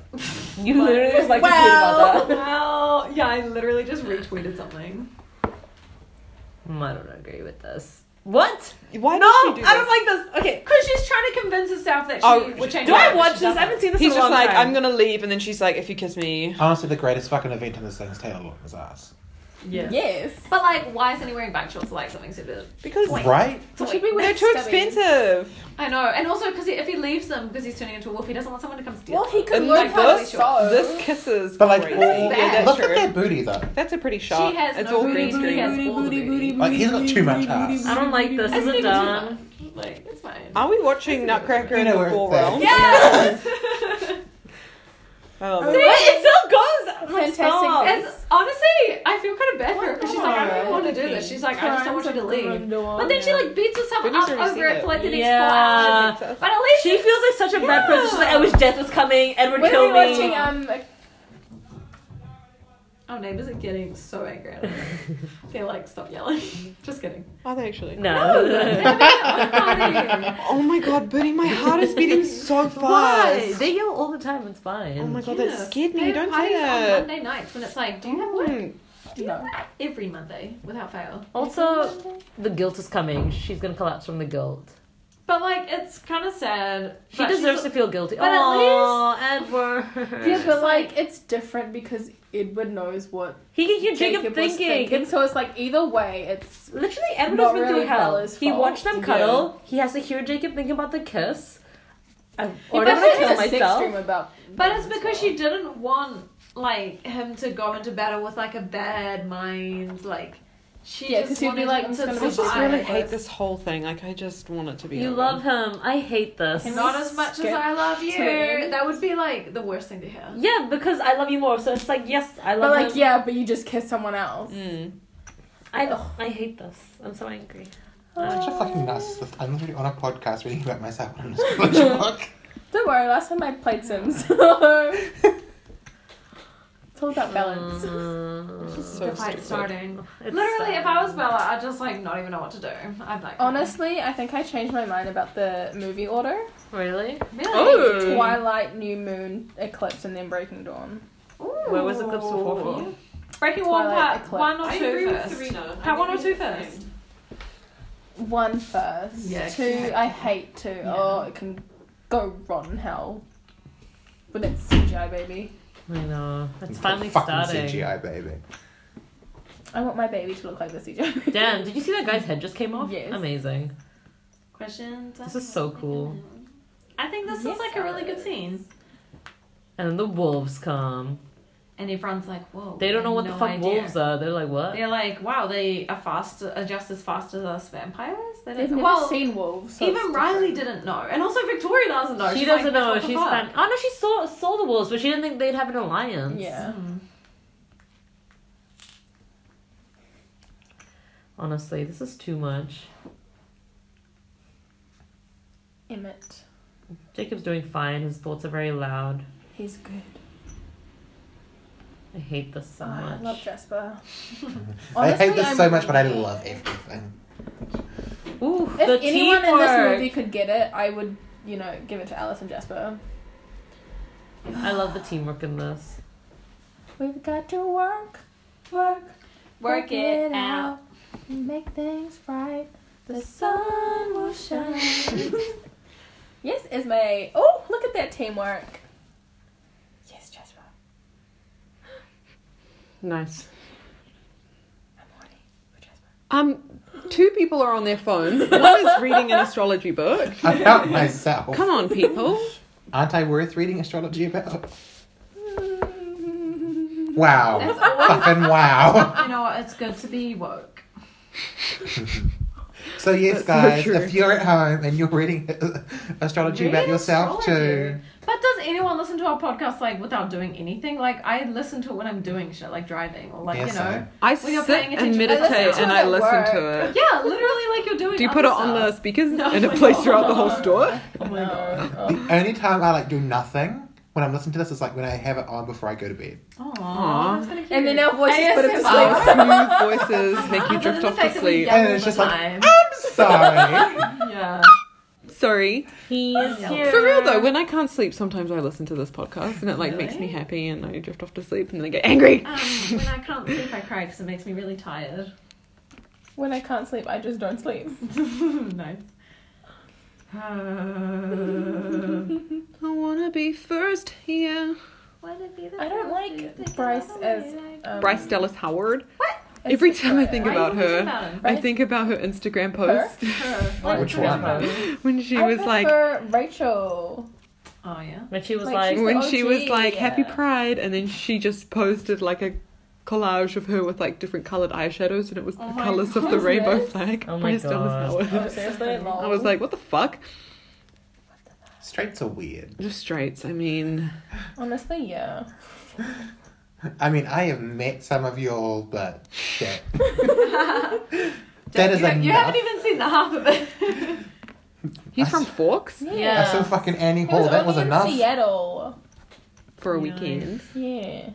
you literally just like to [laughs] tweet about well, yeah, I literally just retweeted something. that. Mm, I don't agree with this. What? Why No, does she do this? I don't like this. Okay, because she's trying to convince his himself that she Oh, would change. Do her I mind, but watch she this? I doesn't. haven't seen this He's in a just long like, time. I'm gonna leave, and then she's like, if you kiss me. Honestly, the greatest fucking event in this thing's tail was us. Yeah. Yes. But like, why isn't he wearing back shorts? Like something super. Because Right? So should we wear they're too scubbies? expensive. I know, and also because if he leaves them because he's turning into a wolf, he doesn't want someone to come steal. Well, he could And learn like how to this, sew. this kisses. But like, crazy. all- bad. yeah, that's look at true. their booty though. That's a pretty shot. She has it's no all green booty, booty, screen. has all the booty. Like, he's got too much ass. I don't like this. It's Is not it even done? too much. Like it's fine. Are we watching Nutcracker in You know the where Four it's at. Realms? Yes. [laughs] I love See? it. it still goes. Fantastic. It's, honestly, I feel kind of bad for her because she's like, I God. don't want to do this. She's like, [laughs] I just don't want you to leave. But then she like beats herself Brittany's up already over seen it for like the next Yeah. four hours. But at least She feels like such a bad person. She's like, I wish death was coming. Edward When killed me. we were watching um Our neighbors are getting so angry at us. [laughs] They're like, stop yelling. [laughs] Just kidding. Are they actually? no. Oh my god, Bertie, my heart is beating so fast. [laughs] Why? They yell all the time. It's fine. Oh my god, Yes. that scared They me. have Don't say parties on that. Monday nights when it's like, do you have work? Mm. no. Every Monday, without fail. Also, the guilt is coming. She's gonna collapse from the guilt. But like, it's kind of sad. She but she's deserves a- to feel guilty. but at Oh, Edward. [laughs] Yeah, but like it's different because Edward knows what He can hear Jacob, Jacob, was thinking. thinking. So it's like either way, it's It's literally Edward Not has been really through hell. Bella's He fault. watched them cuddle. He has to hear Jacob thinking about the kiss. I'm But already gonna there's kill a sex dream myself. about But it's because she didn't want like him to go into battle with like a bad mind. Like she Yeah, 'cause just he'd be wanted like, him I'm to just I gonna survive. be just fine. really hate this whole thing. Like, I just want it to be. You over. love him. I hate this. Can Not as much as Skip I love you. to- That would be like the worst thing to hear. Yeah, because I love you more. So it's like yes, I But love like him. yeah, but you just kiss someone else. Mm. I I hate this. I'm so angry. Oh. Such a fucking narcissist. I'm literally on a podcast reading about myself and I'm just watching a book. Don't worry, last time I [laughs] played Sims. [laughs] so- it's all about Mm. balance. Mm. [laughs] So the fight stupid. starting. It's Literally, sad. if I was Bella, I'd just like not even know what to do. I'd like Honestly, I think I changed my mind about the movie order. really, really. Oh. Twilight, New Moon, Eclipse, and then Breaking Dawn. where was the clips before for you? Breaking One Twilight part Eclipse. one or two first. Serena. Part one or two first. One first. Yeah, two, I hate two. Oh, it can go rotten hell. But it's CGI, baby. I know it's finally fucking starting. CGI, baby. I want my baby to look like the CGI. Damn, [laughs] did you see that guy's head just came off? Yes. amazing. Questions. This is so cool. I think this Yes, is like a really good Alice. scene. And then the wolves come. And everyone's like, whoa. They don't know what the fuck wolves are. They're like, what? They're like, wow, they are fast, are just as fast as us vampires. They They've don't know. never Well, seen wolves. so even it's Riley different. didn't know, and also Victoria doesn't know. she She's doesn't like, know. what the She's fuck? fine. Oh no, she saw saw the wolves, but she didn't think they'd have an alliance. Yeah. Hmm. Honestly, this is too much. Emmett. Jacob's doing fine. His thoughts are very loud. He's good. I hate this so Oh, I much. love [laughs] I Jasper. hate Honestly, this I'm- so much, but I love everything. Ooh, If the anyone teamwork. in this movie could get it, I would, you know, give it to Alice and Jasper. I love the teamwork in this. We've got to work, work, Work it out. make things right. The sun will shine. [laughs] yes, Ismay. Oh, look at that teamwork. Yes, Jasper. Nice. I'm horny for Jasper. Um, two people are on their phones. One is reading an astrology book. About myself. Come on, people. Aren't I worth reading astrology about? Wow. Fucking [laughs] wow. You know what? It's good to be woke. So, yes, That's guys, so true. if you're at home and you're reading [laughs] uh, astrology about Read yourself astrology. too, But does anyone listen to our podcast like without doing anything? Like I listen to it when I'm doing shit, like driving or like Yes, you know. I Well, you're sit paying and attention. I listen meditate to and it I at listen to it. [laughs] work. Yeah, literally, like you're doing. Do you put it other on the stuff. speakers No. and it plays throughout the whole store? Oh my god. the only time I like do nothing when I'm listening to this is like when I have it on before I go to bed. Aww, that's kinda cute. And then our voices put him to ASMR. sleep. [laughs] Our smooth voices make you drift the off fact to that we sleep. yell And all it's the just like, time. Sorry. yeah. Sorry. He is here. For real though, when I can't sleep, sometimes I listen to this podcast and it like makes me Really? happy and I drift off to sleep and then I get angry. Um, when I can't sleep, I cry because it makes me really tired. When [laughs] I can't sleep, I just don't sleep. nice. Uh, be first here. I don't like Bryce as um, Bryce Dallas Howard. Every time I think about her, I Right? think about her Instagram Her? [laughs] post Which one? when she I was like, prefer [laughs] Rachel. Oh yeah. When she was Like, like, she's- when the she was OG, like Happy yeah. Pride, and then she just posted like a collage of her with like different colored eyeshadows, and it was the my colors of the rainbow goodness. flag. Oh my Bryce Dallas God. Howard. Oh, seriously? Lol. [laughs] I was like, what the fuck? Straights are weird. Just straights. I mean, honestly, yeah. I mean, I have met some of y'all, but shit. that is you, you enough. haven't even seen the half of it. he's I from s- Forks Yeah. I saw fucking Annie He Hall. was that only was in enough. Seattle. for a Nice. weekend. Yeah.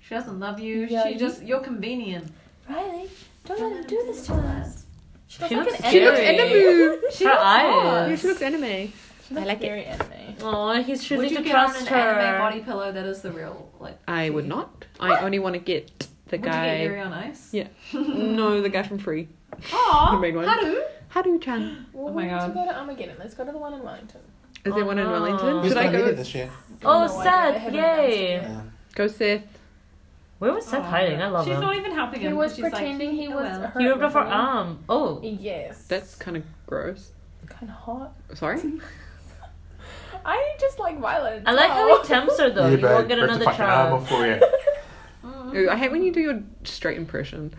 She doesn't love you. Yeah, she you- just you're convenient. Riley, don't let him do this to us. She looks She like looks an scary. anime. Anime. She her looks eyes. hot. she looks anime. She looks I like it. very anime. Oh, he's choosing Would you to get on an trust her. anime body pillow that is the real like? I would not. I only want to get the Would you guy. get Yuri on Ice? [laughs] Yeah. no, the guy from Free. Aw, The main one. Haru. Haru Chan. Well, Oh we my need God. to go to Armageddon. Let's go to the one in Wellington. Is there Oh, one in no. Wellington? Who's Should I gonna lead it go? this year? Oh, No idea. I Seth! haven't announced Yay! it Um, Go Seth. Where was Seth hiding? I love Oh, She's him. not even helping He him. was she's like, pretending he oh, was well. hurt. He ripped off her wasn't he? arm. Oh, Yes. That's kind of gross. kind of hot. Sorry. I just like violence. Oh. I like how he [laughs] tempts her though. yeah, you babe, won't get ripped another the fucking arm child. off for [laughs] you. Ooh, I hate when you do your straight impression.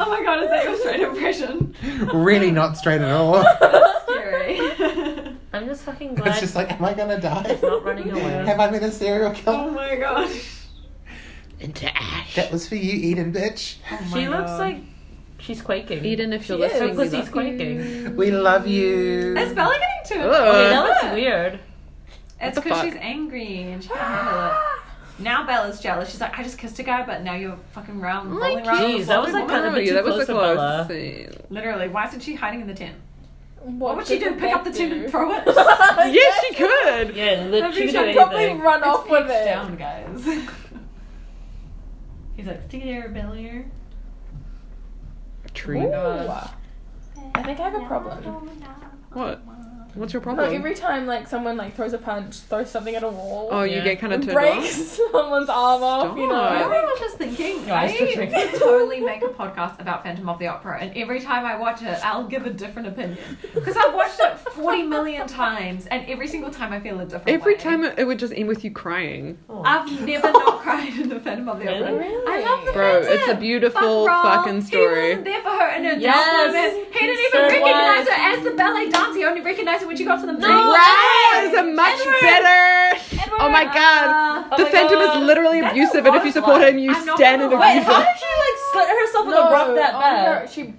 Oh my god, is that your straight impression? really not straight at all. [laughs] Scary. I'm just fucking [laughs] it's glad just like, am I gonna die? he's not running away. Have I been a serial killer? oh my gosh. Into ash. That was for you, Eden, bitch. she Oh looks like she's quaking. Eden, if you're She is. listening, we Because he's love quaking. We love you. Is Bella getting too Ugh. Okay, annoyed? [laughs] that looks weird. It's What the because fuck? she's angry and she can't handle it. [gasps] Now Bella's jealous. She's like, I just kissed a guy, but now you're fucking round, rolling around. Jeez, that was like kind of Oh, a bit yeah, too that was close a to close. Bella. scene. Literally, why isn't she hiding in the tent? What, What, would she do? Pick up the tube tent and throw [laughs] it? Yeah, she could. Yeah, literally she Maybe could she'll do probably anything. run off with Pitch it. down, guys. [laughs] He's like, stick it there, Bella. Tree. Ooh. I think I have a problem. What? What's your Like problem? every time, like someone like throws a punch, throws something at a wall, Oh, you Yeah. get kind of and turned breaks off. [laughs] someone's arm off. You You know know. Stop. what I was just thinking? Oh, No, I I was twitching. could totally make a podcast about Phantom of the Opera, and every time I watch it, I'll give a different opinion. Because I've watched it 40 million times, and every single time I feel a different Every way. time it, it would just end with you crying, I've never not cried in the Phantom of the Opera. Really? I love the bro. Phantom. It's a beautiful Fuck Rob. fucking He story. wasn't there for her in her dance Yes. moment. He didn't He's even so recognize wise. her as the ballet dancer. He only recognized her when she got to the no That is a much better. Oh my god. Uh, the my Phantom God. is literally That's abusive, a and if lot you of support blood. him, you I'm not stand in gonna lie. Wait, abusive. she like Slit herself with no, a rock that on bad. her- she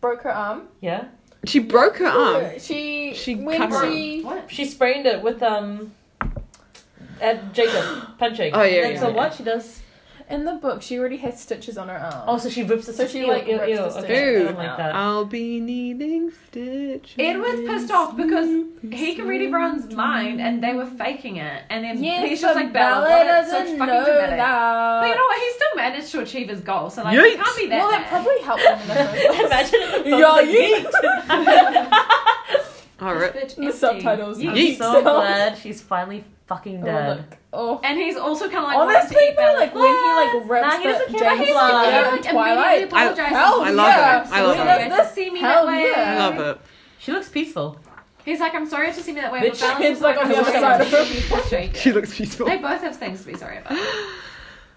broke her arm. Yeah, She broke her arm. She She when cut her she she sprained it with um. At Jacob punching. Oh, yeah, And yeah, so yeah. what she does? in the book she already has stitches on her arm. Oh, so she rips the So stitch. she, Ew, like, ew, rips ew. the stitch Dude. Okay, I don't like that. I'll be needing stitches. Edward's pissed off because he can read everyone's mind and they were faking it. And then yes, he's just but like, Bella, Bella that's so doesn't fucking know dramatic. that. But you know what? He still managed to achieve his goal, so like, Yikes. he can't be that. well, that bad. probably helped them in the first place. Imagine if the Yeah, like, yeet. All right. Bitch, The empty. subtitles. I'm Yeet. [laughs] so glad she's finally fucking Oh, dead. look. Oh. And he's also kind of like wanting Honestly, to eat though, Bella's like when he like rips Nah, he doesn't the care about James his Bond blood. in Twilight, I- hell I love yeah. it. I love Absolutely. it. That's to see me Hell that way. I yeah. love it. She looks peaceful. He's like, I'm sorry I have to see me that way. but Bitch, Bella's it's like on the I'm other sorry side of to [laughs] her. be frustrated. She looks peaceful. They both have things to be sorry about.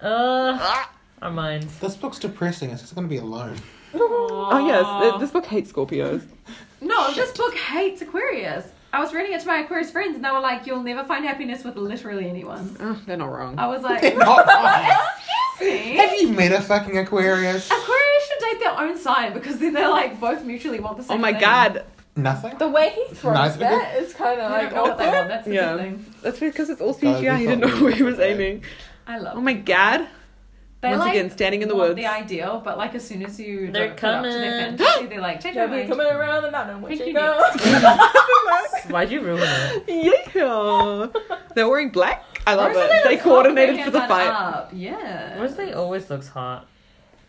Uh, Ah. our minds. This book's depressing. It's just gonna be alone. [laughs] Oh yes, th- this book hates Scorpios. No, this book hates Aquarius. I was reading it to my Aquarius friends, and they were like, "You'll never find happiness with literally anyone." Oh, they're not wrong. I was [laughs] like, They're [laughs] not wrong. "Excuse me." Have you met a fucking Aquarius? Aquarius should date their own sign because then they're like both mutually want the same. Oh my thing. god, Nothing. The way he throws Nice, but that is kind They of don't like oh, know what they awkward. want. That's the Yeah. good thing. that's because it's all Guys, we CGI. He didn't thought know we where he were was okay. aiming. I love. Oh my god. They, Once like, again, standing in the want woods. The ideal, but like as soon as you They're don't put up to their coming. fantasy, they're like, [gasps] "Change Yeah, your we mind." coming around the mountain. Where Thank [laughs] you you, go? Why'd you ruin it? Yeah. They're wearing black. I love Ursula it. They looks coordinated hot, for the bring fight. Up. Yeah. Rosalie always looks hot.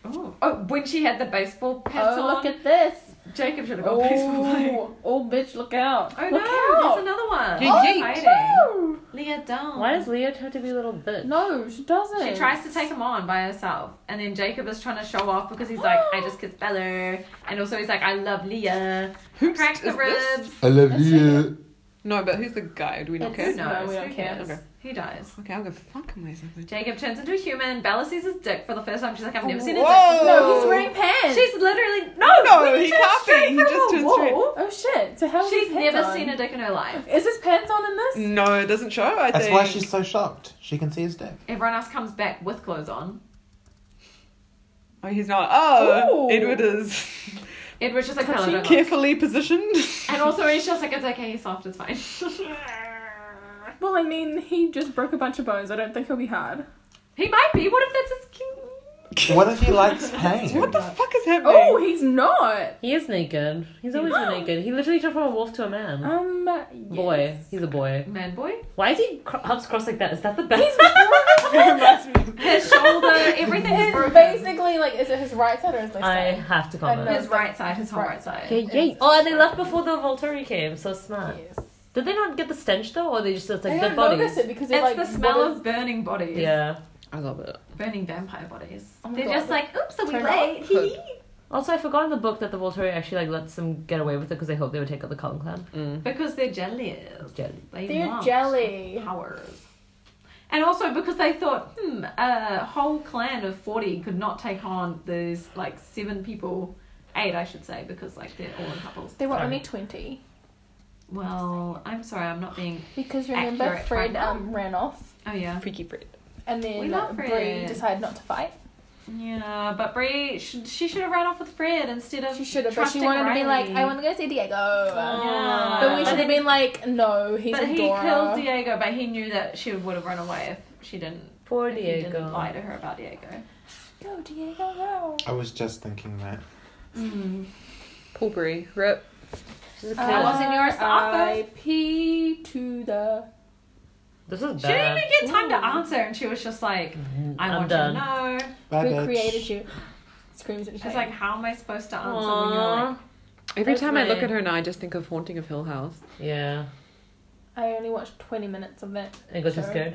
Oh. oh, when she had the baseball pants Oh, on. look at this. Jacob should have got baseball pants. Oh, oh, bitch, look out. Oh look no, out. Oh, there's another one. fighting. Leah don't. Why does Leah try to be a little bitch? No, she doesn't. She tries to take him on by herself, and then Jacob is trying to show off because he's like, "I just kissed Bella," and also he's like, "I love Leah." Crack the is this? ribs. I love you. No, but who's the guy? Do we not Who care? It's- knows? No, we don't Who care. cares? He dies. Okay, I'll go fuck myself. then. Jacob turns into a human. Bella sees his dick for the first time. She's like, "I've never seen a dick." Whoa. No, he's wearing pants. She's literally no, No, when he turns can't be. straight He from just a turns wall, straight. Oh shit! So how is She's his pants never on? seen a dick in her life. Is his pants on in this? Mm. No, it doesn't show. I That's think why she's so shocked. She can see his dick. Everyone else comes back with clothes on. Oh, he's not. Oh, Ooh. Edward is Edward's just like, "Bella, [laughs] don't look." carefully positioned. and also he's just like, "It's okay, he's soft, it's fine." Well, I mean, he just broke a bunch of bones. I don't think he'll be hard. he might be. What if that's his cute? What if he likes pain? What the fuck is happening? Oh, he's not. He is naked. He's always [gasps] been naked. He literally turned from a wolf to a man. Um, Boy, yes. he's a boy. Man boy. Why is he cr- arms crossed like that? Is that the best? His [laughs] shoulder, everything is It's broken. [laughs] basically like, is it his right side or his left I side? have to I comment. His right side, his whole right side. Yeah, yeah. Oh, and they left before the Volturi came. So smart. Yes. Did they not get the stench though, or they just it's I like don't dead notice bodies? it because It's like the smell what of burning bodies. Yeah. I love it. Burning vampire bodies. Oh my They're God. just like, oops, are we Turn late? Also, I forgot in the book that the Volturi actually like lets them get away with it because they hope they would take out the Cullen clan. because they're jealous. Jelly. They They're want jelly. Powers. And also because they thought, hmm, a whole clan of 40 could not take on those, like, seven people. Eight, I should say, because, like, they're all in couples. They were Sorry. only twenty Well, I'm sorry, I'm not being. because remember Accurate Fred timeline. um, ran off Oh, yeah. freaky Fred. and We then love Bree Fred. decided not to fight. Yeah, but Brie, should, she should have ran off with Fred instead of. She should have, but she trusting wanted to be like, Riley. I want to go see Diego. Yeah. But we But should have then- been like, no, he's but a he Dora. killed Diego, but he knew that she would have run away if she didn't. Poor if he didn't lie Diego. to her about Diego. Go Diego, go. I was just thinking that. Mm. Pulbury, rip. This is, Uh, That bad. wasn't yours, Arthur. R.I.P. to the. this is She didn't bad. even get time to answer, and she was just like, "I Mm-hmm. I'm want done. you to know." Bye, Who bitch. created you? Screams at She's shame. like, "How am I supposed to answer when you're Aww. like?" Every That's time I look my- at her now, I just think of Haunting of Hill House. Yeah. I only watched 20 minutes of that. I got too Sorry. scared.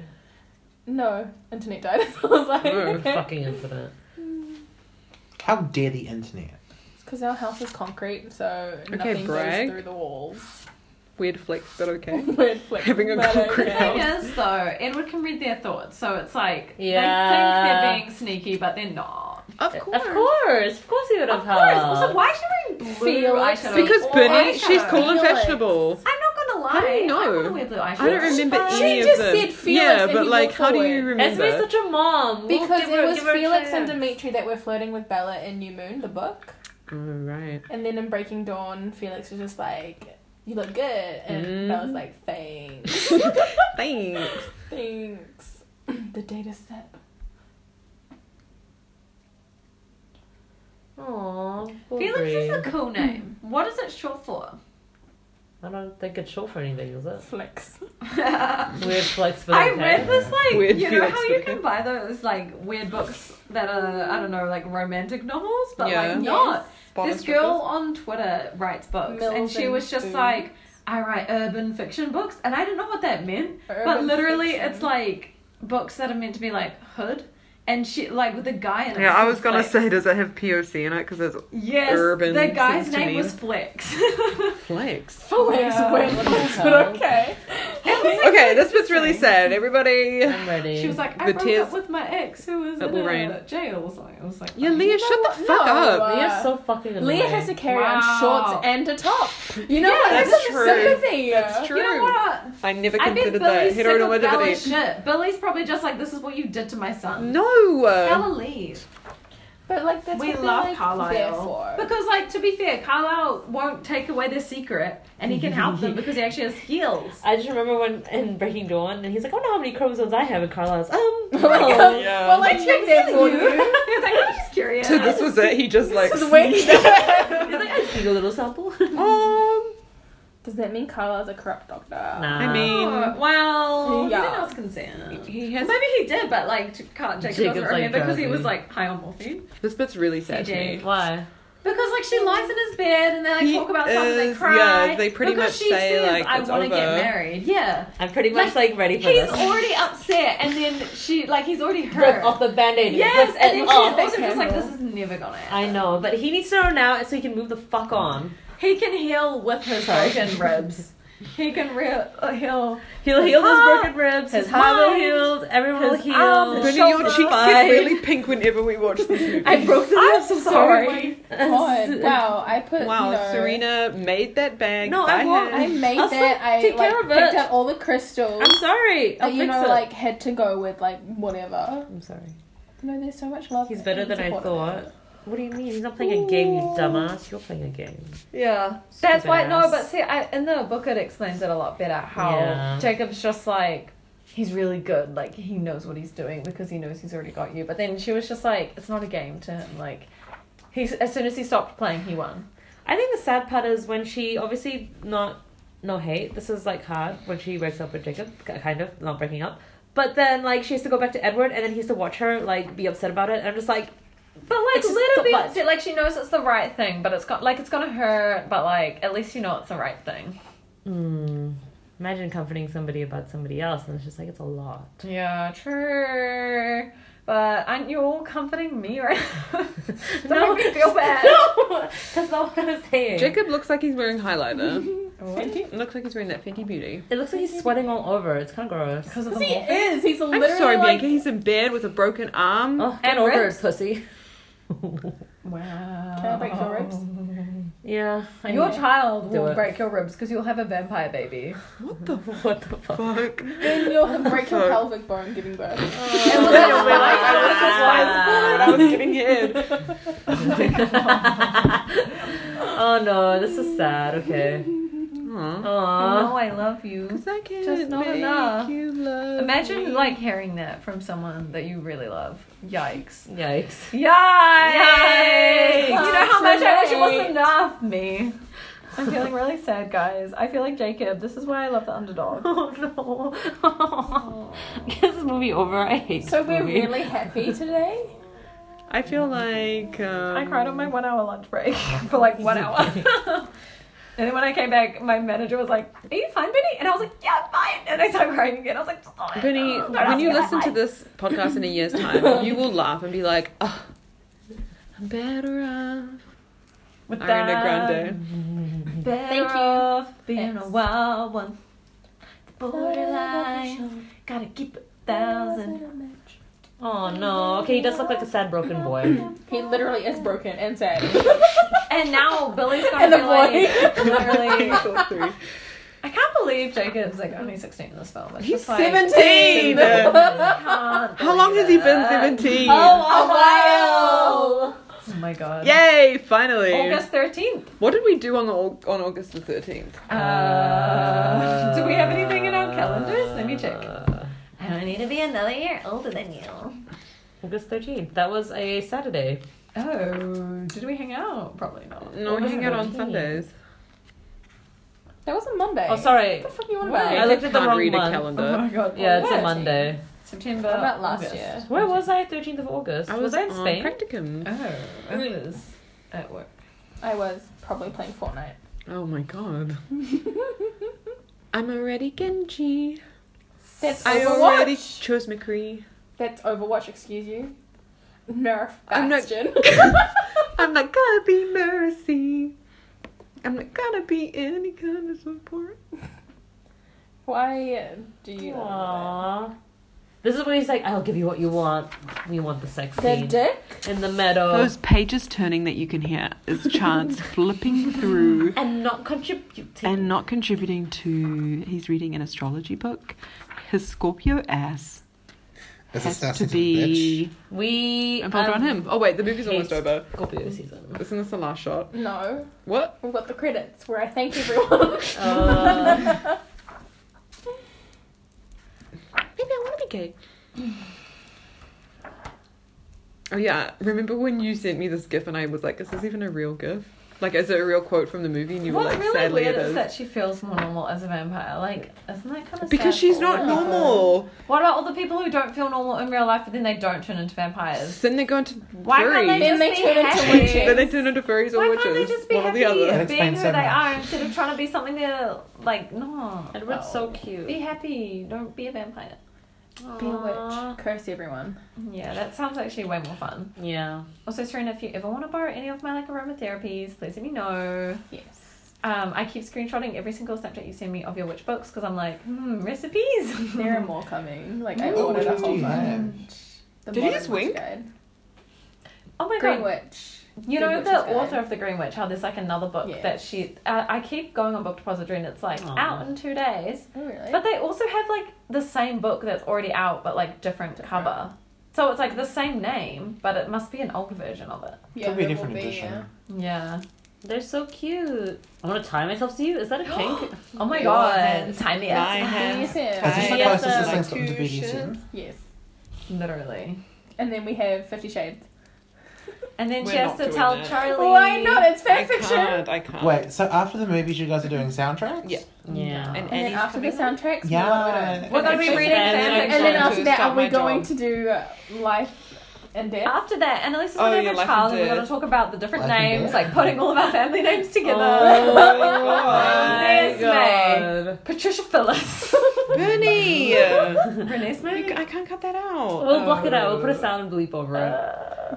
No, internet died. [laughs] so I was [laughs] like, Oh, okay. Fucking infinite. How dare the internet? It's because our house is concrete, so Okay, nothing brag. goes through the walls. [laughs] Weird flex, but okay. Weird flick. Having a But concrete okay. The thing is, though, Edward can read their thoughts, so it's like Yeah. they think they're being sneaky, but they're not. Of Of course. Of course he would have Of course. helped. Also, why is she wearing blue Feel it, eyeshadow? Because Or Bernie, she's eyeshadow? cool and Feel it. fashionable. I'm not gonna lie. How do you I know? wanna wear blue eyeshadow. I don't remember She any of just them. said Felix yeah, and but he like, walked how do you forward. Esme's remember? such a mom. We'll Because give it her- was give her a Felix and chance. Dimitri that were flirting with Bella in New Moon, the book. Oh, [laughs] right. And then in Breaking Dawn, Felix was just like, you look good. And Mm. Bella's like, [laughs] thanks. Thanks. thanks. [clears throat] the data set. Aw. poor Felix Bree. is a cool name. What is it short for? I don't think it's short for anything, is it? Flex. Uh, [laughs] I Weird flex, but okay. read this like Weird you know Felix how you book. can buy those like weird books that are I don't know like romantic novels, but Yeah. like not. Bonus This girl rippers. on Twitter writes books, and Mills she and was just Boone. like, I write urban fiction books, and I didn't know what that meant, but Urban literally fiction. it's like books that are meant to be like hood, and she like with the guy in it Yeah, I was gonna Flex. say, does it have POC in it? Because it's yes, urban the guy's seems to name me. was Flex. [laughs] flex. Flex, [laughs] Yeah. wait, but okay. Okay, this bit's really sad. Everybody. I'm ready. She was like, I The broke tears up with my ex who was that in will a rain. jail or something. I was like, Yeah, oh. Leah, shut the No, fuck up. uh, Leah's so fucking annoying. Leah has to carry Wow. on shorts and a top. You know Yeah, what? that's That's true. sympathy. That's true. You know what? I never I bet considered that Billy's sick of Bella's heteronormativity. shit. Billy's probably just like, this is what you did to my son. No. Bella leave. But like that's We what they're, love like, there for. Carlisle. Because, like, to be fair, Carlisle won't take away their secret and he can [laughs] help them because he actually has skills. I just remember when in Breaking Dawn, and he's like, I don't know how many chromosomes I have in Carlisle's. [laughs] Oh Um, Well, Yeah. well, like check that for He [laughs] you. was like, I'm just curious. So this was it. He just like. This is way- he's like, I just need a little sample. [laughs] Um, Does that mean Carlisle's a corrupt doctor? nah. I mean, Oh, well, Yeah. yeah. who knows consent? he Well, has. maybe he did, but like, can't Jacob Jacob's, doesn't like, remember because he drowsy. was like high on morphine. This bit's really sad to He me. did. why? Because like she lies in his bed and they like He talk about something, they is- cry. yeah, they pretty because much she say, says, like, "I it's want to get over." married." Yeah, I'm pretty much Like, like, ready for he's this. already upset, and then she like he's already hurt. Rip off the band-aid. yes, Rip and then it she's off. also just like, "This is never gonna." Happen. I know, but he needs to know now so he can move the fuck on. He can heal with his broken ribs. He can re- uh, heal. He'll heal his heart, broken ribs. His, his heart will mind, healed. Everyone will his heal. arm, his Bernie, your shoulder. cheeks get really pink whenever we watch this movie. [laughs] I broke the I'm ribs. I'm sorry. God, [laughs] wow, I put wow, no. Serena made that bag. No, I by want- hand. I made I'll that. I take like, care of picked it. out all the crystals. I'm sorry. I'll But, you fix know, it. like had to go with like whatever. I'm sorry. You know, there's so much love. He's better and than I support. thought. What do you mean? He's not playing a game, you dumbass. You're playing a game. Yeah, that's Stupid why. No, ass. but see, I, in the book it explains it a lot better. How Yeah. Jacob's just like he's really good. Like he knows what he's doing because he knows he's already got you. But then she was just like, it's not a game to him. Like he's as soon as he stopped playing, he won. I think the sad part is when she obviously not no hate. This is like hard when she breaks up with Jacob, k- kind of not breaking up. But then like she has to go back to Edward, and then he has to watch her like be upset about it. And I'm just like, But like, It's just let her the be butt. upset. Like she knows it's the right thing, but it's got like it's gonna hurt. But like at least you know it's the right thing. mm, imagine comforting somebody about somebody else, and it's just like it's a lot. Yeah, true. But aren't you all comforting me right now? [laughs] Don't make me [laughs] feel bad. No, [laughs] that's not what I'm saying. Jacob looks like he's wearing highlighter. Because It looks like he's wearing that Fenty Beauty. It looks like he's sweating all over. It's kind of gross. of the Because he whole- is. He's I'm literally sorry, like. Bianca. He's in bed with a broken arm. Oh, And get over ribs. it, pussy. [laughs] Wow. Can I break your ribs? yeah, I Your know. child Do will it. break your ribs because you'll have a vampire baby. [laughs] [laughs] What the what the fuck? fuck? Then [laughs] you'll have break your Sorry. pelvic bone giving birth. And we'll Yeah, just we're like, like, oh, this is why it's [laughs] But I was getting [laughs] head. [laughs] oh no, this is sad. Okay. Aww. Aww. I love you. Cause I can't Just not make enough. you love me. Imagine like hearing that from someone that you really love. Yikes. Yikes. [laughs] Yikes! You know how much I wish it was Yikes. enough, me. I'm feeling really sad, guys. I feel like Jacob. This is why I love the underdog. [laughs] Oh no. Get this movie over. I hate So this we're movie. really happy today. [laughs] I feel like um, I cried on my one hour lunch break [laughs] for like one hour. [laughs] and then when I came back, my manager was like, Are you fine, Benny? And I was like, Yeah, I'm fine. And I started crying again. I was like, Stop it. Bernie, Don't ask when you me listen to why." this podcast in a year's time, [laughs] you will laugh and be like, oh, I'm better off. With Ariana that, Grande. better Thank you. off Being a Thanks. wild one. The borderline. Gotta keep it thousand. Oh no. Okay, he does look like a sad, broken boy. He literally is broken and sad. And now Billy's gonna And the be like, literally. I can't believe Jacob's like only 16 in this film. It's He's just like, 17! [laughs] can't How long has he been believe it. 17? Oh, a while! Oh my god. Yay, finally. August 13th. What did we do on, Au- on August the 13th? Uh, do we have anything in our calendars? Let me check. I don't need to be another year older than you. August 13th. That was a Saturday. Oh, did we hang out? Probably not. No, we August hang out on 13th. Sundays. That was a Monday. Oh, sorry. What the fuck you on Wait. about? I looked at the can't wrong read a month. Oh [laughs] calendar. my god. Yeah, it's What? a Monday. September. What about last August. year? Where was I? 13th of August. I was, I in on Spain? practicum. Oh, it was at work. I was probably playing Fortnite. Oh my god. I'm already Genji. That's I Overwatch. already chose McCree. That's Overwatch. Excuse you. Nerf I'm not- Bastion. I'm not gonna be mercy. I'm not gonna be any kind of support. Why do you? know Aww. This is where he's like, I'll give you what you want. We want the sex that? The scene. dick. in the meadow. Those pages turning that you can hear is [laughs] Chance flipping through and not contributing. and not contributing to. He's reading an astrology book. His Scorpio ass This is has to Snapchat, be. we I'm on him. Oh wait, the movie's almost hates- over. Scorpio season. Isn't this the last shot? No, What? we've got the credits where I thank everyone. Uh, Maybe I want [sighs] to be gay. Oh yeah, remember when you sent me this gif and I was like, "Is this even a real gif?" Like, is it a real quote from the movie? And you were What's like, really sadly, weird it is is. that she feels more normal as a vampire. Like, isn't that kind of Because she's not normal. What about all the people who don't feel normal in real life, but then they don't turn into vampires? Then they go into Why can't they furries. Then just they be turn into happy? [laughs] witches. Then they turn into furries or Why witches. can't they just be One or happy the other. That being explains who so they much. are instead of trying to be something they're like? No, Edward's so cute. Be happy. Don't be a vampire. [laughs] Be a Aw. witch. Curse everyone. Yeah, that sounds actually way more fun. Yeah. Also, Serena, if you ever want to borrow any of my like aromatherapies, please let me know. Yes. Um, I keep screenshotting every single Snapchat you send me of your witch books because I'm like, hmm, recipes. [laughs] There [laughs] are more coming. Like I Oh, ordered which a ones do whole you bunch. Mm. have? The Did he Modern just wink? Witch Guide. Oh my Green god. Witch. You Green know Witch's the Guide. author of the Green Witch, how there's like another book Yes. that she. Uh, I keep going on Book Depository and it's like Aw. out in two days. Oh really? But they also have like the same book that's already out but like different, Different. cover. So it's like the same name, but it must be an older version of it. yeah, Could be a there different will be, uh, edition. yeah. Yeah. They're so cute. I want to tie myself to you. Is that a kink? [gasps] Oh my Your god. hands, Time the my ass. Can you hands. see it? Is this the Yes, closest uh, this thing's gotten to two BDSM? shirts. Yes. Literally. And then we have Fifty Shades. And then she We're has not to doing tell that. Charlie. Why not? Oh, It's I fan fiction. can't. I can't. Wait, so after the movies, you guys are doing soundtracks? Yeah. Yeah. And, And then Annie's after the coming on. soundtracks, Yeah. what are We're going to we doing? be And reading then fan I- fiction. And then I'm after to that, start are we my going job. to do uh, life and [laughs] death? After that, Annalise is Oh, going to yeah, have a life child and and we're going to death. talk about the different Life and names, death. like putting all of our family names together. Oh [laughs] my [laughs] There's god. May. Patricia Phyllis. Bernie! [laughs] You- Renee's May. I can't cut that out. Oh. We'll block it out. We'll put a sound bleep over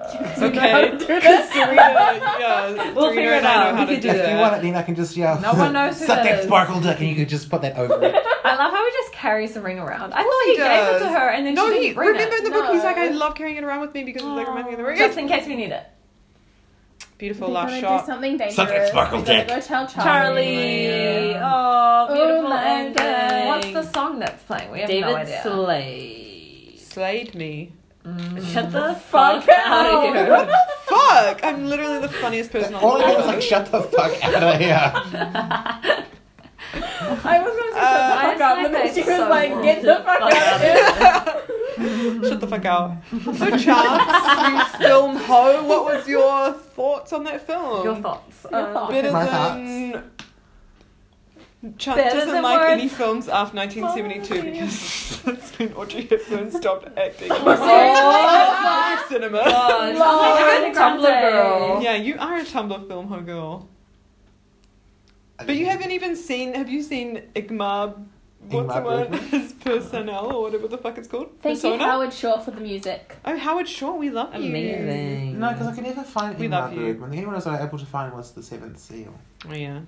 it. Okay. Because [laughs] Serena, yeah, We'll Serena figure it and I know out. how We to could do do If that. you want it, then I can just yell. No one [laughs] knows who Suck that that is." sparkle dick, and you could just put that over it. I love how we just carry some ring around. I thought he he gave it does. to her and then No, she didn't he bring remember in it. the book. He's like, I No. love carrying it around with me because it like reminds me of the Just ring. in case we need it. Beautiful They're last gonna shot. do something dangerous. Suck it, Sparkle They're Dick. gonna go tell Charlie. Charlie. um, Oh, beautiful my ending. God. What's the song that's playing? We have David no idea. Slade. Slayed me. Shut the fuck out of [laughs] here. What the fuck? I'm literally the funniest person on the All I did was planet. like, shut the fuck out of here. I was gonna say Uh, shut the fuck up, but then she it's was so like, get the fuck out of here. [laughs] Shut the fuck [laughs] out. So, Charles, you film Ho. What was your thoughts on that film? Your thoughts. Um, Your thoughts. Better My than. Chunt Better doesn't than like any words. films after 1972 because [laughs] that's when Audrey Hepburn stopped acting. Oh. cinema. Gosh. Lord. I'm a Tumblr [laughs] girl. Yeah, you are a Tumblr film ho girl. But you haven't even seen. Have you seen Igmar? What's the Ingmar word? Bergman? His personnel or whatever the fuck it's called. Thank Persona? you, Howard Shaw, for the music. Oh, Howard Shaw, we love you. Amazing. No, because I could never find We Ingmar love you. Bergman. The only one I was able to find was The Seventh Seal. Oh yeah. Isn't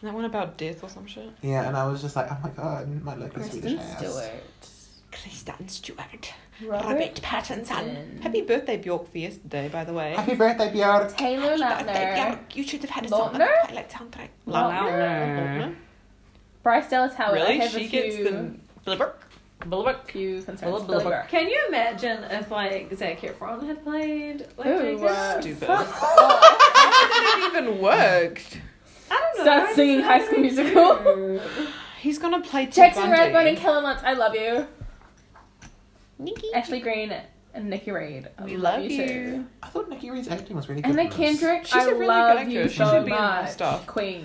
that one about death or some shit? Yeah, and I was just like, oh my god, my local Swedish Kristen ass. Stewart. Kristen Stewart. Robert Pattinson. Pattinson. Happy birthday, Bjork, for yesterday, by the way. Happy birthday, Björk. Taylor Lautner. You should have had a song on the Lautner? Twilight soundtrack. Lautner. Bryce Dallas Howard. I Really? have She a gets few, the blibber? few concerns. Blah, blah, blah. Blubber. Can you imagine if like Zac Efron had played like Ooh, Jacob? uh, Stupid. [laughs] Oh, that even worked. I don't know. Start singing High [laughs] School Musical. He's gonna play Ted Jackson Bundy. Redmond and Kelly Muntz. I love you. Ashley Green and Nikki Reed. I We love you. too. I thought Nikki Reed's acting was really good. Anna in this. Kendrick, She's I a really good love actress. you She so should be in more much. stuff. Queen.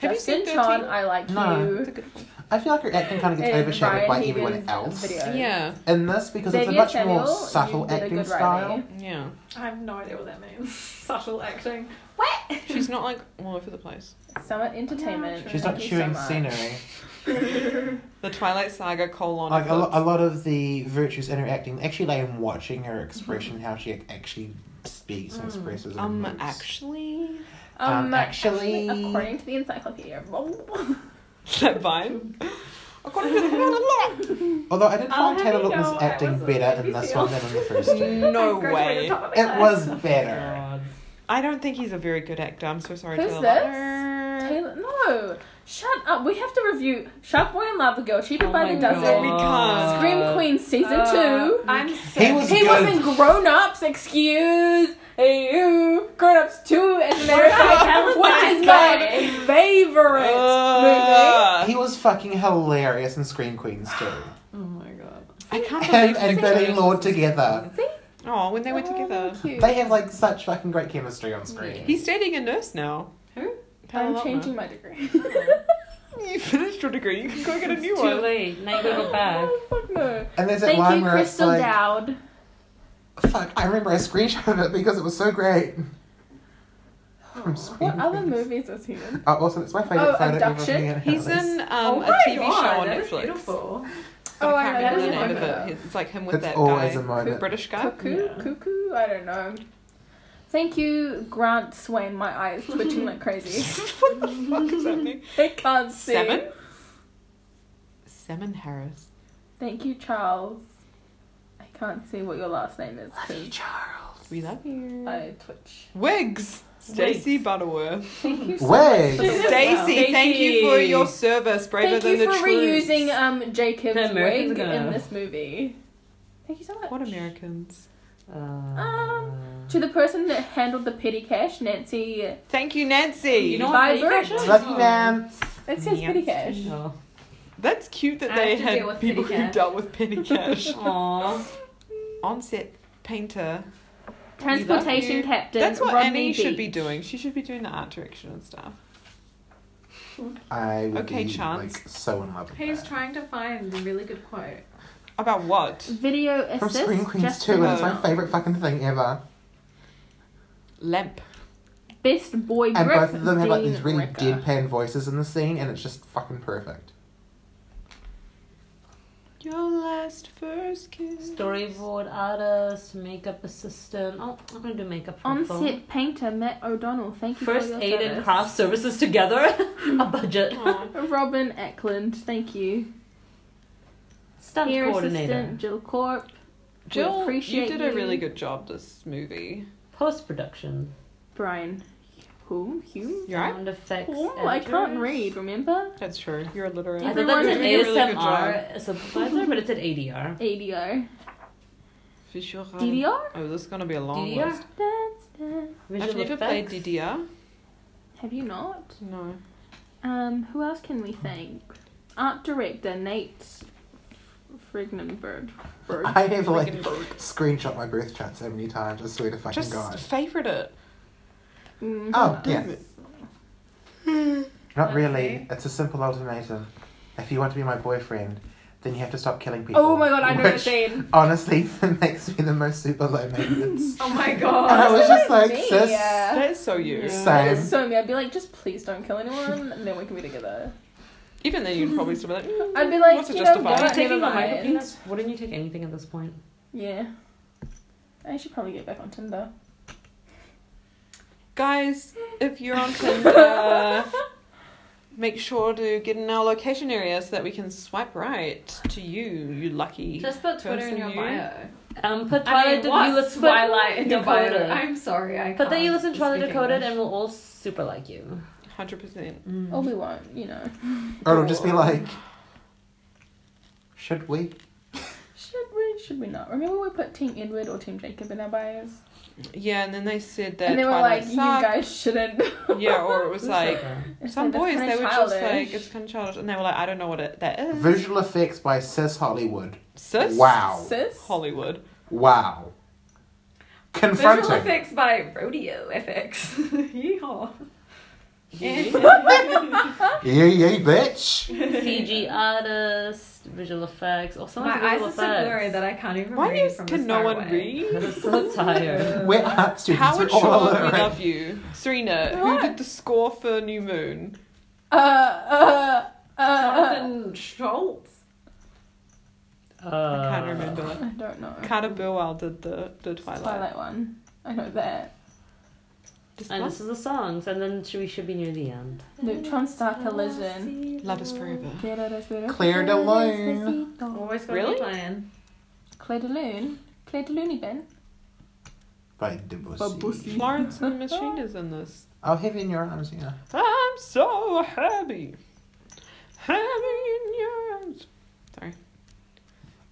Have you Justin seen 13? Chon, I like No. you. I feel like her acting kind of gets And overshadowed Brian by Hagan's everyone else video. Yeah, in this because it's Xavier a much more Samuel, you subtle did a acting good style. writing. yeah. I have no idea what that means. Subtle acting. She's not like all over the place. Summit Entertainment. She's not Thank you so chewing much. scenery. The Twilight Saga colon. Like a, lo- a lot of the virtues in her acting actually lay in watching her expression, Mm-hmm. how she actually speaks Mm. and expresses. and um, moves. actually, [laughs] Um, Um, actually, actually- according to the encyclopedia, Is that Vine. According to the Vine, Although I did I'll find have Taylor you Lautner's know I acting was a better in baby this seal. one than in the first [laughs] two. [laughs] no I graduated way. top of my It class. was better. God. I don't think he's a very good actor. I'm so sorry. Who's Taylor this? Lautner. Taylor, no, shut up. We have to review Shark Boy and Lava Girl, Cheated Oh by my the No, we Dozen, can't. Scream Queen season Uh, two. [laughs] I'm sick. He was He good. was in Grown Ups. Excuse you, Grown Ups two as an [laughs] American, which is Oh my favorite Uh, He was fucking hilarious in Scream Queens too. [laughs] Oh my god. I can't Him believe and they Billy chose- Lord together. movie. See, Oh, when they were together. They have like such fucking great chemistry on screen. He's studying a nurse now. Who? I'm Paloma. changing [laughs] my degree. Oh, You finished your degree. You can go get a new Too one. late. Now you gotta go back. oh, fuck no. And there's that Thank one you, where it's Crystal like, Dowd. fuck, I remember I screenshot of it because it was so great. From What Screen other Rant. movies is he in? Oh, also, it's my favorite Oh, photo Abduction? ever. from the He's Annapolis. in um, a my TV show on that's Netflix. Beautiful. Oh, I I can't remember know. the That name of is a moment. it. It's like him with It's that always guy, a moment. British [laughs] guy. Cuckoo? Yeah. Cuckoo? I don't know. Thank you, Grant Swain. My eyes twitching like crazy. what the fuck is happening? [laughs] They can't see. Salmon. Salmon Harris. Thank you, Charles. I can't see what your last name is. 'cause We love you. I twitch. Wigs. Stacey Butterworth. Thank you so Wigs. much. Stacey, thank you for your service, braver Thank than you the for troops. reusing uh, um, Jacob's The Americans wig are gonna- in this movie. Thank you so much. What Americans? Uh, Um, to the person that handled the petty cash, Nancy. Thank you, Nancy. You know Bye, what? Bert. Lucky man. Nancy has petty cash. No. That's cute that I have they to deal had with people petty who cash. dealt with petty [laughs] cash. Aww. [laughs] Onset painter. Transportation You- captain. That's what Rodney Annie should be Beach. doing. She should be doing the art direction and stuff. I would Okay, be Chance. like so in love with He's that. trying to find a really good quote. About what? Video From assist. Scream Queens Justin 2, and it's my Bell. favorite fucking thing ever. Lamp. Best boy And grip. both of them have like Dean these really Ricker. deadpan voices in the scene, and it's just fucking perfect. Your last first kiss. Storyboard artist, makeup assistant. Oh, I'm gonna do makeup for On the film. set painter Matt O'Donnell. Thank you First for your aid service. and craft services together. [laughs] a budget. [laughs] Aw. Robin Eckland. Thank you. Stunt Hair coordinator. assistant Jill Corp. we Jill, you appreciate did a really good job this movie. Post production. Brian. Hume. Hume. You're right. Sound effects. Oh, I can't editors. read. Remember. That's true. You're literate. I thought that Everyone was an did a really good ASMR supervisor, but it said ADR. ADR. For sure. DDR. Oh, this is gonna be a long DDR? list. Dance, dance. Visual I've never played effects. DDR. Have you not? No. Um, who else can we thank? Art director Nate Frignenberg. Berg. I have like Freaking Berg. screenshot my birth chart so many times. I swear to fucking Just god. favorite it. Mm, who Oh, else? yeah. Not really. Okay. It's a simple ultimatum. If you want to be my boyfriend, then you have to stop killing people. Oh my god, I know that Which, scene. Honestly, [laughs] makes me the most super low [laughs] maintenance. Oh my and I god. was just like, me, sis, yeah. That is so you. That same. is so me. I'd be like, just please don't kill anyone, and then we can be together. Even then, you'd probably still be like, mm, I'd be like, what's it you know, justified? God. Are you taking Never on micro mind. penis? Wouldn't you take anything at this point? Yeah. I should probably get back on Tinder. Guys, if you're on [laughs] Tinder, make sure to get in our location area so that we can swipe right to you, you lucky. Just put Twitter Twitter in Person in your your you. bio. bio. Um, put I Twilight mean, what's Dakota's Twilight in your bio? Dakota. I'm sorry, I can't. But then you listen to Twilight speak Dakota English. and we'll all super like you. 100%. Or we won't, you know. Or it'll just be like, should we? Should we? Should we not? Remember we put Team Edward or Team Jacob in our bios, Yeah, and then they said that. and they were Twilight like, "You sucked. guys shouldn't." [laughs] Yeah, or it was like. [laughs] It's Some like, boys, that's they kinda were just childish. like, it's kind of childish. And they were like, I don't know what it, that is. Visual effects by Sis Hollywood. Sis? Wow. Sis? Hollywood. Wow. Visual Confronting. effects by Rodeo FX. [laughs] Yeehaw. [laughs] [laughs] Yeah, yeah, bitch. CG artist, visual effects, or someone My eyes visual are so blurry effects. that I can't even Why read is, from can this no far one away. read? [laughs] [laughs] I'm so tired. We're art students. Howard We're [laughs] all Shore, we illiterate. love you. Serena, What? who did the score for New Moon? uh, uh, uh, uh, Jonathan Schultz. Uh, I can't remember. I don't know. Carter Burwell did the, the Twilight. Twilight one. I know that. Just And love, this is the songs, and then should- we should be near the end. Neutron Star Collision. love is forever. Claire de Lune. Always got Really? a plan. Claire de Lune. Claire de Lune, Ben. By Debussy. Florence and the Machine is in this. I'll have you in your arms, yeah. I'm so happy. Happy in your arms.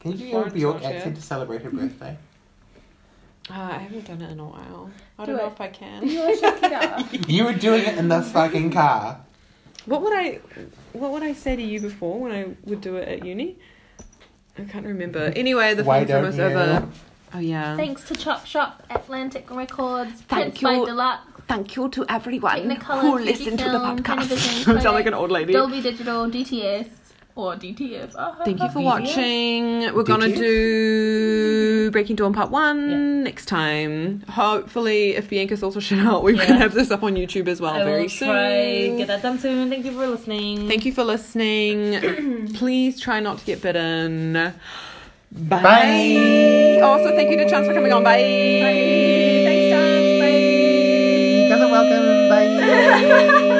Can you do your Florence Bjork Welch, yeah. accent to celebrate her birthday? Uh, I haven't done it in a while. I Do don't know it. if I can. You are Shakira. You were doing it in the fucking car. What would I what would I say to you before when I would do it at uni? I can't remember. Anyway, the Why film's don't almost you? over. Oh yeah. Thanks to Chop Shop, Atlantic Records, Thank Thank by you. Deluxe, Thank you to everyone Technicolor, who TV listened to the [laughs] film, podcast. television, I sound like an old lady. Dolby Digital, Oh, DTS, or DTF. Thank you for watching. We're gonna you? do Breaking Dawn Part One next time. Hopefully, if Bianca's also shut out, we're gonna have this up on YouTube as well I Oh, very will soon. try get that done soon. Thank you for listening. Thank you for [clears throat] listening. Please try not to get bitten. Bye. Bye. Also, thank you to Chance for coming on. Bye. Bye. Thanks, Chance. Bye. [laughs] You guys are welcome. Bye.